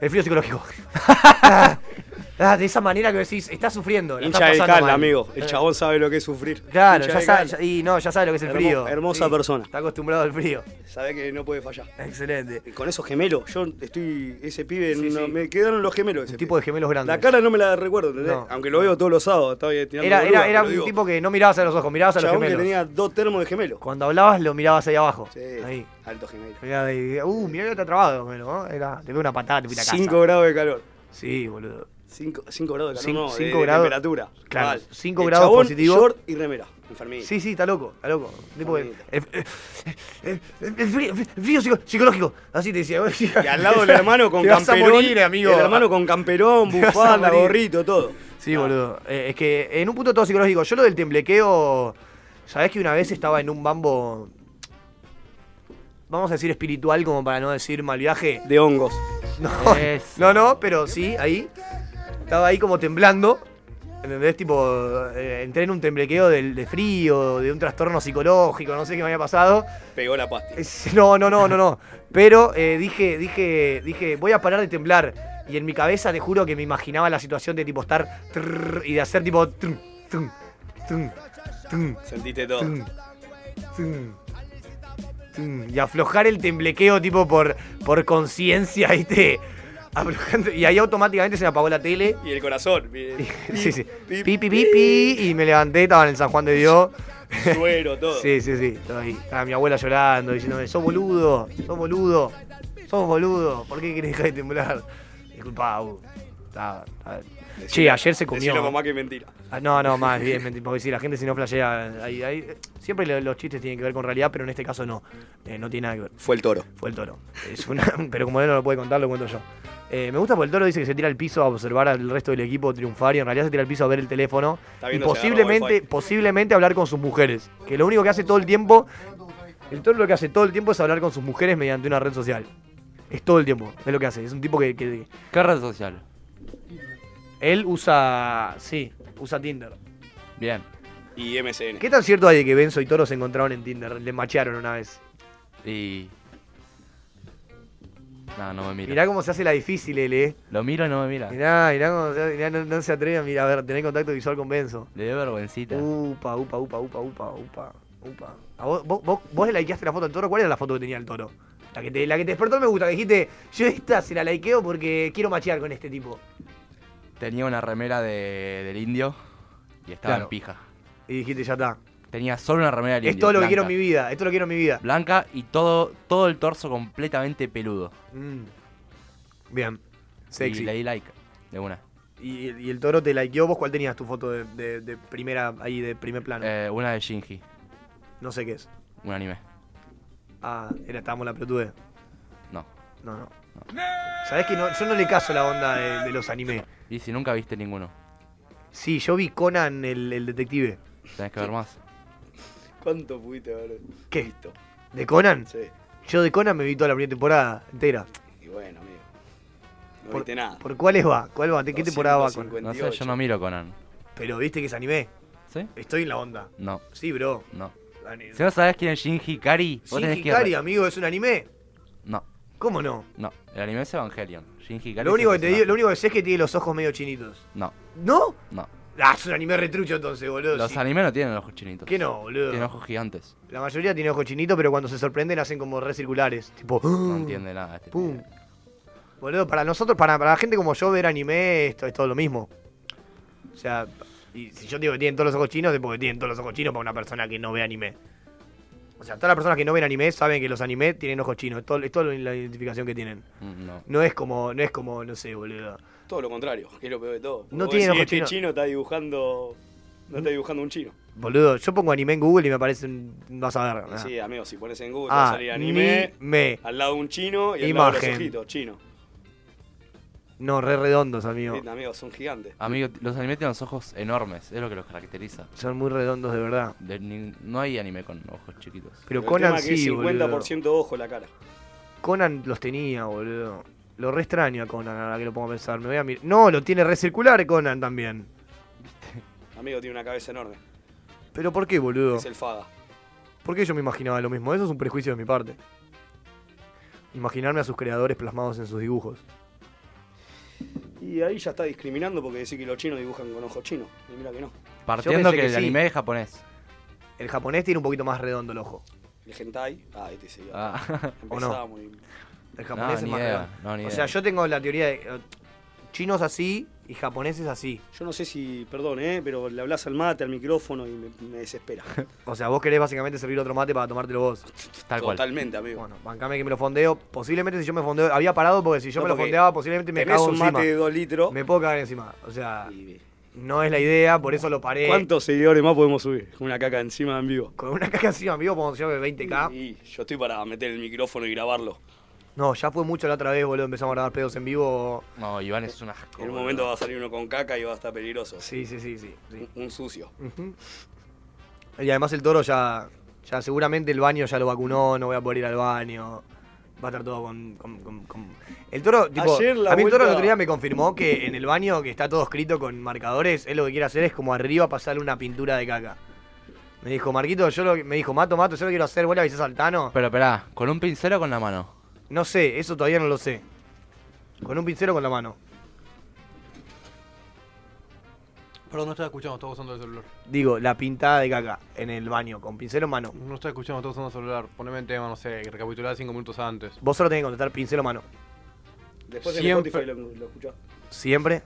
S1: el frío psicológico. [laughs] Ah, de esa manera que decís, está sufriendo. la
S4: Hincha
S1: estás
S4: de
S1: pasando
S4: cal,
S1: mal.
S4: amigo. El chabón sabe lo que es sufrir.
S1: Claro,
S4: Hincha
S1: ya
S4: de
S1: sabe,
S4: Cal.
S1: ya- y no, ya sabe lo que es el
S4: Hermo-
S1: frío.
S4: Hermosa
S1: Sí,
S4: persona.
S1: Está acostumbrado al frío.
S4: Sabe que no puede fallar.
S1: Excelente.
S4: Y con esos gemelos, yo estoy. Ese pibe.
S1: Sí,
S4: no-
S1: sí.
S4: Me quedaron los gemelos. Ese
S1: Un tipo de gemelos grandes.
S4: La cara no me la recuerdo, ¿entendés?
S1: No.
S4: Aunque lo veo todos los sábados. Estaba ahí tirando
S1: Era,
S4: boluda,
S1: era, era
S4: pero
S1: un
S4: digo,
S1: tipo que no mirabas a los ojos, mirabas a los
S4: chabón que
S1: gemelos.
S4: tenía dos termos de gemelos.
S1: Cuando hablabas lo mirabas ahí abajo.
S4: Sí,
S1: Ahí.
S4: alto gemelo.
S1: Mirá ahí, Uh, mirá que está trabado, gemelo, ¿no? Era, te pega una patada, te pega a casa.
S4: 5 grados de calor.
S1: Sí, boludo.
S4: 5 grados de
S1: Cin-
S4: calor, no, de-
S1: cinco
S4: de,
S1: grados-
S4: temperatura.
S1: claro,
S4: Mal.
S1: cinco
S4: El
S1: grados
S4: chabón,
S1: positivo.
S4: short y remera, enfermito.
S1: Sí, sí, está loco, está loco. Un tipo eh, que-
S4: Mamita.
S1: el, el- el- el- el eh, frío, el frío psico- psicológico, así te decía.
S4: Y al lado del hermano con
S1: [laughs] Te vas a
S4: camperón,
S1: morir, amigo.
S4: el hermano con camperón,
S1: [laughs] Te vas a
S4: bufanda,
S1: morir.
S4: gorrito, todo. Ah.
S1: Sí, boludo. Eh, es que en un punto todo psicológico. Yo lo del temblequeo. Sabés que una vez estaba en un bambo. Vamos a decir espiritual, como para no decir mal viaje.
S4: De hongos.
S1: [laughs] No, no, no, pero sí, ahí. Estaba ahí como temblando. ¿Entendés? Tipo, eh, entré en un temblequeo del- de frío, de un trastorno psicológico, no sé qué me había pasado.
S4: Pegó la pasta.
S1: Es- No, no, no, no, no. Pero eh, dije, dije, dije, voy a parar de temblar. Y en mi cabeza te juro que me imaginaba la situación de tipo estar trrr, y de hacer tipo. tum, tum, tum, tum,
S4: Sentiste todo.
S1: tum, tum, tum. Y aflojar el temblequeo tipo por, por conciencia, [laughs] ¿viste? Aflojando- Y ahí automáticamente se me apagó la tele.
S4: Y el corazón.
S1: [laughs] [laughs] Sí, sí. Pi, pi, pi, pi. Y me levanté, estaba en el San Juan de Dios.
S4: Suero, todo.
S1: [laughs] Sí, sí, sí. Estaba ahí. Estaba mi abuela llorando, diciéndome, sos boludo, [laughs] sos boludo, sos boludo. ¿Por qué querés dejar de temblar? Disculpa, Abu. Estaba- estaba- Che, ayer se comió.
S4: Decirle mamá que es mentira.
S1: Ah, No, no, más bien, mentira, porque si la gente si no flashea, ahí- ahí- siempre lo- los chistes tienen que ver con realidad, pero en este caso no, Eh, no tiene nada que ver.
S4: Fue el toro.
S1: Fue el toro. Es una- [laughs] pero como él no lo puede contar, lo cuento yo. Eh, me gusta porque el toro dice que se tira al piso a observar al resto del equipo triunfar y en realidad se tira al piso a ver el teléfono
S4: Está
S1: y
S4: viendo si agarra
S1: posiblemente,
S4: wifi.
S1: posiblemente hablar con sus mujeres, que lo único que hace todo el tiempo, el toro lo que hace todo el tiempo es hablar con sus mujeres mediante una red social. Es todo el tiempo, es lo que hace. Es un tipo que- que
S3: ¿Qué red social?
S1: él usa, sí, usa Tinder.
S3: Bien.
S4: Y MCN.
S1: ¿Qué tan cierto hay de que Benzo y Toro se encontraron en Tinder? Le machearon una vez.
S3: Y. No, no me mira.
S1: Mirá cómo se hace la difícil, L, eh.
S3: Lo miro y no me mira.
S1: Mirá, mirá cómo se hace- mirá, no, no se atreve a mirar, a ver, tener contacto visual con Benzo.
S3: Le doy vergüencita.
S1: Upa, upa, upa, upa, upa, upa, Uh, upa. ¿A vos, vos, vos, vos le likeaste la foto al toro? ¿Cuál era la foto que tenía el toro? La que te, la que te despertó el me gusta, que dijiste, yo esta se la likeo porque quiero machear con este tipo.
S3: Tenía una remera de, del indio y estaba
S1: Claro.
S3: en pija.
S1: Y dijiste, ya está.
S3: Tenía solo una remera del
S1: Es
S3: indio.
S1: todo lo que
S3: blanca.
S1: quiero en mi vida, esto lo quiero en mi vida.
S3: Blanca y todo, todo el torso completamente peludo.
S1: Mm. Bien. Sexy.
S3: Y le di like de una.
S1: Y, y el toro te likeó, ¿vos cuál tenías tu foto de, de- de primera, ahí de primer plano?
S3: Eh, una de Shinji,
S1: No sé qué es.
S3: un anime.
S1: Ah, era, estábamos en la pelotude.
S3: No.
S1: No, no. Sabés que no, yo no le caso la onda de, de los animes.
S3: Y si nunca viste ninguno,
S1: Sí, yo vi Conan el, el detective.
S3: tenés que ver más.
S4: ¿Cuánto pudiste ver?
S1: ¿Qué?
S4: Listo.
S1: ¿De Conan?
S4: Sí.
S1: Yo de Conan me vi toda la primera temporada entera.
S4: Y bueno, amigo. No
S1: Por-
S4: viste nada.
S1: ¿Por cuáles va? ¿Cuál va? ¿De qué temporada va Conan?
S3: No sé, yo no miro Conan.
S1: Pero viste que es anime.
S3: ¿Sí?
S1: Estoy en la onda.
S3: No,
S1: Sí, bro.
S3: no.
S1: Ani-
S3: Si no sabés quién es Shinji Kari, vos tenés
S1: Shinji
S3: que.
S1: Kari, amigo, es un anime.
S3: No,
S1: ¿Cómo no?
S3: no. El anime es Evangelion. Shinji Kari.
S1: Lo
S3: es
S1: único, que
S3: el
S1: te digo-
S3: personaje.
S1: lo único que sé es que tiene los ojos medio chinitos.
S3: No,
S1: ¿No?
S3: no.
S1: Ah, es un anime retrucho entonces, boludo.
S3: Los
S1: sí.
S3: animes no tienen ojos chinitos.
S1: ¿Qué no, boludo?
S3: Tienen ojos gigantes.
S1: La mayoría tiene ojos chinitos, pero cuando se sorprenden hacen como re circulares. Tipo,
S3: No
S1: ¡ah!
S3: entiende nada. Este
S1: Pum. Eh, Boludo, para nosotros, para, para la gente como yo, ver anime esto es todo lo mismo. O sea, y si yo digo que tienen todos los ojos chinos, es porque tienen todos los ojos chinos para una persona que no ve anime. O sea, todas las personas que no ven anime saben que los anime tienen ojos chinos. Es todo, es toda la identificación que tienen.
S3: Mm,
S4: Ah.
S3: No.
S1: No es como, no es como, no sé, boludo.
S4: Todo lo contrario, que es lo peor de todo.
S1: No
S4: Vos
S1: tiene ¿Mm?
S4: decís,
S1: ojos
S4: este
S1: chinos.
S4: chino está dibujando. No está dibujando un chino.
S1: Boludo, yo pongo anime en Google y me aparece, un- vas a ver.
S4: Y Sí, amigo, si pones en Google te va a
S1: ah,
S4: salir anime.
S1: anime.
S4: Al lado un chino y al lado
S1: Imagen.
S4: los ojitos, chino.
S1: No, re redondos, amigo.
S4: Sí, amigo, son gigantes.
S3: Amigo, los animes tienen los ojos enormes, es lo que los caracteriza.
S1: Son muy redondos de verdad.
S3: De- ni- no hay anime con ojos chiquitos.
S1: Pero
S4: El
S1: Conan
S4: tema es que es
S1: sí, boludo.
S4: 50% ojo la cara.
S1: Conan los tenía, boludo. Lo re extraño a Conan, ahora que lo pongo a pensar. Me voy a mir- No, lo tiene recircular Conan también.
S4: Amigo, tiene una cabeza enorme.
S1: ¿Pero por qué, boludo?
S4: Es el Faga.
S1: ¿Por qué yo me imaginaba lo mismo? Eso es un prejuicio de mi parte. Imaginarme a sus creadores plasmados en sus dibujos.
S4: Y ahí ya está discriminando porque decir que los chinos dibujan con ojos chinos. Y mira que no.
S3: Partiendo
S1: pensé
S3: que,
S1: que
S3: el
S1: sí.
S3: anime es japonés.
S1: El japonés tiene un poquito más redondo el ojo.
S4: El hentai. Ah, este sí.
S3: Ah.
S1: [laughs] ¿O no?
S4: Empezaba muy.
S1: El japonés
S3: No,
S1: es
S3: ni
S1: más
S3: idea,
S1: redondo.
S3: no, ni
S1: o
S3: idea.
S1: sea, yo tengo la teoría de eh, chinos así y japoneses así.
S4: Yo no sé si, perdón, ¿eh? pero le hablas al mate, al micrófono y me, me
S1: [laughs]
S4: desespera.
S1: O sea, vos querés básicamente servir otro mate para tomártelo vos.
S3: Tal
S4: Totalmente, amigo.
S1: Bueno, bancame que me lo fondeo. Posiblemente si yo me fondeo. Había parado porque si yo
S4: No,
S1: me lo
S4: porque
S1: fondeaba, posiblemente me
S4: tenés
S1: cago
S4: un
S1: encima.
S4: mate de 2 litros.
S1: Me puedo cagar encima. O sea, no es la idea, por eso lo paré. [laughs]
S4: ¿Cuántos seguidores más podemos subir? Con una caca encima en vivo.
S1: Con una caca encima en vivo podemos llegar de 20k.
S4: Y yo estoy para meter el micrófono y grabarlo.
S1: No, ya fue mucho la otra vez, boludo. Empezamos a grabar pedos en vivo.
S3: No, Iván es un asco.
S4: En un momento va a salir uno con caca y va a estar peligroso.
S1: Sí, sí, sí. sí,
S4: Un, un sucio.
S1: Ujú. Y además el toro ya. Ya seguramente el baño ya lo vacunó, no voy a poder ir al baño. Va a estar todo con. con- con- con- El toro, tipo,
S4: Ayer la
S1: a mí el toro el
S4: vuelta-
S1: otro día me confirmó que en el baño que está todo escrito con marcadores, él lo que quiere hacer es como arriba pasarle una pintura de caca. Me dijo, Marquito, yo lo, me dijo, Mato, Mato, yo lo quiero hacer, vos le avisás al Tano.
S3: Pero esperá, ¿con un pincel o con la mano?
S1: No sé, eso todavía no lo sé. Con un pincel o con la mano.
S12: Perdón, no estaba escuchando, estaba usando el celular.
S1: Digo, la pintada de caca en el baño, con pincel o mano.
S12: No estaba escuchando, estaba usando el celular. Poneme en tema, no sé, recapitular cinco minutos antes.
S1: Vos solo tenés que contestar pincel o mano.
S4: Después
S12: Siempre-
S4: en Spotify lo, lo escuchás.
S1: ¿Siempre?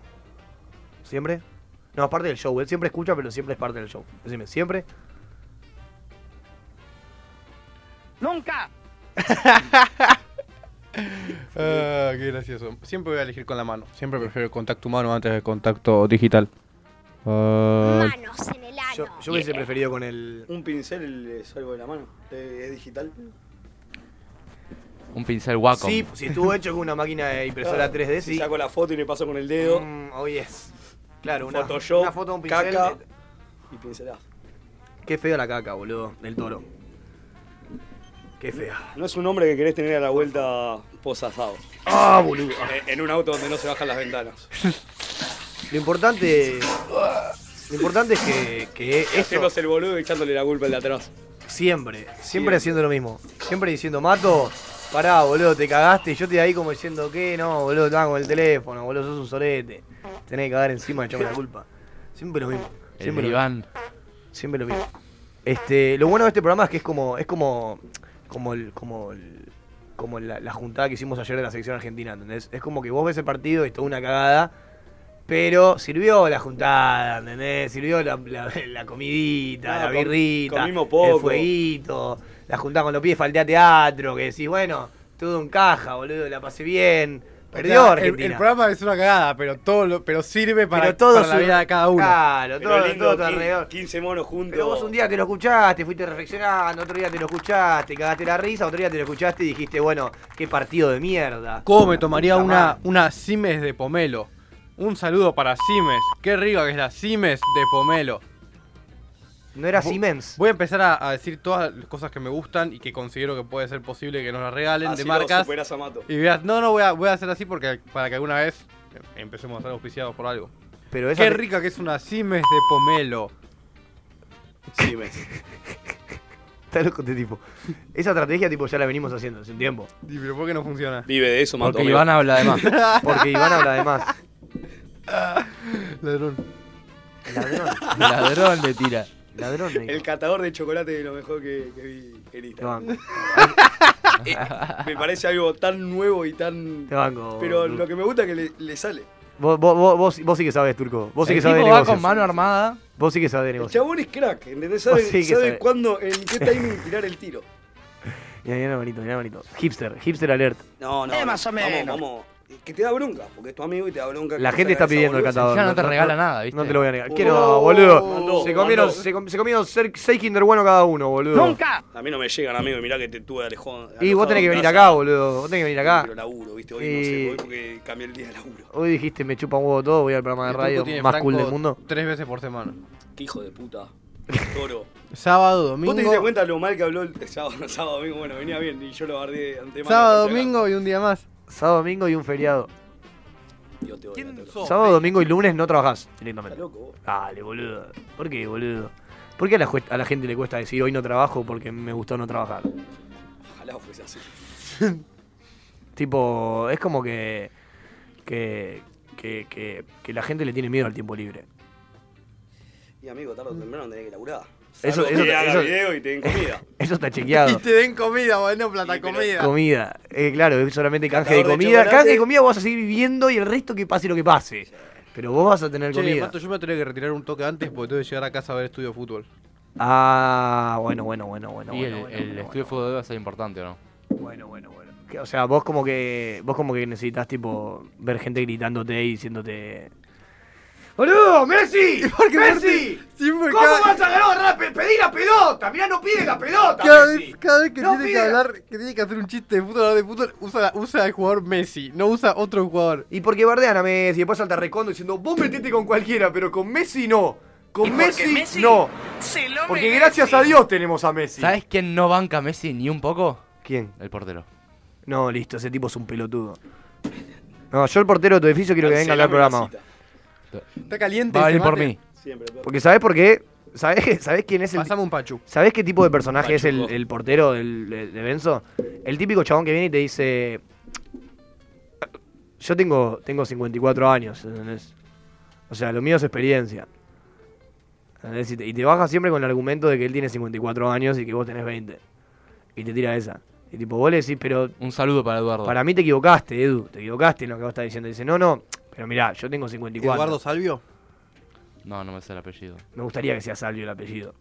S1: ¿Siempre? No, es parte del show. Él siempre escucha, pero siempre es parte del show. Decime, ¿siempre?
S8: ¡Nunca!
S12: Ah, qué gracioso. Siempre voy a elegir con la mano. Siempre prefiero el contacto humano antes del contacto digital. Ah,
S1: Yo, yo hubiese preferido con el...
S4: ¿Un pincel es algo de la mano? ¿Eh, ¿Es digital?
S3: Un pincel Wacom.
S1: Sí, si estuvo hecho con una máquina de impresora
S4: Claro,
S1: 3D,
S4: si
S1: sí.
S4: saco la foto y le paso con el dedo.
S1: Mm, oh, yes. Claro, una,
S4: Photoshop,
S1: una foto de un pincel.
S4: caca
S1: eh,
S4: y pincelazo.
S1: Qué fea la caca, boludo, del toro. Qué fea.
S4: No es un hombre que querés tener a la vuelta posasado.
S1: Ah, boludo.
S4: Eh, En un auto donde no se bajan las ventanas.
S1: Lo importante... Lo importante es que, que esto...
S4: Haciéndose el boludo y echándole la culpa al de atrás.
S1: Siempre, siempre, haciendo lo mismo. Siempre diciendo, Mato, pará, boludo, te cagaste. Y yo te ahí como diciendo, ¿qué? No, boludo, estaba con el teléfono, boludo, sos un sorete. Tenés que cagar encima, echame la culpa. Siempre lo mismo.
S3: El
S1: Siempre lo
S3: Iván.
S1: Siempre lo mismo. Este, lo bueno de este programa es que es como, es como, como el, como el- como la, la juntada que hicimos ayer de la selección argentina, ¿entendés? Es como que vos ves el partido y es toda una cagada, pero sirvió la juntada, ¿entendés? Sirvió la, la- la comidita,
S4: Claro,
S1: la
S4: com-
S1: birrita,
S4: comimos poco.
S1: el fueguito, la juntada con los pies, falté a teatro, que decís, bueno, todo en caja, boludo, la pasé bien. Perdió
S2: O sea, el-
S1: Argentina.
S2: El, programa es una cagada, pero todo lo- pero sirve para,
S1: Pero todo
S2: para la
S1: sirve.
S2: vida de cada uno.
S1: Claro,
S4: Pero
S1: todo,
S4: lindo,
S1: todo a tu
S4: quin-
S1: alrededor.
S4: 15 monos juntos.
S1: Pero vos un día te lo escuchaste, fuiste reflexionando, otro día te lo escuchaste, cagaste la risa, otro día te lo escuchaste y dijiste, bueno, qué partido de mierda.
S12: ¿Cómo me tomaría
S1: Puta
S12: una,
S1: madre.
S12: una Simes de pomelo? Un saludo para Simes. Qué rico que es la Simes de pomelo.
S1: No era
S12: Vo-
S1: Siemens.
S12: Voy a empezar a, a decir todas las cosas que me gustan y que considero que puede ser posible que nos las regalen
S4: Así
S12: de
S4: lo
S12: marcas.
S4: superás a Mato.
S12: Y veas, no, no, voy a, voy a hacer así porque para que alguna vez empecemos a ser auspiciados por algo.
S1: Pero esa
S12: Qué
S1: te-
S12: rica que es una Simes de
S1: [laughs]
S12: pomelo.
S4: Simes.
S1: Está loco este tipo. Esa estrategia tipo ya la venimos haciendo hace un tiempo.
S12: ¿Y pero por qué no funciona?
S4: Vive de eso, Mato.
S3: Porque
S4: amigo.
S3: Iván habla de más.
S1: [laughs] Porque Iván habla de más. [laughs]
S12: Ladrón.
S1: Ladrón.
S3: [laughs] Ladrón le tira.
S1: Ladrón. me
S4: El
S1: dijo.
S4: catador de chocolate es lo mejor que, que vi en
S1: Te
S4: Instagram.
S1: banco.
S4: [laughs] Me parece algo tan nuevo y tan.
S1: Te banco.
S4: Pero
S1: Turco.
S4: lo que me gusta es que le, le sale.
S1: Vos, vos, vos, vos, vos sí que sabes, Turco. Vos sí
S3: el
S1: que sabes de
S3: tipo va
S1: negocios.
S3: con mano armada.
S1: Vos sí que sabes de
S4: El
S1: negocios.
S4: chabón es crack, ¿entendés? Sabe,
S1: [laughs] Sí que
S4: sabe
S1: sabe.
S4: cuándo, en qué timing tirar el tiro.
S1: Mirá, mirá, bonito, mirá, bonito. Hipster, hipster alert.
S4: No,
S6: Eh,
S4: no. más o menos. Vamos, vamos. Que te da bronca, porque es tu amigo y te da bronca.
S1: La
S4: que salga
S1: gente está
S4: esa
S1: pidiendo el
S4: boludez.
S1: catador.
S3: Ya no te regala nada, ¿viste?
S1: No te lo voy a negar.
S4: Oh.
S1: ¿Qué no, boludo?
S4: Mandó,
S1: Se comieron,
S4: mandó.
S1: se, com- se comieron cer- seis Kinder Bueno cada uno, boludo.
S4: A mí no me llegan, amigo, y mirá que te tuve alejón.
S1: Y vos tenés que venir acá, boludo. Vos tenés que venir acá.
S4: Pero laburo, viste, hoy
S1: Y-
S4: no sé, hoy porque cambié el día de laburo.
S1: Hoy dijiste, me chupa un huevo todo, voy al programa de radio más cool del mundo.
S12: Tres veces por semana.
S4: Qué hijo de puta. Toro.
S12: Sábado,
S4: ¿Vos te diste
S12: domingo.
S4: cuenta lo mal que habló el sábado, sábado domingo? Bueno, venía bien y yo lo guardé antemano.
S2: Sábado,
S4: por si acaso.
S2: domingo y un día más.
S1: sábado, domingo y un feriado.
S4: Yo te odio. ¿Quién
S1: Sábado, domingo y lunes no trabajás directamente.
S4: Estás loco vos.
S1: Dale, boludo. ¿Por qué, boludo? ¿Por qué a la, jue- a la gente le cuesta decir hoy no trabajo porque me gustó
S6: [laughs]
S1: no trabajar?
S4: Ojalá fuese así.
S1: Tipo, es como que que, que, que. que la gente le tiene miedo al tiempo libre.
S4: Y amigo, tarde o temprano tenés que laburar.
S1: Eso-
S4: Salvo
S1: eso-
S4: que haga
S1: eso-
S4: video y te den comida.
S1: [laughs] Eso está
S6: [laughs]
S1: chequeado.
S6: Y te den comida, bueno, plata comida.
S1: Comida. Eh, claro, es solamente canje de
S6: Catador de
S1: comida.
S6: chocolate.
S1: canje de comida vos vas a seguir viviendo y el resto que pase lo que pase. Pero vos vas a tener
S12: Che,
S1: comida.
S12: Pato, yo me tendría que retirar un toque antes porque tengo que llegar a casa a ver estudio de fútbol.
S1: Ah, bueno, bueno, bueno, bueno.
S3: y
S1: bueno,
S3: el,
S1: bueno,
S3: el
S1: bueno,
S3: estudio de fútbol va a ser importante, ¿o ¿no?
S1: Bueno, bueno, bueno. Que, O sea, vos como que vos como que necesitas tipo ver gente gritándote y diciéndote ¡Boludo! ¡Messi! ¡Messi! ¿Cómo
S6: cada-
S1: vas a ganar? Ra- pe- ¡Pedí la pelota! ¡Mirá, no pide la pelota!
S2: Cada
S1: Messi!
S2: vez, cada vez que
S1: No
S2: tiene que
S1: pida.
S2: hablar, que tiene que hacer un chiste de fútbol, hablar de fútbol, usa, usa el jugador Messi, no usa otro jugador.
S1: Y porque bardean a Messi, después salta Recondo diciendo, vos metete con cualquiera, pero con Messi no. Con Messi, no. Porque gracias a Dios tenemos a Messi.
S3: ¿Sabes quién no banca a Messi ni un poco?
S1: ¿Quién?
S3: El portero.
S1: No, listo, ese tipo es un pelotudo. No, yo el portero de tu edificio quiero que venga a hablar al
S3: Cancelame
S1: programa.
S2: Está caliente.
S3: Va a venir
S2: ese
S3: por
S2: mate.
S3: mí.
S1: Porque ¿sabés por qué? [laughs] ¿Sabés, sabés quién es el... Pasame
S12: un pachu.
S1: ¿Sabés qué tipo de personaje es el, el portero del, de- de Benzo? El típico chabón que viene y te dice... Yo tengo, tengo 54 años, ¿entendés? O sea, lo mío es experiencia. ¿Entendés? Y te, y te baja siempre con el argumento de que él tiene 54 años y que vos tenés 20. Y te tira esa. Y tipo, vos le decís, pero...
S3: Un saludo para Eduardo.
S1: Para mí te equivocaste, Edu. Te equivocaste en lo que vos estás diciendo. Dice, no, no, pero mirá, yo tengo 54.
S3: ¿Eduardo
S12: Salvio?
S3: No, no me sé el apellido.
S1: Me gustaría que sea Salvio el apellido.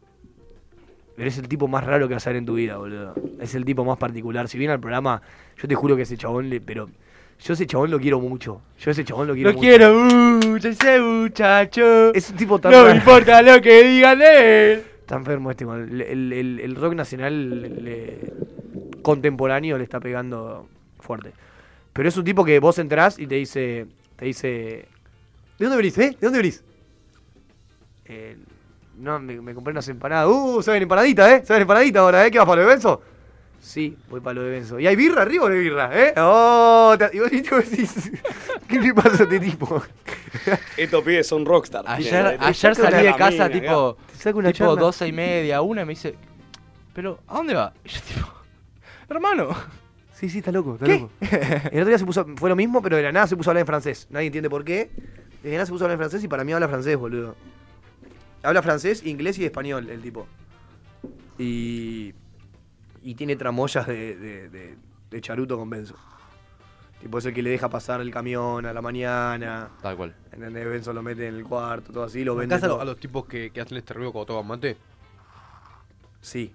S1: Pero es el tipo más raro que vas a ver en tu vida, boludo. Es el tipo más particular. Si viene al programa, yo te juro que ese chabón le. Pero. Yo ese chabón lo quiero mucho. Yo ese chabón lo quiero
S3: Lo
S1: mucho.
S3: quiero mucho, ese muchacho.
S1: Es un tipo tan
S3: No me
S1: raro.
S3: importa lo que digan él.
S1: Está enfermo este, con el, el- el- el rock nacional le- le- contemporáneo le está pegando fuerte. Pero es un tipo que vos entrás y te dice. Te dice. ¿De dónde venís, eh? ¿De dónde venís? Eh, no, me, me compré unas empanadas. Uh, saben empanadita, eh. Saben empanadita ahora, eh. ¿Qué vas para lo de Benzo? Sí, voy para lo de Benzo. ¿Y hay birra arriba o no hay birra, eh? Oh, te- y vos y te decís, [laughs] ¿qué le pasa a este tipo?
S4: Estos pibes son rockstar.
S3: Ayer,
S4: Tienen- Te saca
S3: ayer
S4: una
S3: salí de casa
S4: mina,
S3: tipo,
S1: Te saca una
S3: tipo
S1: charla.
S3: 12 y media, una, y me dice, pero ¿a dónde va? Y yo tipo, [laughs] hermano.
S1: Sí, sí, está loco, está loco. [laughs] El otro día se puso, fue lo mismo, pero de la nada se puso a hablar en francés. Nadie entiende por qué. De la nada se puso a hablar en francés y para mí habla francés, boludo. Habla francés, inglés y español, el tipo. Y. Y tiene tramoyas de, de- de- de charuto con Benzo. Tipo, es el que le deja pasar el camión a la mañana.
S3: Tal cual.
S1: ¿Entendés? Benzo lo mete en el cuarto, todo así, lo
S12: ¿Bancás
S1: vende.
S12: a, los,
S1: todo.
S12: a los tipos que, que hacen este ruido cuando toman mate?
S1: Sí.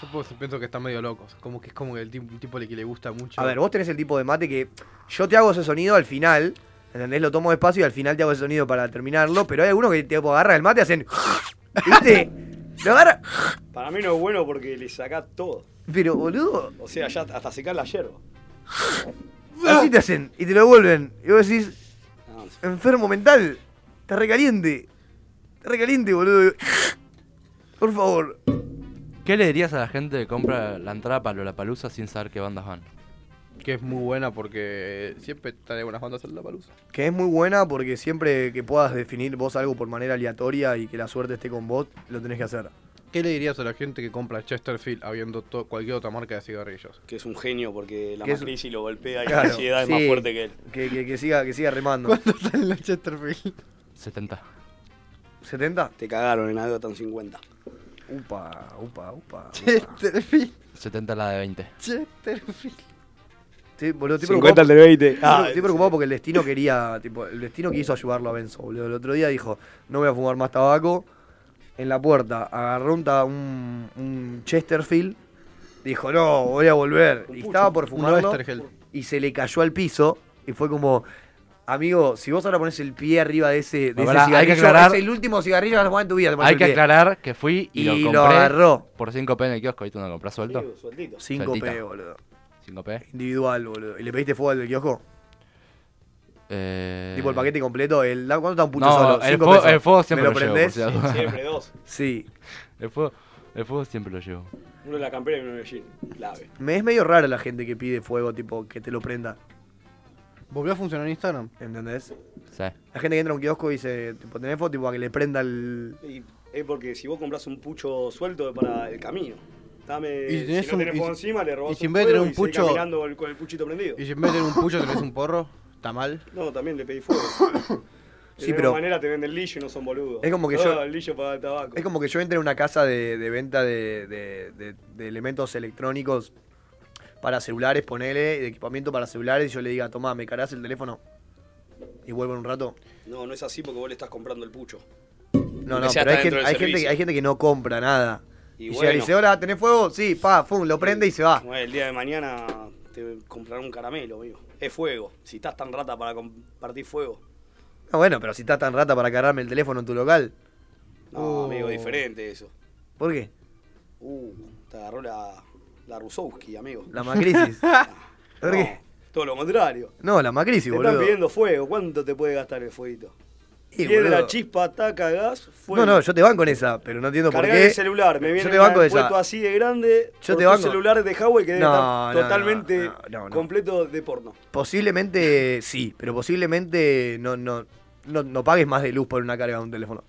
S12: Yo puedo- pienso que están medio locos. Como que es como el tipo, un tipo al que le gusta mucho.
S1: A ver, vos tenés el tipo de mate que yo te hago ese sonido al final, ¿entendés? Lo tomo despacio y al final te hago ese sonido para terminarlo, pero hay algunos que tipo agarran el mate y hacen... ¿Viste? Lo agarra...
S4: Para mí no es bueno porque le sacás todo.
S1: Pero, boludo,
S4: O sea, ya hasta secar la hierba.
S1: así te hacen y te lo devuelven. Y vos decís... Enfermo mental. Te recaliente. Te recaliente, boludo. Por favor.
S3: ¿Qué le dirías a la gente que compra la entrada para Lollapalooza sin saber qué bandas van?
S12: Que es muy buena porque siempre trae buenas bandas en la palusa.
S1: Que es muy buena porque siempre que puedas definir vos algo por manera aleatoria y que la suerte esté con vos, lo tenés que hacer.
S12: ¿Qué le dirías a la gente que compra Chesterfield habiendo to- cualquier otra marca de cigarrillos?
S4: Que es un genio porque la
S1: Que es-
S4: matriz y lo golpea y
S1: Claro,
S4: la ansiedad es
S1: sí.
S4: más fuerte que él.
S1: Que, que- que siga, que siga remando.
S2: ¿Cuánto sale la Chesterfield?
S3: 70.
S1: ¿70?
S4: Te cagaron en algo tan 50.
S1: Upa,
S3: [laughs]
S1: upa, upa.
S2: Chesterfield,
S3: 70 la de 20.
S2: Chesterfield.
S1: Sí, boludo, estoy
S4: 50
S1: preocupado-
S4: al de 20.
S1: Estoy,
S4: Ah,
S1: estoy preocupado porque el destino quería, tipo, el destino quiso ayudarlo a Benzo, boludo. El otro día dijo, no voy a fumar más tabaco. En la puerta agarró un, ta- un, un Chesterfield. Dijo, no, voy a volver. Y estaba por
S12: Un
S1: fumarlo.
S12: Oesterheld.
S1: Y se le cayó al piso. Y fue como, amigo, si vos ahora pones el pie arriba de ese, de ese
S3: Pará, hay que
S1: cigarrillo,
S3: aclarar-
S1: es el último cigarrillo que vas a fumar en tu vida. te pones
S3: Hay
S1: el
S3: que
S1: pie".
S3: aclarar que fui y,
S1: Y lo
S3: compré
S1: agarró.
S3: por 5p en el kiosco. ¿Viste uno lo comprás suelto?
S4: sueltito.
S1: 5P, boludo.
S3: 5p.
S1: Individual, boludo. ¿Y le pediste fuego al del kiosco?
S3: Eh...
S1: Tipo el paquete completo, el, ¿cuánto está un pucho
S3: no,
S1: solo?
S3: el
S1: Cinco
S3: fuego-
S1: pesos.
S3: el fuego siempre
S1: ¿Me
S3: [laughs] lo
S1: lo
S3: llevo,
S1: prendés?
S3: por si acaso. Sí, siempre
S4: dos.
S1: Sí.
S3: El fuego, El fuego siempre lo llevo.
S4: Uno en la campera y uno en el jean. Clave.
S1: Me es medio rara la gente que pide fuego, tipo, que te lo prenda.
S14: Volvió a funcionar Instagram.
S1: ¿Entendés?
S3: Sí.
S1: La gente que entra a un kiosco y dice, tipo, tenés fuego, tipo, a que le prenda el...
S4: Y es porque si vos compras un pucho suelto es para el camino. Dame,
S14: Y si tenés
S4: si
S14: un-
S4: no tenés
S14: y
S4: fuego
S14: si-
S4: encima, le robás
S14: y si en
S4: un
S14: vez de
S4: fuego
S14: tener un
S4: y seguís
S14: pucho-
S4: caminando con el, con el puchito prendido.
S2: Y si en vez de tener un pucho tenés
S4: [laughs]
S2: un porro, está mal.
S4: No, también le pedí fuego. De
S1: Sí,
S4: alguna
S1: pero-
S4: manera te venden lillo y no son boludos.
S1: Es como que
S4: Ah,
S1: yo-
S4: el lillo para el tabaco.
S1: Es como que yo entré a una casa de, de venta de, de- de- de elementos electrónicos para celulares, ponele, de equipamiento para celulares, y yo le diga, tomá, ¿me carás el teléfono? Y vuelvo en un rato.
S4: No, no es así porque vos le estás comprando el pucho.
S1: No,
S4: Aunque
S1: no,
S4: sea
S1: pero hay
S4: hasta dentro
S1: gente,
S4: del
S1: hay, gente,
S4: servicio.
S1: hay gente que no compra nada.
S4: Y
S1: Y, llega y
S4: bueno.
S1: dice, hola, ¿tenés fuego? Sí, pa, fum, lo prende y se va.
S4: Bueno, el día de mañana te comprarán un caramelo, amigo. Es fuego. Si estás tan rata para compartir fuego.
S1: Ah, bueno, pero si estás tan rata para cargarme el teléfono en tu local,
S4: No,
S1: Uh.
S4: amigo, diferente eso.
S1: ¿por qué?
S4: Uh, te agarró la, la Rusowski, amigo.
S1: La
S4: [laughs]
S1: macrisis. ¿Por qué?
S4: Todo lo contrario.
S1: No, la macrisis,
S4: te
S1: boludo.
S4: están pidiendo fuego. ¿Cuánto te puede gastar el fueguito?
S1: Y,
S4: Piedra,
S1: boludo.
S4: chispa, ataca, gas, fuego.
S1: No, no, yo te banco en esa, pero no entiendo por
S4: Cargar
S1: qué.
S4: el celular, me
S1: yo
S4: viene
S1: te
S4: un
S1: banco
S4: puesto
S1: esa.
S4: así de grande.
S1: Yo
S4: por
S1: te
S4: tu
S1: banco.
S4: celular de Huawei que debe
S1: No,
S4: estar
S1: no, no,
S4: totalmente
S1: no, no.
S4: completo de porno.
S1: Posiblemente sí, pero posiblemente no, no, no, no pagues más de luz por una carga de un teléfono.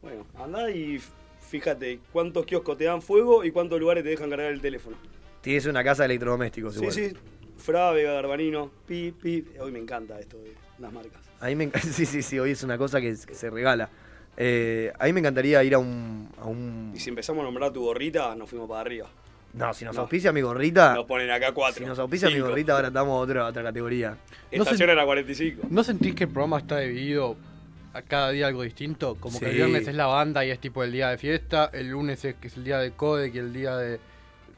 S4: Bueno, andá y f- fíjate cuántos kioscos te dan fuego y cuántos lugares te dejan cargar el teléfono.
S1: Tienes una casa de electrodomésticos,
S4: Sí,
S1: igual.
S4: sí. Frave, Garbanino, pi, pi. Hoy me encanta esto de las marcas.
S1: A mí me enc- [laughs] sí, sí, sí, hoy es una cosa que, que se regala. Eh, a mí me encantaría ir a un. A un
S4: Y si empezamos a nombrar tu gorrita, nos fuimos para arriba.
S1: no, si nos
S4: No.
S1: auspicia mi gorrita.
S4: Nos ponen acá cuatro.
S1: Si nos auspicia mi
S4: cinco.
S1: gorrita, ahora estamos a otra, otra categoría.
S4: Estación era 45.
S2: ¿No sentís que el programa está dividido a cada día algo distinto? Como que el
S1: Sí.
S2: viernes es la banda y es tipo el día de fiesta, el lunes es, que es el día de codec y el día de...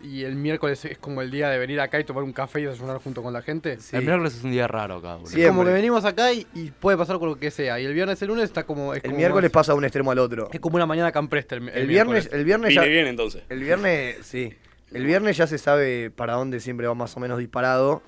S2: Y el miércoles es como el día de venir acá y tomar un café y desayunar junto con la gente.
S3: El miércoles es un día raro acá, boludo.
S2: Es como que venimos acá y, y puede pasar con lo que sea. Y el viernes, el lunes está como... es
S1: El
S2: como
S1: miércoles
S2: más-
S1: pasa de un extremo al otro.
S2: Es como una mañana campresta el, el
S1: El viernes,
S2: miércoles.
S1: el viernes ya.
S4: entonces.
S2: [laughs]
S1: El viernes, sí. El viernes ya se sabe para dónde siempre va más o menos disparado.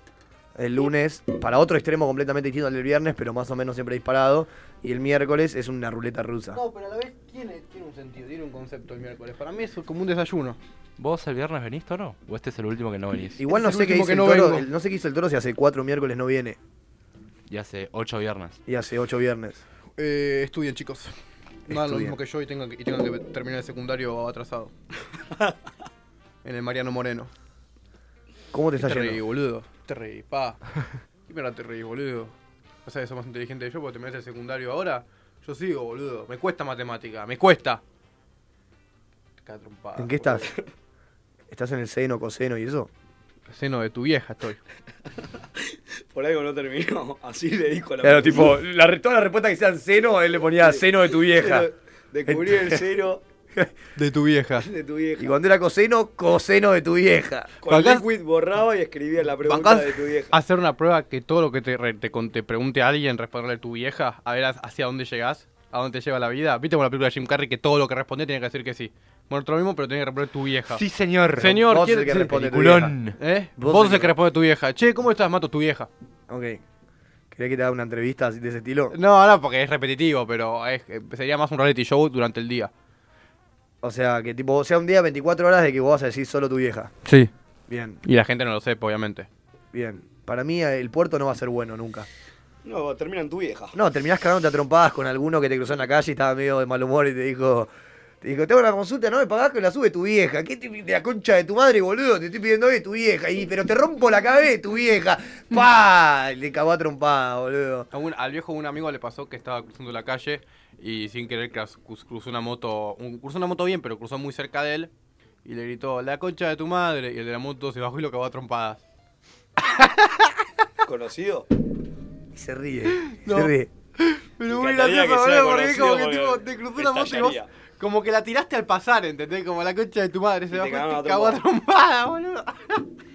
S1: El lunes, para otro extremo completamente distinto al del viernes, pero más o menos siempre disparado. Y el miércoles es una ruleta rusa.
S2: No, pero a la vez tiene, tiene un sentido, tiene un concepto el miércoles. Para mí es como un desayuno.
S3: ¿Vos el viernes venís, Toro? ¿O este es el último que no venís?
S1: Igual no
S2: Es el
S1: sé, qué
S2: último
S1: hizo
S2: que
S1: el
S2: no
S1: toro,
S2: vengo.
S1: el- no sé qué hizo el toro si hace cuatro miércoles no viene
S3: Y hace ocho viernes.
S1: y hace ocho viernes.
S2: Eh, estudien, chicos. No hagan lo
S1: Estudien.
S2: mismo que yo y tengan que, y tengan que terminar el secundario
S1: [laughs]
S2: atrasado. en el Mariano Moreno.
S1: ¿Cómo te está
S2: te reí,
S1: yendo?
S2: boludo. Te reí,
S1: [laughs]
S2: pa. ¿Qué mierda te reí, boludo? O sea, sos más inteligente que yo porque terminaste el secundario ahora. Yo sigo, boludo. Me cuesta matemática, me cuesta. Te caga trompada,
S1: ¿En qué
S2: boludo.
S1: estás? ¿Estás en el seno, coseno y eso?
S2: Seno de tu vieja estoy.
S4: Por algo no terminó. [laughs] Así le dijo a la
S1: [laughs] Claro, tipo, [laughs]
S4: profesora.
S1: la, re- todas las respuestas que sean seno, él le ponía seno de tu vieja.
S4: Pero Descubrí el
S1: [laughs]
S4: cero
S2: De tu vieja.
S4: de tu vieja.
S1: Y cuando era coseno, coseno de tu vieja.
S4: Con
S2: Bancás-
S4: liquid borraba y escribía la pregunta
S2: Bancás
S4: de tu vieja.
S2: hacer una prueba que todo lo que te, re- te, con- te pregunte a alguien, responderle tu vieja, a ver ha- hacia dónde llegás, a dónde te lleva la vida. ¿Viste como la película de Jim Carrey que todo lo que responde tiene que decir que sí? Bueno, otro mismo, pero tiene que responder tu vieja.
S3: Sí, señor.
S2: Señor,
S1: Vos
S2: ¿quién-
S1: el que
S2: sí,
S1: responde tu
S3: peliculón.
S1: vieja.
S2: ¿Eh?
S1: Vos
S2: Vos,
S1: el
S2: el
S1: que-
S2: que responde tu vieja. Che, ¿cómo estás, Mato? Tu vieja.
S1: Ok. ¿Querés que te haga una entrevista así de ese estilo?
S2: No, ahora porque es repetitivo, pero es- eh, sería más un reality show durante el día.
S1: O sea, que tipo sea un día 24 horas de que vos vas a decir solo tu vieja.
S2: Sí.
S1: Bien,
S2: Y la gente no lo sepa, obviamente.
S1: bien. Para mí eh, el puerto no va a ser bueno nunca.
S4: No, termina en tu vieja.
S1: No, terminás cagándote a trompadas con alguno que te cruzó en la calle y estaba medio de mal humor y te dijo... Te dijo, tengo una consulta, no me pagás que la sube tu vieja. ¿Qué te, de la concha de tu madre, boludo? Te estoy pidiendo hoy de tu vieja. Y, pero te rompo la cabeza de tu vieja. pa Y Le cagó a trompada, boludo.
S2: A un- al viejo de un amigo le pasó que estaba cruzando la calle y sin querer cras- cruz- cruzó una moto, un- cruzó una moto bien, pero cruzó muy cerca de él y le gritó, la concha de tu madre, y el de la moto se bajó y lo cagó a trompadas.
S4: ¿Conocido?
S1: Y se ríe.
S2: No.
S1: Se ríe.
S2: Pero
S4: muy Encantaría gracioso, que sea boludo, porque es como conocido que, porque tipo,
S2: te cruzó
S4: una moto y vos- estallaría.
S2: Como que la tiraste al pasar, ¿entendés? Como la concha de tu madre,
S4: Y
S2: se
S4: te
S2: bajó y te
S4: cagaron a
S2: cagó a
S4: [laughs] Ah,
S2: trompadas, boludo.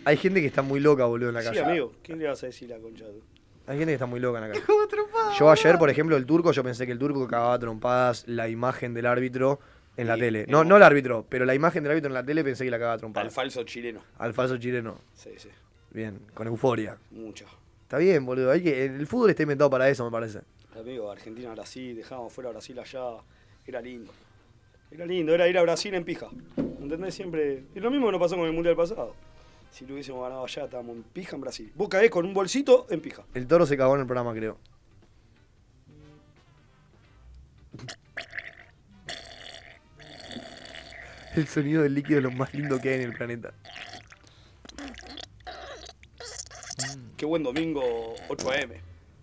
S1: Hay gente que está muy loca, boludo, en la
S4: Sí,
S1: calle.
S4: amigo. ¿Qué le vas a decir a concha? de tu-
S1: Hay gente que está muy loca en
S4: [laughs]
S1: la calle.
S2: Cagó a trompadas.
S1: Yo ayer, por ejemplo, el turco, yo pensé que el turco cagaba a trompadas la imagen del árbitro en la
S4: Sí,
S1: tele.
S4: es
S1: No,
S4: bueno.
S1: no el árbitro, pero la imagen del árbitro en la tele pensé que la cagaba a
S4: Al
S1: trompadas.
S4: falso chileno.
S1: Al falso chileno.
S4: Sí, sí.
S1: Bien, con euforia.
S4: Mucho.
S1: Está bien, boludo. Hay que, el fútbol está inventado para eso, me parece.
S4: Amigo, Argentina, Brasil, dejábamos fuera a Brasil allá. Era lindo. Era lindo, era ir a Brasil en pija. ¿Entendés? Siempre. Es lo mismo que nos pasó con el mundial pasado. Si lo hubiésemos ganado allá, estábamos en pija en Brasil. Vos caes con un bolsito en pija.
S1: El toro se cagó en el programa, creo. El sonido del líquido es lo más lindo que hay en el planeta.
S2: Mm.
S4: Qué buen domingo 8 AM.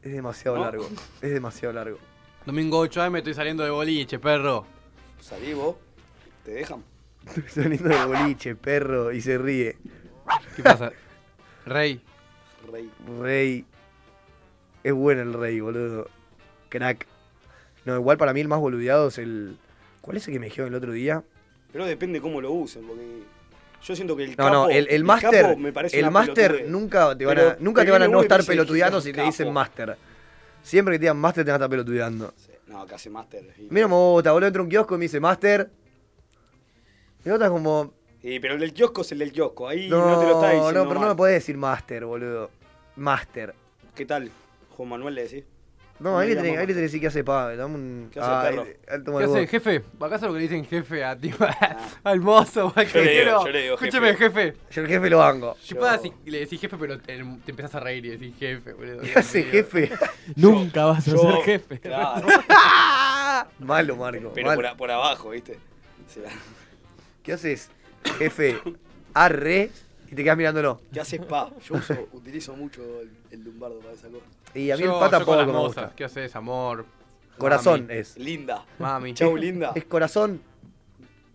S1: Es demasiado
S4: ¿No?
S1: largo. Es demasiado largo.
S2: Domingo 8 AM estoy saliendo de boliche, perro.
S4: Salí vos, te dejan.
S1: Estoy saliendo de boliche, perro, y se ríe.
S2: ¿Qué pasa? Rey.
S4: Rey.
S1: Rey. Es bueno el rey, boludo. Crack. No, igual para mí el más boludeado es el. ¿Cuál es el que me dijeron el otro día?
S4: Pero depende cómo lo usen, porque yo siento que el
S1: No,
S4: capo,
S1: no, el, el
S4: capo
S1: máster.
S4: me parece
S1: El
S4: una
S1: máster
S4: pelotudez.
S1: nunca te van
S4: Pero
S1: a, nunca te
S4: viene
S1: van a
S4: uno
S1: no
S4: y
S1: estar
S4: dice,
S1: pelotudeando
S4: "Es
S1: si te
S4: capo".
S1: dicen máster. Siempre que te digan máster te van a estar pelotudeando.
S4: No, que hace máster. Y,
S1: Mira, me bota, boludo, entra un kiosco y me dice máster. Y otra es como.
S4: y- pero el del kiosco es el del kiosco, ahí
S1: No,
S4: no, te lo está diciendo.
S1: no, pero no
S4: mal.
S1: me podés decir máster, boludo. Máster.
S4: ¿Qué tal? Juan Manuel le decís.
S1: No, ahí le
S4: Mira,
S1: tenés ahí
S4: mamá.
S1: le tenés que decir qué hace Pave. Dame un.
S4: ¿Qué hace,
S1: Ah,
S4: perro?
S1: eh, alto
S2: ¿Qué
S1: malvón.
S2: hace, jefe? ¿Acaso lo que le dicen jefe a ti? [laughs] Al mozo, al
S1: Yo le digo,
S2: cajero.
S1: yo le digo jefe.
S2: Escúchame, jefe.
S1: Ah. Yo el jefe lo banco.
S2: Si pasa si le decís jefe, pero te, te empezás a reír y decís jefe, boludo.
S1: ¿Qué hace jefe? [laughs]
S15: Nunca vas a ser jefe.
S4: Claro.
S1: Malo, Marco.
S4: Pero
S1: malo.
S4: por, a- por abajo, ¿viste? Se la-
S1: ¿Qué haces, jefe? Arre. Y te quedas mirándolo.
S4: [laughs] ¿Qué haces, pa? Yo uso- utilizo mucho el, el lumbardo para esa cosa.
S1: Y a mí el pata
S2: con
S1: poco
S2: las
S1: me
S2: mozas.
S1: gusta.
S2: ¿Qué haces, amor?
S1: Corazón
S2: Mami.
S1: es.
S4: Linda.
S2: Mami.
S4: Chau, linda.
S1: Es corazón.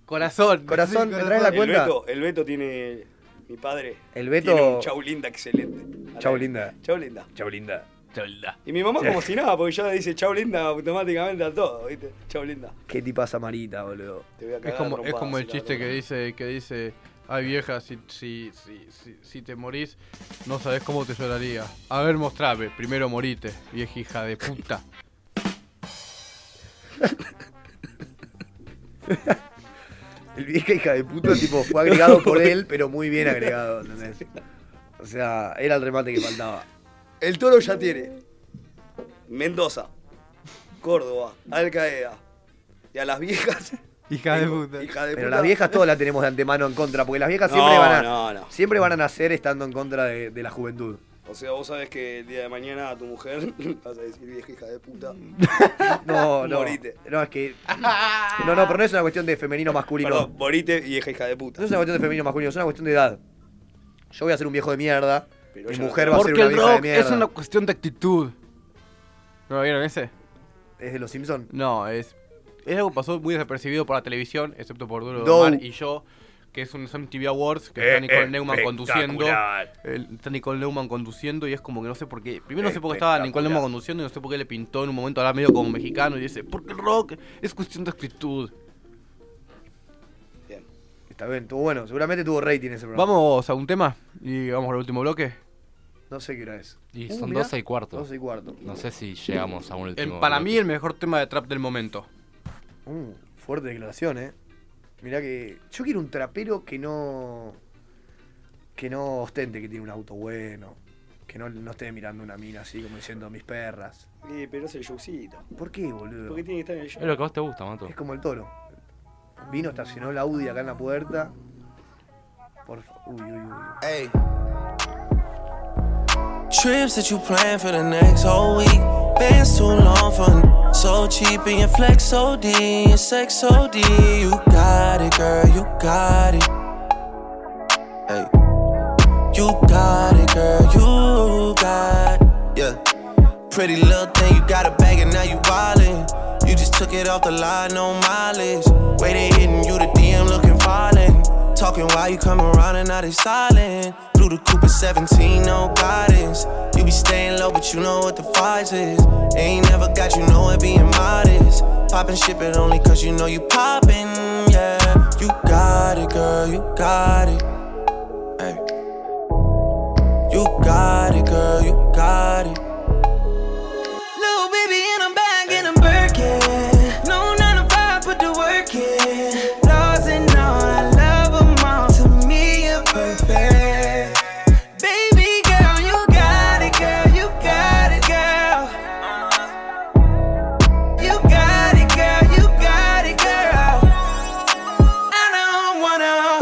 S2: Corazón.
S1: Corazón, ¿me traes la
S4: El
S1: cuenta?
S4: Beto, el Beto tiene. Mi padre.
S1: El Beto-
S4: Tiene un chau linda excelente.
S1: Chau, linda.
S4: Chau linda.
S1: Chau, linda.
S2: Chau, linda.
S4: Y mi mamá como si nada, porque ya dice chau linda automáticamente a todo, ¿viste? Chau linda.
S1: Qué tipaza marita, boludo.
S4: Te voy
S2: [laughs]
S4: a
S2: Es
S4: cagar.
S2: como,
S4: a
S2: es como
S4: trompadas,
S2: el chiste que dice, que dice, ay vieja, si, si, si, si, si te morís, no sabes cómo te lloraría. A ver, mostrame, primero morite, vieja hija de puta.
S1: El vieja hija de puta, tipo, fue agregado por él, pero muy bien agregado, ¿entendés? O sea, era el remate que faltaba.
S4: El toro ya tiene Mendoza, Córdoba, Alcaeda. Y a las viejas.
S2: Hija
S4: de puta. [laughs] Hija de
S1: Pero
S4: puta.
S1: las viejas todas las tenemos de antemano en contra, porque las viejas
S4: No,
S1: siempre van a.
S4: no, no.
S1: Siempre van a nacer estando en contra de, de la juventud.
S4: O sea, vos sabés que el día de mañana a tu mujer [laughs] vas a decir vieja hija de puta. [laughs]
S1: No, no.
S4: Morite.
S1: No,
S4: [laughs]
S1: es que. No, no, pero no es una cuestión de femenino masculino.
S4: Perdón, morite y vieja hija de puta.
S1: No es una cuestión de femenino masculino, es una cuestión de edad. Yo voy a ser un viejo de mierda.
S4: Pero
S1: mi
S4: ya no
S1: mujer
S4: te-
S1: va a ser
S2: Porque
S1: una
S2: el
S1: vieja de
S2: rock
S1: mierda.
S2: es una cuestión de actitud. ¿No lo vieron ese?
S1: ¿Es de los Simpsons?
S2: No, es. Es algo que pasó muy desapercibido por la televisión, excepto por Duro
S1: Dou.
S2: de Mar y yo, que es un MTV Awards, que está Nicole Neumann conduciendo.
S1: Eh, Espectacular.
S2: El- está Nicole Neumann conduciendo y es como que no sé por qué. Primero no sé por qué estaba Nicole Neumann conduciendo y no sé por qué le pintó en un momento ahora medio como mexicano y dice, porque el rock es cuestión de actitud.
S1: Está bien, estuvo bueno. Seguramente tuvo rating ese programa.
S2: Vamos a un tema y vamos al último bloque.
S1: No sé qué hora es.
S3: Y
S1: Uh,
S3: son
S1: mirá.
S3: 12 y cuarto.
S1: 12 y cuarto.
S3: No sé si llegamos a un
S2: En-
S3: último.
S2: Eh, para mí el mejor tema de trap del momento.
S1: Uh, fuerte declaración, eh. Mirá que. Yo quiero un trapero que no. Que no ostente que tiene un auto bueno. Que no, no esté mirando una mina así como diciendo mis perras.
S4: Eh, pero es el showcito.
S1: ¿Por qué, boludo?
S4: Porque tiene que estar en el show.
S3: Es lo que a vos te gusta, Mato.
S1: Es como el toro. Vino, estacionó el Audi acá en la puerta. Por fa- Uy, uy, uy.
S16: Hey. Trips that you plan for the next whole week. Bands too long for n- so cheap and your flex OD, your sex OD. You got it, girl, you got it. Hey, you got it, girl, you got yeah. Pretty little thing, you got a bag and now you wildin'. You just took it off the line, no mileage. Waiting, hitting you the DM, looking violent. Talking while you come around and now they silent. Through the Cooper 17, no guidance. You be staying low, but you know what the price is. Ain't never got you know it being modest. Poppin' shit, but only cause you know you poppin', yeah. You got it, girl, you got it. Hey. You got it, girl, you got it.
S17: Little baby in a bag in a Birkin. No nine to five, put the work in. Laws and all, I love 'em all. To me, you're perfect. Baby girl, you got it, girl, you got it, girl. You got it, girl, you got it, girl. I don't wanna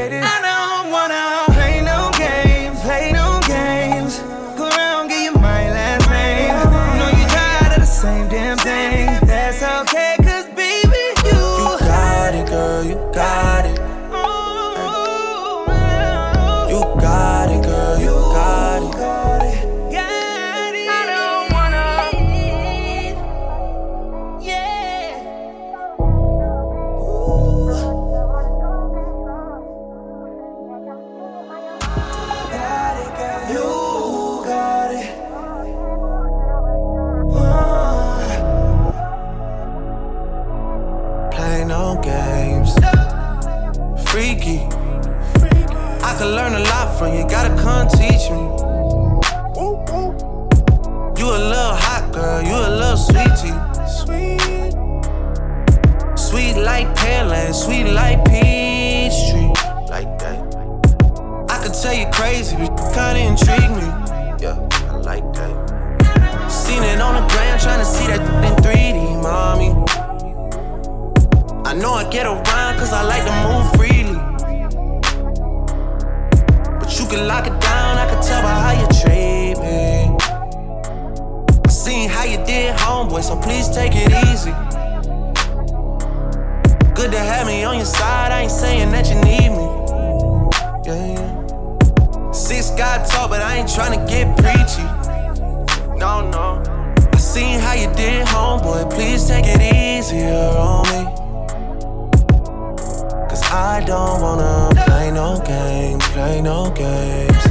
S17: I don't wanna play no games, play no games. Go around, give you my last name. Know you tired of the same damn thing. That's okay, cause baby, you. You
S16: got it, girl, you got it. You got it, girl, you got it.
S17: I don't wanna. Yeah.
S16: You got it. Play no games. Freaky. I could learn a lot from you. Gotta come teach me. You a little hot girl. You a little sweetie. Sweet. Sweet like pear and sweet like peach tree. Like that. I could tell you crazy, but you kinda intrigue me. Yeah, I like that. Seen it on the gram, tryna see that in 3D, mommy. I know I get around, cause I like to move freely. But you can lock it down, I can tell by how you treat me. I seen how you did, homeboy, so please take it easy. Good to have me on your side, I ain't saying that you need me. Yeah, yeah. Six God talk, but I ain't tryna get preachy. No, no. I seen how you did, homeboy. Please take it easier on me. Cause I don't wanna play no games, play no games.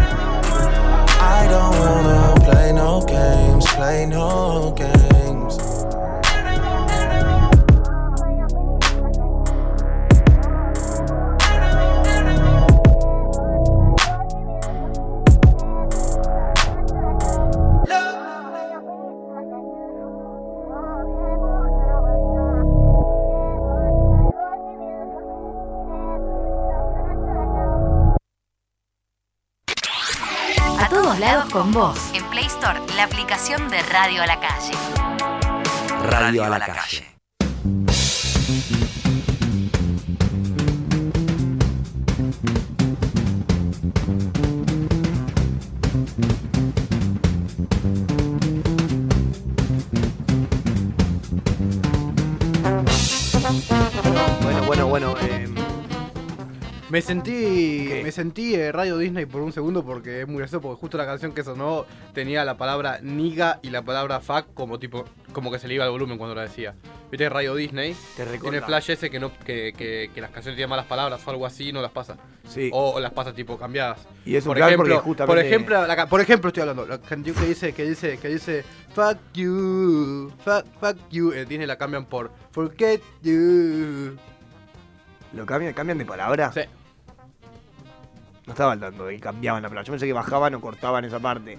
S16: I don't wanna play no games, play no games.
S7: A todos lados con vos. En Play Store, la aplicación de Radio a la Calle.
S18: Radio a la calle.
S10: Bueno, bueno, bueno. eh, me sentí, me sentí eh, Radio Disney por un segundo porque es muy gracioso porque justo la canción que sonó tenía la palabra niga y la palabra fuck como tipo
S2: Como que se le iba el volumen cuando la decía. Viste Radio Disney. Tiene el flash ese que, no, que, que- que las canciones tienen malas palabras o algo así no las pasa. O, o las pasa tipo cambiadas.
S12: Y es un
S2: por
S12: plan
S2: ejemplo,
S12: porque justamente-
S2: Por ejemplo,
S10: la ca- por ejemplo, estoy hablando. La canción que dice, que dice, que dice, fuck you, fuck, fuck you. En Disney la cambian por forget you.
S12: ¿Lo cambian? ¿Cambian de palabra?
S2: Sí.
S12: No estaba al tanto de que cambiaban la palabra. Yo pensé que bajaban o cortaban esa parte.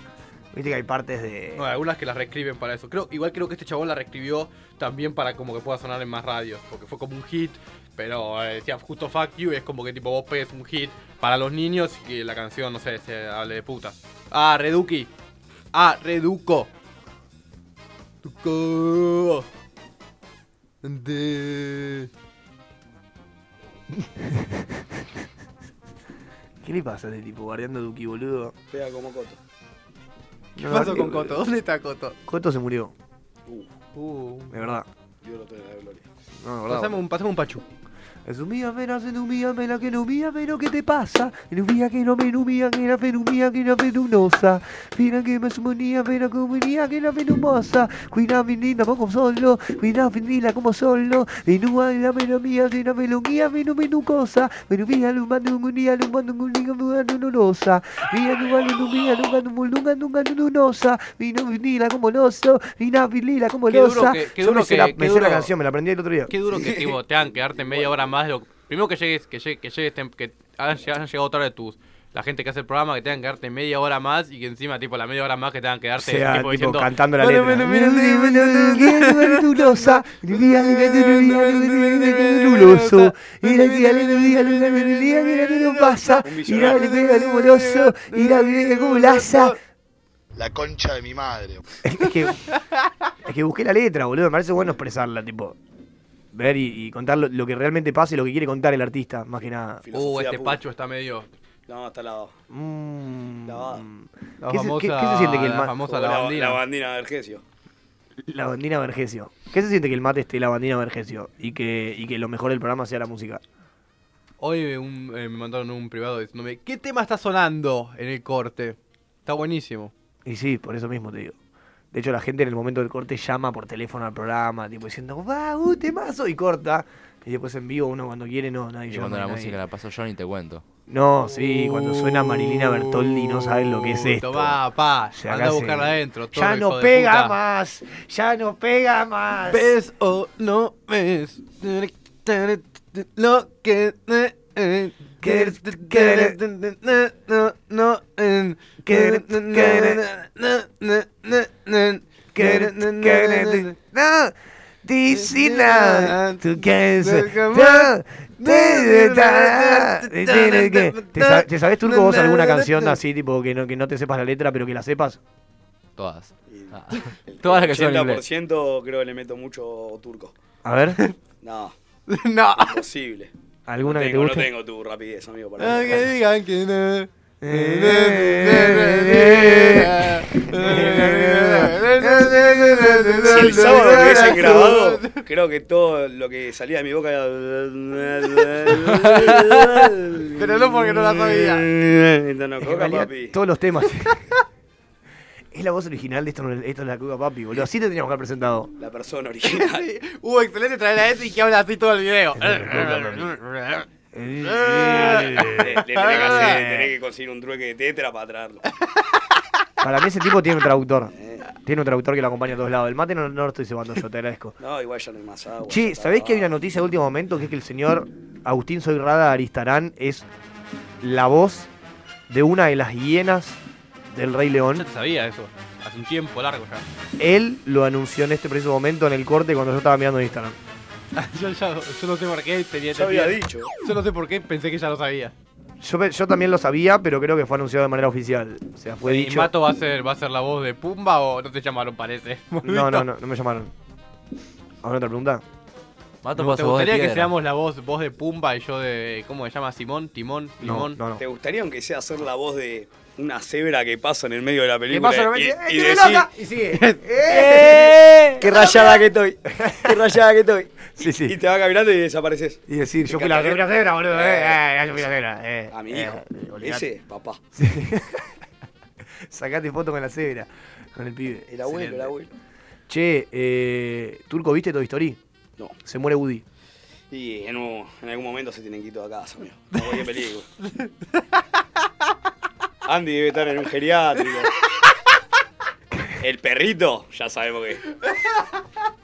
S12: Viste que hay partes
S1: Eh,
S12: de.
S2: No, hay algunas que las reescriben para eso. Creo, igual creo que este chabón la reescribió también para como que pueda sonar en más radios. Porque fue como un hit, pero eh, decía justo fuck you. y Es como que tipo vos pegues un hit para los niños y que la canción, no sé, se hable de puta. Ah, Reduki. Ah, Reduco. Tuco.
S10: De...
S12: ¿Qué le pasa a este tipo? Guardiando a Duki, boludo.
S4: Pega como coto.
S10: ¿Qué
S12: No,
S10: pasó
S12: eh,
S10: con Coto? ¿Dónde está Coto?
S12: Coto se murió,
S10: Uh,
S12: de verdad.
S4: Dios lo tenga de gloria.
S12: No, de verdad.
S2: Pasame un, pasame un pachu.
S12: Es un mía veras, en un mía vela, que no mía pero ¿qué te pasa? En un mía que no me mía que era venumía, que era venunosa. Mira que me sumonía, pero como venía, que era venumosa. Cuida mi linda, poco solo, cuida mi linda, como solo. Venúa, la venomía, de una melonía, venu menucosa. Venumía, lumando, un día, lumando, un día, lumando, nunosa. Mira, lumando, un día, lumando, un día, lumando, nunosa. Vino mi linda, como loso, vino mi linda, como
S2: Qué duro
S12: losa.
S2: que- qué
S12: Yo
S2: duro
S12: me sé
S2: que-
S12: la-
S2: qué
S12: me sé
S2: duro-
S12: la canción, me la aprendí el otro día.
S2: Qué duro
S12: [laughs]
S2: que tipo, te hagan quedarte media hora más. de lo- primero que llegues, que llegues, que llegues, tem- que hayan, hayan llegado tarde tus. La gente que hace el programa que te hagan quedarte media hora más y que encima, tipo, la media hora más que te hagan quedarte
S12: sea,
S2: tipo,
S12: tipo,
S2: diciendo.
S12: cantando la
S2: "Bueno,
S12: letra.
S2: bueno,
S12: Mira, mira, mira, mira, mira, mira, Lulosa, mira, mira, mira, mira, mira, mira, Luloso, mira, mira, mira, mira, mira, mira, mira, mira, mira, pasa, mira, mira, mira, luminoso, mira, mira, como laza. [laughs]
S1: La concha de mi madre.
S12: Es que, es
S1: Es que busqué la letra, boludo. Me parece bueno expresarla, tipo. Ver y, y contar lo, lo que realmente pasa y lo que quiere contar el artista, más que nada.
S12: Uh, este Pacho está medio.
S4: No, está lavado.
S12: Mm.
S1: Lavado.
S12: La
S1: ¿Qué se-
S12: famosa-
S1: qué- qué se siente que el
S12: la
S1: ma-
S12: famosa
S1: Oh,
S12: la
S1: la-
S12: bandina.
S1: la
S4: Bandina Vergesio.
S1: La bandina Vergesio. ¿Qué se siente que el mate esté la bandina Vergesio? Y que, y que lo mejor del programa sea la música.
S12: Hoy un- eh, me mandaron un privado diciéndome, ¿qué tema está sonando en el corte? Está buenísimo.
S1: Y sí, por eso mismo te digo. De hecho, la gente en el momento del corte llama por teléfono al programa, tipo diciendo, ¡va, uh, temazo! Y corta. Y después en vivo uno cuando quiere, no,
S19: Y
S1: nadie llama,
S19: cuando la
S1: nadie.
S19: música la pasó Johnny te cuento.
S1: No, sí, cuando suena Marilina Bertoldi no saben lo que es esto.
S12: Tomá, pa,
S1: Se
S12: anda
S1: acá
S12: a
S1: se-
S12: buscarla adentro. toro,
S1: Ya
S12: hijo
S1: no
S12: de
S1: pega
S12: puta.
S1: más, ya no pega más.
S12: ¿Ves o no ves? Lo que.
S1: Que-
S12: No, no, en-
S1: que- No, Ticina, tú qué sé. No, te- Ah, te- te- te- ¿Te sa- te sabes turco vos alguna canción así, tipo, que no, que no te sepas la letra, pero que la sepas?
S19: Todas. Ah, Todas las que son en inglés.
S4: 80% creo que le meto mucho turco.
S1: A ver.
S4: No.
S12: No.
S4: Imposible. No
S1: ¿Alguna que te
S4: tengo-
S1: guste?
S4: No tengo tu rapidez, amigo. Para
S5: Ah,
S4: mí.
S5: que digan que no.
S4: Si el sábado lo hubiesen grabado, creo que todo lo que salía de mi boca era.
S2: [laughs] Pero no porque no la sabía.
S4: Esta no
S1: En
S4: coca,
S1: realidad,
S4: papi.
S1: todos los temas. [laughs] es la voz original de esto, no- esto es la Coca Papi, boludo. Así te teníamos que haber presentado.
S4: La persona original.
S2: Uh, excelente traer a este y que habla así todo el video.
S4: Eh,
S2: [laughs]
S4: Le, le tenés, que hacer- tenés que conseguir un trueque de tetra para traerlo.
S1: Para mí ese tipo tiene un traductor. Tiene un traductor que lo acompaña a todos lados. El mate no, no lo estoy cebando yo, te agradezco.
S4: No, igual ya no hay más agua.
S1: Che, ¿sabés que hay una noticia de último momento? Que es que el señor Agustín Soirrada Aristarán es la voz de una de las hienas del Rey León.
S12: Sabía eso. Hace un tiempo largo ya.
S1: Él lo anunció en este preciso momento en el corte cuando yo estaba mirando Instagram.
S12: [laughs] Yo, ya- yo no sé por qué tenía.
S4: Ya había
S12: tenía-
S4: dicho.
S12: Yo no sé por qué pensé que ya lo sabía.
S1: Yo, pe- yo también lo sabía, pero creo que fue anunciado de manera oficial. O sea,
S2: Eh,
S1: fue
S12: ¿Y
S1: dicho.
S12: Eh, Mato va a ser, va a ser la voz de Pumba o no te llamaron, parece?
S1: No, no, no, no me llamaron. ¿Ahora otra pregunta?
S12: ¿Te gustaría que seamos la voz, voz de Pumba y yo de. ¿Cómo se llama? ¿Simón? ¿Timón?
S1: No,
S12: ¿Limón?
S1: no, no.
S4: ¿Te gustaría, aunque sea, hacer la voz de una cebra que pasa en el medio de la película?
S1: pasa en el
S4: y-
S1: medio-
S4: y
S1: ¡Eh, tiene
S4: decir-
S1: loca! Y sigue.
S4: [laughs] ¡Eh! ¡Qué rayada que estoy! ¡Qué rayada que estoy!
S1: Sí, sí.
S4: Y te va caminando y desapareces.
S1: Y decir, yo
S4: Te
S1: fui la
S4: cagaste.
S1: cebra cebra, boludo. Eh,
S4: Eh,
S1: eh, yo fui la cebra. Eh,
S4: A mi
S1: eh,
S4: hijo.
S1: olvidate.
S4: Ese, papá.
S1: [laughs] Sacate foto con la cebra, con el pibe.
S4: El abuelo, el
S1: Excelente.
S4: abuelo.
S1: Che, eh, Turco, ¿viste Toy Story?
S4: No.
S1: Se muere Woody.
S4: Y en, un- en algún momento se tienen que ir toda casa,
S1: [laughs]
S4: amigo. Como cualquier película. Andy debe estar en un
S1: [laughs]
S4: geriátrico. El perrito, ya sabemos que.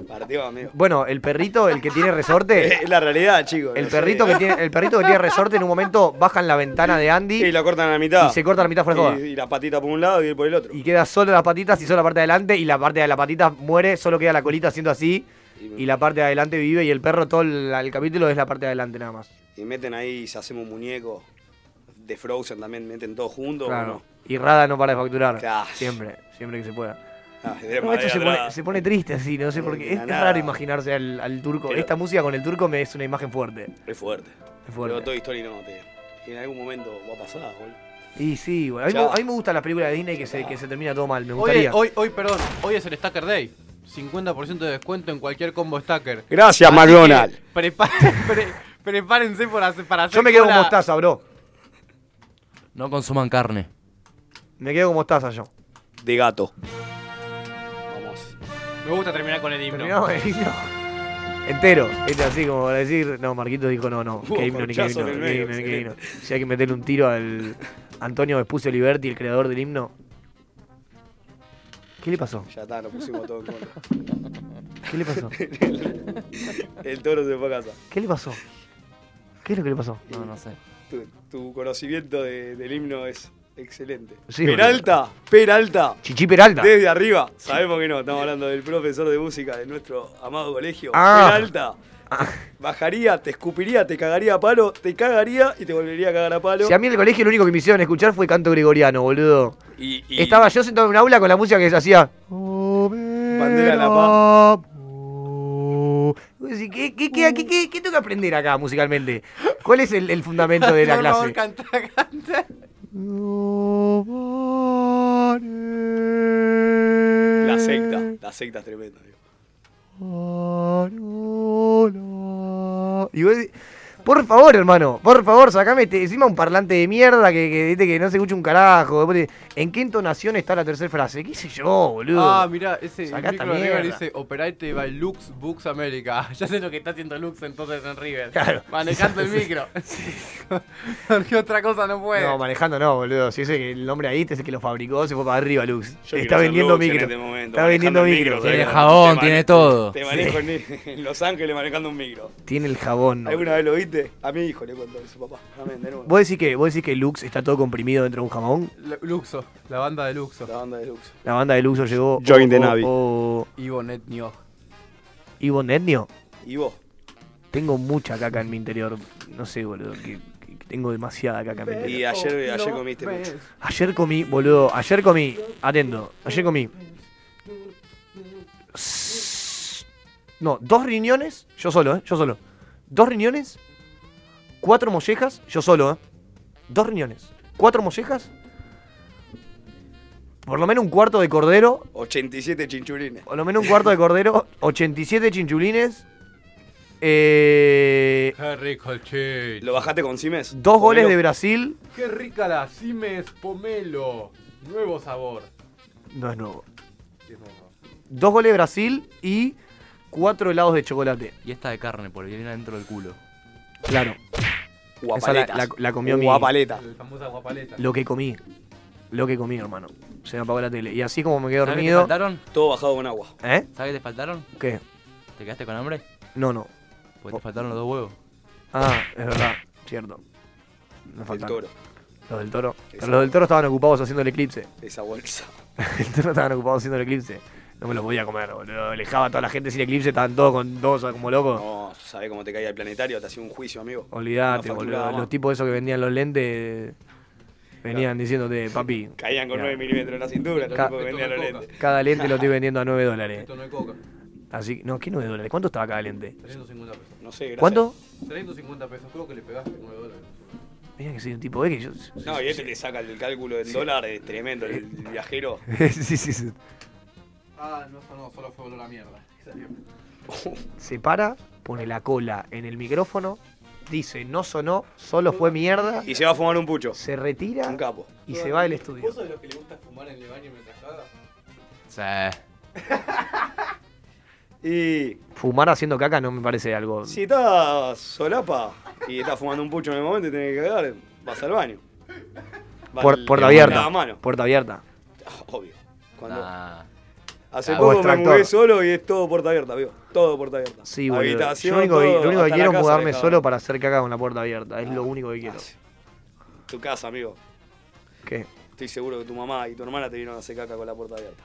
S4: Partió, amigo.
S1: Bueno, el perrito, el que
S4: [laughs]
S1: tiene resorte.
S4: Es la realidad, chicos.
S1: El
S4: no
S1: perrito,
S4: sé.
S1: que tiene, el perrito que
S4: [laughs]
S1: tiene resorte en un momento baja en la ventana de Andy.
S4: Y la cortan a la mitad.
S1: Y se corta la mitad fuera de joda.
S4: Y, y las patitas por un lado y él por el otro.
S1: Y queda solo las patitas y solo la parte de adelante. Y la parte de la patita muere, solo queda la colita haciendo así. Y la parte de adelante vive. Y el perro, todo el, el capítulo es la parte de adelante nada más.
S4: Y meten ahí, se hacemos un muñeco. De Frozen también, meten todo junto. ¿o
S1: Claro.
S4: no?
S1: Y Rada no para de facturar.
S4: Claro.
S1: Siempre, siempre que se pueda.
S4: Ah, de
S1: No,
S4: madera
S1: esto se pone,
S4: atrás.
S1: se pone triste así, no sé por qué. Es,
S4: la
S1: es
S4: nada.
S1: raro imaginarse al, al turco.
S4: Pero-
S1: Esta música con el turco me es una imagen fuerte.
S4: Es fuerte.
S1: Es fuerte.
S4: Pero Toy Story no, te. que En algún momento va a pasar, boludo.
S1: Y sí, bueno, a, mí,
S4: Ya.
S1: me- a mí me gustan las películas de Disney que se, que se termina todo mal. Me
S12: Hoy,
S1: gustaría.
S12: es- hoy, hoy, perdón, hoy es el Stacker Day. 50% de descuento en cualquier combo Stacker.
S4: Gracias,
S12: Así
S4: McDonald's.
S12: que prepá- [laughs] pre- prepárense por hacer, para hacer
S1: Yo me quedo
S12: cola.
S1: con mostaza, bro.
S19: No consuman carne.
S1: Me quedo con mostaza yo.
S4: De gato.
S12: Me gusta terminar con el himno.
S1: Terminamos el himno. Entero, este así como para decir, no, Marquitos dijo no, no,
S12: Hubo
S1: que himno ni que
S12: corchazo
S1: himno,
S12: en el
S1: que
S12: medio,
S1: himno, ni que himno. Si hay que meterle un tiro al Antonio Vespucio Liberti, el creador del himno. ¿Qué le pasó?
S4: Ya está, nos pusimos todo en contra.
S1: [laughs] ¿Qué le pasó?
S4: El toro se fue a casa.
S1: ¿Qué le pasó? ¿Qué es lo que le pasó? No,
S19: no sé.
S4: Tu, tu conocimiento de- del himno es excelente.
S1: Sí, boludo.
S4: Peralta, Peralta.
S1: Chichi Peralta.
S4: Desde arriba. Sabemos que no, estamos hablando del profesor de música de nuestro amado colegio.
S1: Ah.
S4: Peralta. Bajaría, te escupiría, te cagaría a palo, te cagaría y te volvería a cagar a palo.
S1: Si a mí en el colegio lo único que me hicieron escuchar fue canto gregoriano, boludo.
S4: Y- y-
S1: Estaba yo sentado en un aula con la música que se hacía. bandera de la paz. Vos decís, Pues, ¿Qué, qué,
S12: Uh.
S1: qué, qué, qué- qué tengo que aprender acá musicalmente? ¿Cuál es el, el fundamento
S12: [laughs]
S1: de la
S17: Por
S1: clase?
S17: favor,
S12: canta, canta.
S4: La secta, la secta es tremenda. digo.
S1: Y vos decís, por favor, hermano, por favor, sacame este- encima un parlante de mierda que, que, viste, que no se escucha un carajo. Después te- ¿En qué entonación está la tercera frase? ¿Qué sé yo, boludo?
S12: Ah, mirá, ese el
S1: Sacá esta
S12: micro de River
S1: mierda.
S12: dice Operate by Lux Books America. [laughs] Ya sé lo que está haciendo Lux entonces en River.
S1: Claro.
S12: Manejando
S1: [laughs]
S12: el micro. Porque otra cosa [laughs] no puede.
S1: No, manejando no, boludo. Si ese que el nombre ahí, este es el que lo fabricó, se fue para arriba, Lux.
S4: Yo quiero
S1: está
S4: ser
S1: vendiendo
S4: Lux en
S1: micro.
S4: este momento,
S1: está vendiendo
S4: manejando el
S1: micro.
S4: ¿sabés?
S3: Tiene jabón,
S4: Te
S3: tiene
S4: mane-
S3: todo.
S4: Te manejo en- en Los Ángeles manejando un micro.
S1: Tiene el jabón. no.
S4: ¿Alguna vez lo viste? A mi hijo le contó su papá. Amén, de nuevo.
S1: ¿Vos decís, que, ¿Vos decís que Lux está todo comprimido dentro de un jamón?
S12: L- Luxo, la banda de Luxo.
S4: La banda de Luxo.
S1: La banda de Luxo llegó.
S4: Join the
S1: o-
S4: Navy.
S1: o-
S12: Ivo Netnio.
S1: Ivo Netnio.
S4: ¿Y vos?
S1: Tengo mucha caca en mi interior. No sé, boludo. que- que tengo demasiada caca en mi interior.
S4: Y ayer, ayer comiste mucho.
S1: Ayer comí, boludo, ayer comí, atento, ayer comí. S- No, dos riñones, yo solo, ¿eh? Yo solo. Dos riñones, cuatro mollejas, yo solo, ¿eh? Dos riñones, cuatro mollejas, por lo menos un cuarto de cordero,
S4: 87 chinchurines.
S1: por lo menos un cuarto de cordero, 87 chinchulines, eh,
S12: Qué rico el chile.
S4: ¿Lo bajaste con Simes?
S1: dos goles de Brasil.
S12: Qué rica la Simes Pomelo. Nuevo sabor.
S1: No es nuevo. Dos goles de Brasil y cuatro helados de chocolate.
S3: Y esta de carne, porque viene adentro del culo.
S1: Claro. Esa la, la- la comió mi.
S12: La famosa guapaleta.
S1: Lo que comí. Lo que comí, hermano. Se me apagó la tele. Y así como me quedé
S3: ¿Sabes qué te
S1: dormido.
S3: faltaron?
S4: Todo bajado con agua.
S1: ¿Eh?
S3: ¿Sabes qué te faltaron?
S1: ¿Qué?
S3: ¿Te quedaste con hambre?
S1: No, no.
S3: Porque Pues te faltaron los dos huevos.
S1: Ah, es verdad. Cierto. Me faltan.
S4: toro.
S1: Los del toro. Pero
S4: Esa-
S1: los del toro estaban ocupados haciendo el eclipse.
S4: Esa bolsa.
S1: [laughs] el toro estaban ocupados haciendo el eclipse. No me los podía comer, boludo. Le dejaba a toda la gente sin eclipse. Estaban todos con dos como locos.
S4: No, sabés cómo te caía el planetario, te hacía un juicio, amigo.
S1: Olvídate,
S4: Una factura
S1: boludo.
S4: más.
S1: Los tipos esos que vendían los lentes. Venían diciéndote, papi.
S4: Caían con
S1: mirá,
S4: 9 milímetros en la cintura, los
S1: Ca-
S4: tipos que vendían los lentes.
S1: Cada lente lo estoy vendiendo a 9 dólares.
S12: Esto no es coca.
S1: Así, no, ¿qué 9 dólares? ¿Cuánto estaba cada lente?
S12: 350 pesos.
S4: No sé, gracias.
S1: ¿Cuánto?
S12: 350 pesos. Creo que le pegaste 9 dólares.
S1: Mira que soy un tipo, ¿ves que yo?
S4: No, y este te saca el cálculo en dólares, tremendo, el viajero.
S1: [laughs] sí, sí, sí.
S12: Ah, no, no, solo fue olor a mierda.
S1: [laughs] Se para, pone la cola en el micrófono, dice no sonó, solo fue mierda
S4: Y se va a fumar un pucho.
S1: Se retira.
S4: Un capo.
S1: y se va del estudio.
S12: ¿Vos sos de los que le gusta fumar en el baño mientras caga?
S4: [laughs] Y
S1: Fumar haciendo caca no me parece algo.
S4: si estás solapa y estás fumando un pucho en el momento y tenés que cagar, vas al baño. Vas
S1: Puer-
S4: al-
S1: puerta
S4: te pones
S1: abierta.
S4: la mano. [laughs]
S1: Puerta abierta.
S4: Obvio. Cuando-
S3: Ah.
S4: Hace
S1: Claro. O
S4: poco me
S1: extractor.
S4: mudé solo y es todo puerta abierta, amigo. Todo puerta abierta.
S1: Sí, boludo. Yo
S4: Habitación,
S1: lo único que,
S4: todo,
S1: lo único que
S4: hasta
S1: quiero
S4: la
S1: es
S4: casa
S1: mudarme
S4: dejaba. Ah,
S1: solo para hacer caca con la puerta abierta. Es lo único que quiero.
S4: Tu casa, amigo.
S1: ¿Qué?
S4: Estoy seguro que tu mamá y tu hermana te vieron a hacer caca con la puerta abierta.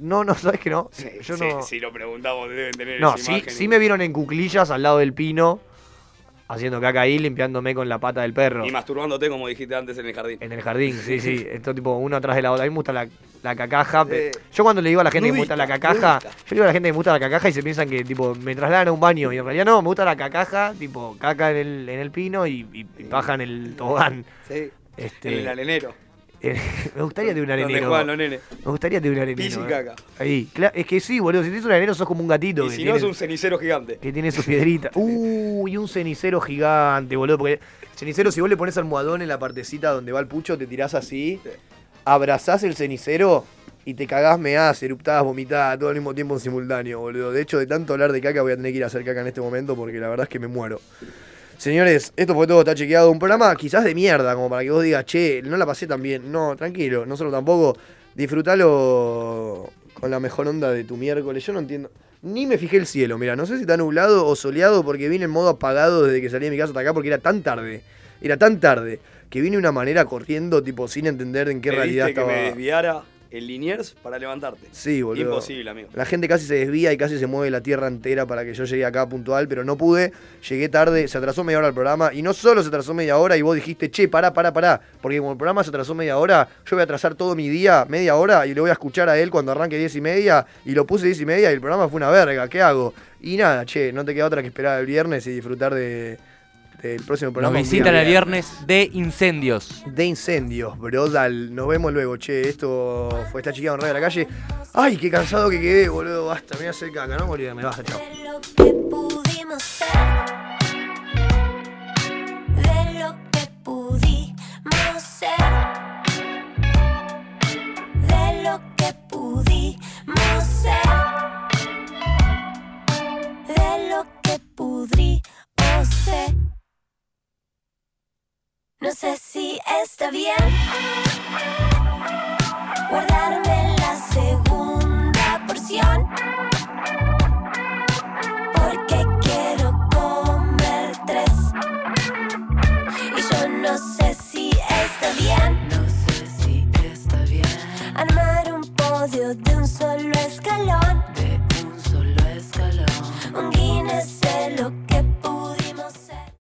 S1: No, no, ¿sabes que no?
S4: Sí,
S1: Yo
S4: sí,
S1: no.
S4: Si lo preguntamos, deben tener
S1: No,
S4: esa
S1: sí,
S4: imagen.
S1: sí me vieron en cuclillas al lado del pino, haciendo caca ahí, limpiándome con la pata del perro.
S4: Y masturbándote, como dijiste antes, en el jardín.
S1: En el jardín, sí, sí.
S4: [laughs]
S1: Esto tipo uno atrás de la otra. A mí me gusta la, la cacaja. pe- Yo cuando le digo a la gente que me gusta la
S4: Nudista,
S1: cacaja,
S4: nudista.
S1: yo le digo a la gente que me gusta la cacaja y se piensan que tipo me trasladan a un baño. Y en realidad no, me gusta la cacaja, tipo caca en el, en el pino y, y- y paja en el tobogán.
S4: Sí.
S1: Este-
S4: En el arenero.
S1: [laughs] me gustaría tener un
S4: Donde
S1: arenero.
S4: juegan los nenes.
S1: Me gustaría tener un arenero.
S4: Pis y
S1: eh.
S4: caca.
S1: Ahí, cla- es que sí, boludo. Si tienes un arenero sos como un gatito.
S4: Y
S1: que
S4: si no, es
S1: tiene-
S4: un cenicero gigante.
S1: que tiene
S4: [laughs]
S1: sus piedritas. Uy, un cenicero gigante, boludo. Porque cenicero, si vos le pones almohadón en la partecita donde va el pucho, te tirás así, abrazás el cenicero y te cagás, meás, eruptás, vomitás, todo al mismo tiempo en simultáneo, boludo. De hecho, de tanto hablar de caca, voy a tener que ir a hacer caca en este momento porque la verdad es que me muero. Señores, esto fue todo, está chequeado. Un programa quizás de mierda, como para que vos digas, che, no la pasé tan bien. No, tranquilo, nosotros tampoco. Disfrutalo con la mejor onda de tu miércoles. Yo no entiendo. Ni me fijé el cielo, mira, no sé si está nublado o soleado porque vine en modo apagado desde que salí de mi casa hasta acá porque era tan tarde. Era tan tarde que vine de una manera corriendo, tipo, sin entender en qué
S4: Me
S1: realidad
S4: diste que
S1: estaba.
S4: me desviara el Liniers para levantarte.
S1: Sí, boludo.
S4: Imposible, amigo.
S1: La gente casi se desvía y casi se mueve la tierra entera para que yo llegue acá puntual, pero no pude. Llegué tarde, se atrasó media hora el programa. Y no solo se atrasó media hora y vos dijiste, che, pará, pará, pará. Porque como el programa se atrasó media hora, yo voy a atrasar todo mi día, media hora, y lo voy a escuchar a él cuando arranque 10 y media. Y lo puse 10 y media y el programa fue una verga. ¿Qué hago? Y nada, che, no te queda otra que esperar el viernes y disfrutar de, del próximo
S2: Nos
S1: programa.
S2: visitan el viernes de incendios.
S1: De incendios, brodal. Nos vemos luego, che. Esto fue esta chica en Radio de la Calle. Ay, qué cansado que quedé, boludo. Basta, me voy a hacer caca, no me basta, chao.
S10: pudimos ser, de lo que pudimos ser, de lo que pudimos ser, de lo que pudimos ser. No sé si está bien guardarme la segunda porción. Porque quiero comer tres. Y yo no sé si está bien. No sé si está bien. Armar un podio de un solo escalón. De un solo escalón. Un Guinness